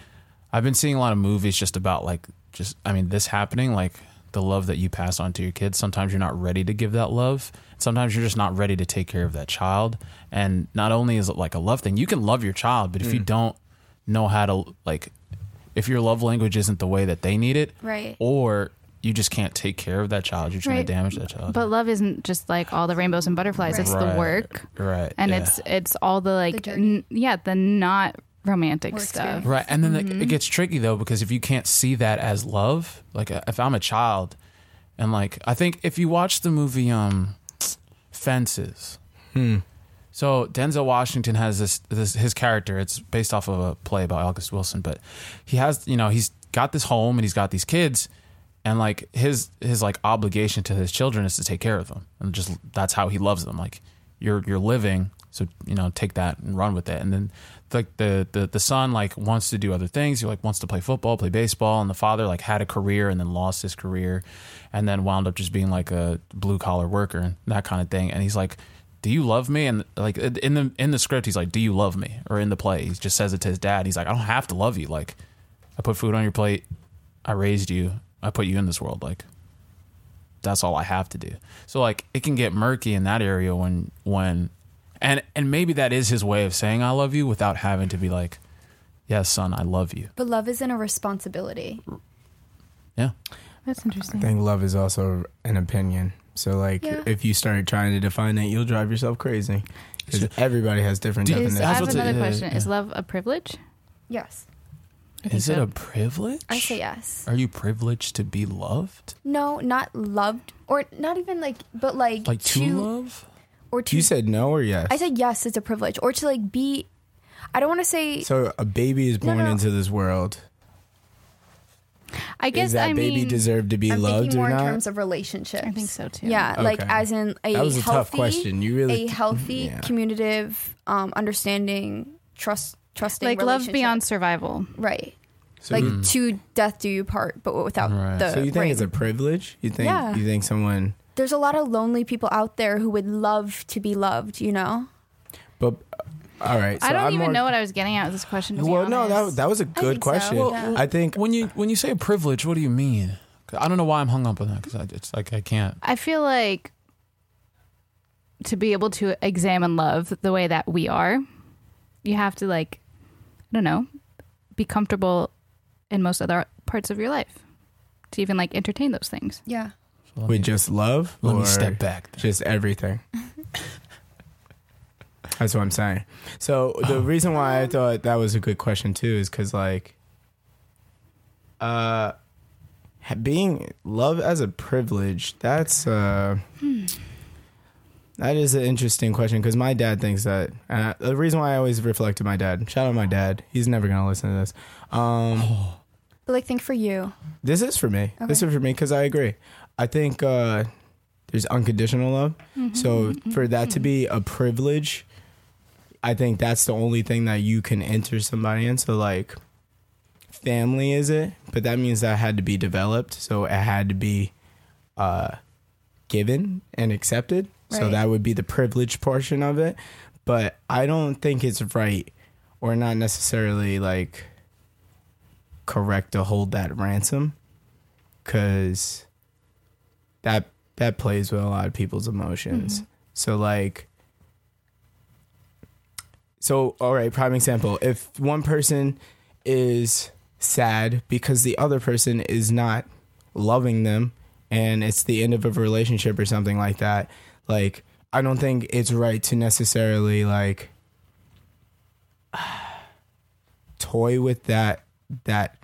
Speaker 1: i've been seeing a lot of movies just about like just i mean this happening like the love that you pass on to your kids sometimes you're not ready to give that love sometimes you're just not ready to take care of that child and not only is it like a love thing you can love your child but if
Speaker 2: Mm.
Speaker 1: you don't know how to like if your love language isn't the way that they need it
Speaker 3: Right.
Speaker 1: or you just can't take care of that child you're trying
Speaker 4: Right.
Speaker 1: to damage that child
Speaker 4: But love isn't just like all the rainbows and butterflies. It's
Speaker 1: Right.
Speaker 4: the work,
Speaker 1: right
Speaker 4: and
Speaker 1: yeah.
Speaker 4: it's it's all the like,
Speaker 3: journey.
Speaker 4: n- yeah, the not romantic
Speaker 3: Or
Speaker 4: stuff.
Speaker 1: Right. And then it, it gets tricky though, because if you can't see that as love, like uh, if I'm a child and like, I think if you watch the movie, um, Fences. So Denzel Washington has this, this, his character, it's based off of a play by August Wilson, but he has, you know, he's got this home and he's got these kids and like his, his like obligation to his children is to take care of them. And just, that's how he loves them. Like you're, you're living. So, you know, take that and run with it. And then like the, the, the son like wants to do other things. He like wants to play football, play baseball. And the father like had a career and then lost his career and then wound up just being like a blue collar worker and that kind of thing. And he's like, do you love me and like in the in the script he's like do you love me or in the play he just says it to his dad he's like i don't have to love you like i put food on your plate i raised you i put you in this world like that's all i have to do so like it can get murky in that area when when and and maybe that is his way of saying i love you without having to be like yes son i love you
Speaker 3: but love isn't a responsibility.
Speaker 1: yeah
Speaker 4: That's interesting.
Speaker 2: I think love is also an opinion. So like,
Speaker 3: Yeah.
Speaker 2: if you start trying to define it, you'll drive yourself crazy. 'Cause everybody has different
Speaker 1: Dude,
Speaker 4: Is,
Speaker 2: definitions.
Speaker 4: I have
Speaker 1: what's-
Speaker 4: another
Speaker 1: yeah,
Speaker 4: question.
Speaker 1: yeah.
Speaker 4: Is love a privilege?
Speaker 3: Yes.
Speaker 4: I think
Speaker 1: is it
Speaker 4: so.
Speaker 1: a privilege
Speaker 3: I say yes.
Speaker 1: are you privileged to be loved
Speaker 3: No, not loved. Or not even like, but like,
Speaker 1: like to
Speaker 3: to-
Speaker 1: love
Speaker 3: or to
Speaker 2: You said no or yes?
Speaker 3: I said yes, it's a privilege, or to like be. I don't want to say
Speaker 2: so a baby is born
Speaker 3: no.
Speaker 2: into this world.
Speaker 4: I guess
Speaker 2: Is that
Speaker 4: I
Speaker 2: baby
Speaker 4: mean,
Speaker 2: deserved to be
Speaker 3: I'm
Speaker 2: loved
Speaker 3: thinking more
Speaker 2: or
Speaker 3: in
Speaker 2: not?
Speaker 3: terms of relationships.
Speaker 4: I think so, too.
Speaker 3: Yeah, like
Speaker 2: Okay.
Speaker 3: as in a
Speaker 2: That was a
Speaker 3: healthy,
Speaker 2: tough question. You really-
Speaker 3: a healthy,
Speaker 2: yeah.
Speaker 3: communicative, um, understanding, trust, trusting,
Speaker 4: like love
Speaker 3: relationship.
Speaker 4: beyond survival.
Speaker 3: right.
Speaker 2: So
Speaker 3: like
Speaker 2: you-
Speaker 3: to death do you part, but without
Speaker 1: Right.
Speaker 3: the.
Speaker 2: so you think
Speaker 3: ring.
Speaker 2: it's a privilege? You think
Speaker 3: Yeah.
Speaker 2: you think someone
Speaker 3: There's a lot of lonely people out there who would love to be loved. You know.
Speaker 2: but all right. So
Speaker 4: I don't
Speaker 2: am
Speaker 4: even
Speaker 2: more,
Speaker 4: know what I was getting at with this question. to be
Speaker 2: Well, no, that
Speaker 4: honest.
Speaker 2: that was a good
Speaker 3: think so,
Speaker 2: question.
Speaker 3: yeah.
Speaker 2: I think
Speaker 1: When you when you say privilege, what do you mean? 'Cause I don't know why I'm hung up on that because it's like I can't.
Speaker 4: I feel like to be able to examine love the way that we are, you have to like I don't know, be comfortable in most other parts of your life to even like entertain those things.
Speaker 3: Yeah.
Speaker 1: So let
Speaker 2: with
Speaker 1: me-
Speaker 2: just love
Speaker 1: let
Speaker 2: or
Speaker 1: me step back. then.
Speaker 2: just everything. That's what I'm saying. So the reason why I thought that was a good question too is because like, uh, ha- being love as a privilege. That's uh, that is an interesting question because my dad thinks that. And I, the reason why I always reflect to my dad. Shout out my dad. He's never gonna listen to this. Um,
Speaker 3: But like, think for you.
Speaker 2: this is for me. This is for me because I agree. I think uh, there's unconditional love. So for that to be a privilege, I think that's the only thing that you can enter somebody in. So like, family is it? But that means that had to be developed. So it had to be uh, given and accepted. So
Speaker 3: Right.
Speaker 2: that would be the privilege portion of it. But I don't think it's right or not necessarily like correct to hold that ransom because that that plays with a lot of people's emotions so like so all right prime example if one person is sad because the other person is not loving them and it's the end of a relationship or something like that like i don't think it's right to necessarily like <sighs> toy with that that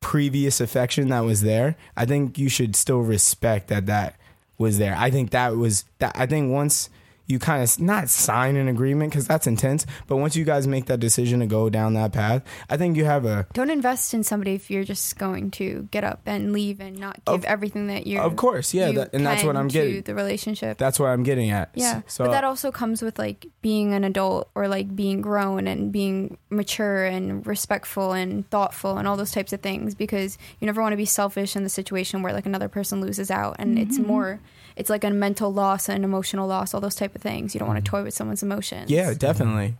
Speaker 2: previous affection that was there i think you should still respect that that was there i think that was that i think once you kind of not sign an agreement because that's intense but once you guys make that decision to go down that path i think you have a
Speaker 3: Don't invest in somebody if you're just going to get up and leave and not give
Speaker 2: Of-
Speaker 3: everything that you.
Speaker 2: of course, yeah,
Speaker 3: you
Speaker 2: that- and that's what
Speaker 3: can
Speaker 2: I'm getting.
Speaker 3: to the relationship.
Speaker 2: that's what i'm getting at
Speaker 3: Yeah.
Speaker 2: so
Speaker 3: but that also comes with like being an adult or like being grown and being mature and respectful and thoughtful and all those types of things because you never want to be selfish in the situation where like another person loses out and it's
Speaker 2: Mm-hmm.
Speaker 3: more it's like a mental loss and emotional loss, all those type of things. You don't want to toy with someone's emotions.
Speaker 2: Mm-hmm. Yeah, definitely.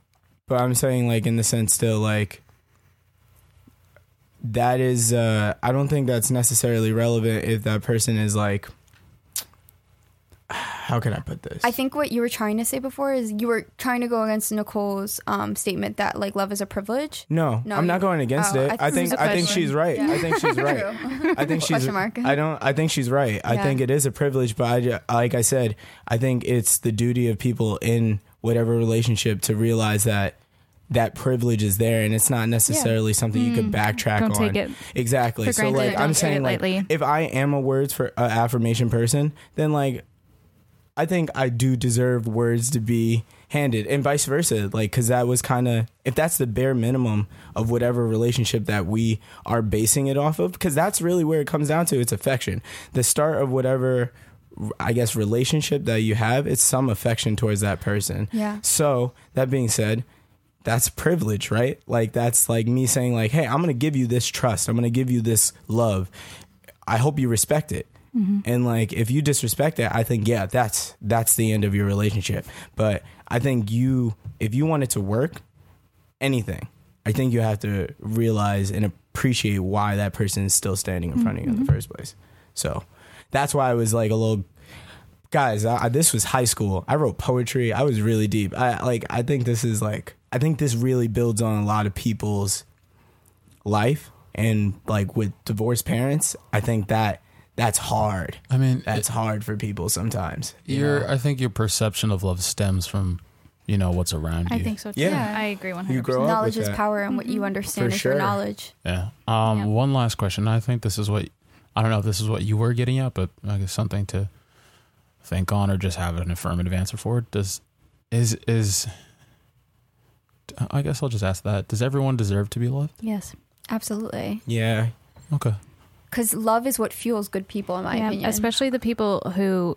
Speaker 2: But I'm saying like in the sense still like that is uh I don't think that's necessarily relevant if that person is like <sighs> how can I put this?
Speaker 3: I think what you were trying to say before is you were trying to go against Nicole's um, statement that like love is a privilege.
Speaker 2: no,
Speaker 3: No,
Speaker 2: I'm not
Speaker 3: you-
Speaker 2: going against
Speaker 3: oh,
Speaker 2: it.
Speaker 3: I
Speaker 2: I think
Speaker 3: think
Speaker 4: it was a
Speaker 2: I think
Speaker 4: question.
Speaker 2: she's right.
Speaker 3: Yeah.
Speaker 2: I think she's
Speaker 4: <laughs>
Speaker 2: right.
Speaker 3: True.
Speaker 2: I think she's.
Speaker 3: Question mark.
Speaker 2: I don't. I think she's right. I
Speaker 3: Yeah.
Speaker 2: think it is a privilege, but I, ju- like I said, I think it's the duty of people in whatever relationship to realize that that privilege is there, and it's not necessarily something you could backtrack
Speaker 4: Mm. Don't
Speaker 2: on.
Speaker 4: take it
Speaker 2: exactly.
Speaker 4: for
Speaker 2: so
Speaker 4: granted.
Speaker 2: like
Speaker 4: Don't
Speaker 2: I'm
Speaker 4: take
Speaker 2: saying,
Speaker 4: it
Speaker 2: like
Speaker 4: lightly.
Speaker 2: if I am a words for uh, affirmation person, then like I think I do deserve words to be handed and vice versa. Like, cause that was kind of, if that's the bare minimum of whatever relationship that we are basing it off of, cause that's really where it comes down to. It's affection. The start of whatever, I guess, relationship that you have, it's some affection towards that person.
Speaker 3: Yeah.
Speaker 2: So that being said, that's privilege, right? Like that's like me saying like, "Hey, I'm going to give you this trust. I'm going to give you this love. I hope you respect it." And like if you disrespect it, I think yeah, that's that's the end of your relationship. But I think you if you want it to work, anything, I think you have to realize and appreciate why that person is still standing in front of you
Speaker 1: Mm-hmm.
Speaker 2: in the first place. So that's why I was like a little guys I, I- this was high school i wrote poetry i was really deep i like i think this is like i think this really builds on a lot of people's life and like with divorced parents i think that that's hard
Speaker 1: I mean,
Speaker 2: that's hard for people sometimes you
Speaker 1: your
Speaker 2: know?
Speaker 1: I think your perception of love stems from you know what's around
Speaker 4: I
Speaker 1: you.
Speaker 4: think so too.
Speaker 2: Yeah.
Speaker 4: I agree 100%.
Speaker 2: you grow up with
Speaker 3: Knowledge is
Speaker 2: that. Mm-hmm.
Speaker 3: power and what you understand
Speaker 2: For
Speaker 3: is
Speaker 2: sure.
Speaker 3: your knowledge.
Speaker 1: Yeah. Um.
Speaker 4: Yeah.
Speaker 1: One last question. I think this is what I don't know if this is what you were getting at, but I guess something to think on or just have an affirmative answer for? Does is is I guess I'll just ask that. Does everyone deserve to be loved?
Speaker 4: Yes.
Speaker 3: Absolutely.
Speaker 2: Yeah.
Speaker 1: Okay.
Speaker 3: Because love is what fuels good people, in my
Speaker 4: Yeah,
Speaker 3: opinion.
Speaker 4: especially the people who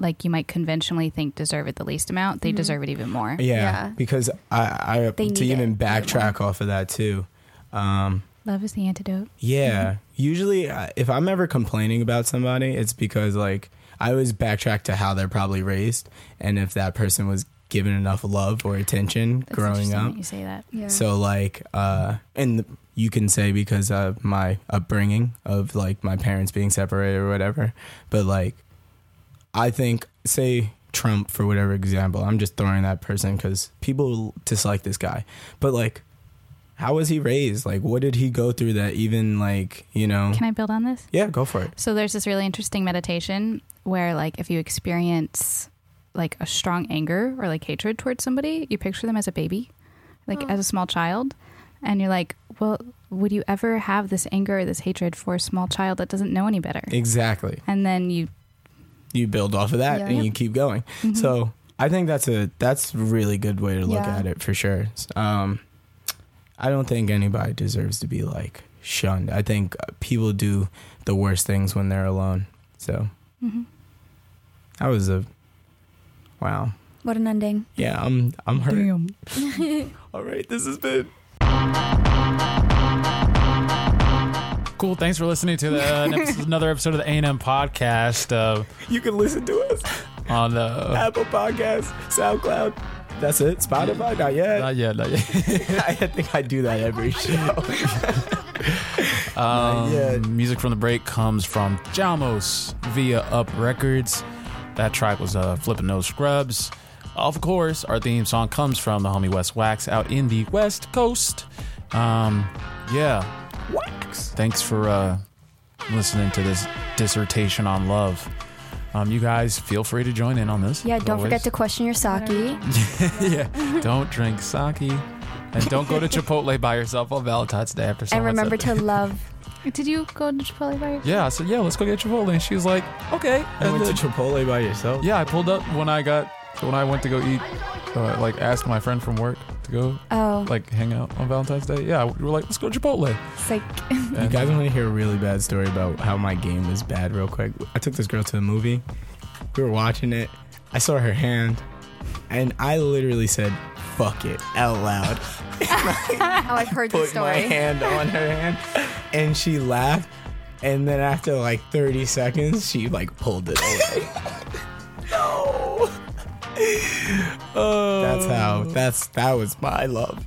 Speaker 4: like you might conventionally think deserve it the least amount, they deserve it even more.
Speaker 2: Yeah.
Speaker 3: Yeah.
Speaker 2: Because I, I
Speaker 3: They
Speaker 2: to
Speaker 3: need
Speaker 2: even
Speaker 3: it.
Speaker 2: backtrack off of that too. Um,
Speaker 4: Love is the antidote.
Speaker 3: Mm-hmm.
Speaker 2: Yeah. Usually, uh, if I'm ever complaining about somebody, it's because like I always backtrack to how they're probably raised and if that person was given enough love or attention
Speaker 4: That's
Speaker 2: growing
Speaker 4: interesting
Speaker 2: up.
Speaker 4: that you say that.
Speaker 3: yeah.
Speaker 2: So like, uh, and you can say because of my upbringing of like my parents being separated or whatever, but like, I think say Trump for whatever example, I'm just throwing that person because people dislike this guy, but like, how was he raised? Like, what did he go through that even like you know?
Speaker 4: Can I build on this?
Speaker 2: yeah, go for it.
Speaker 4: So there's this really interesting meditation where like if you experience like a strong anger or like hatred towards somebody, you picture them as a baby, like as a small child, and you're like, "Well, would you ever have this anger or this hatred for a small child that doesn't know any better?"
Speaker 2: Exactly.
Speaker 4: And then you
Speaker 2: You build off of that
Speaker 3: Yeah.
Speaker 2: and you keep going.
Speaker 4: Mm-hmm.
Speaker 2: So I think that's a that's a really good way to look
Speaker 3: Yeah.
Speaker 2: at it for sure. Um, I don't think anybody deserves to be like shunned. I think uh, people do the worst things when they're alone. So
Speaker 4: Mhm.
Speaker 2: that was a wow.
Speaker 3: what an ending.
Speaker 2: Yeah, I'm I'm hurt. All right, this has been
Speaker 1: Cool. Thanks for listening to the,
Speaker 4: <laughs>
Speaker 1: an episode- another episode of the A&M podcast uh,
Speaker 2: you can listen to us
Speaker 1: on uh, the
Speaker 2: Apple Podcasts, SoundCloud. That's it. Spotify, not yet.
Speaker 1: not yet, not yet.
Speaker 2: <laughs> I think I do that every show.
Speaker 1: <laughs> Um,
Speaker 2: yet.
Speaker 1: Music from the break comes from Jamos via Up Records. That track was uh, Flippin' No Scrubs. Of course, our theme song comes from the homie West Wax out in the West Coast. Um, yeah.
Speaker 2: Wax.
Speaker 1: Thanks for uh, listening to this dissertation on love. Um, you guys feel free to join in on this.
Speaker 3: Yeah,
Speaker 1: as
Speaker 3: don't forget
Speaker 1: always.
Speaker 3: to question your sake. <laughs>
Speaker 1: yeah, don't drink sake, and don't go to Chipotle by yourself on Valentine's Day after.
Speaker 3: And
Speaker 1: someone said
Speaker 3: remember
Speaker 1: that.
Speaker 3: to love.
Speaker 4: Did you go to Chipotle by yourself?
Speaker 1: Yeah, I said, yeah, let's go get Chipotle, and she was like, okay.
Speaker 2: You
Speaker 1: And
Speaker 2: went to
Speaker 1: then-
Speaker 2: Chipotle by yourself?
Speaker 1: yeah, I pulled up when I got when I went to go eat, uh, like asked my friend from work to go
Speaker 3: Oh,
Speaker 1: like hang out on Valentine's Day. Yeah, we were like, let's go to Chipotle. <laughs>
Speaker 3: it's like <laughs>
Speaker 2: You
Speaker 1: And-
Speaker 2: guys want to hear a really bad story about how my game was bad, real quick? I took this girl to a movie. We were watching it. I saw her hand, and I literally said, fuck it, out loud.
Speaker 3: oh, I've heard the
Speaker 2: Put my
Speaker 3: story.
Speaker 2: <laughs> hand on her hand, and she laughed. And then after like 30 seconds, she like pulled it
Speaker 1: <laughs>
Speaker 2: away. no.
Speaker 1: Oh,
Speaker 2: <laughs> That's how, that's, that was my love.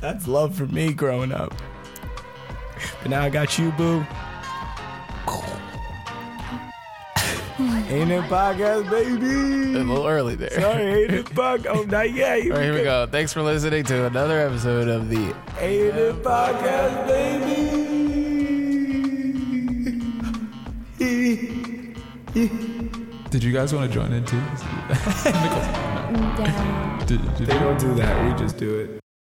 Speaker 2: That's love for me growing up. But now I got you, boo. Ain't it podcast,
Speaker 1: a <laughs>
Speaker 2: baby?
Speaker 1: little early there.
Speaker 2: Sorry, ain't it podcast. Oh, not yet.
Speaker 1: All right, here we go. Thanks for listening to another episode of the
Speaker 2: Ain't it podcast, baby?
Speaker 1: Did you guys <laughs> want to join in too? Nichols,
Speaker 3: Yeah.
Speaker 1: did- did you-
Speaker 2: Don't do that. We just do it.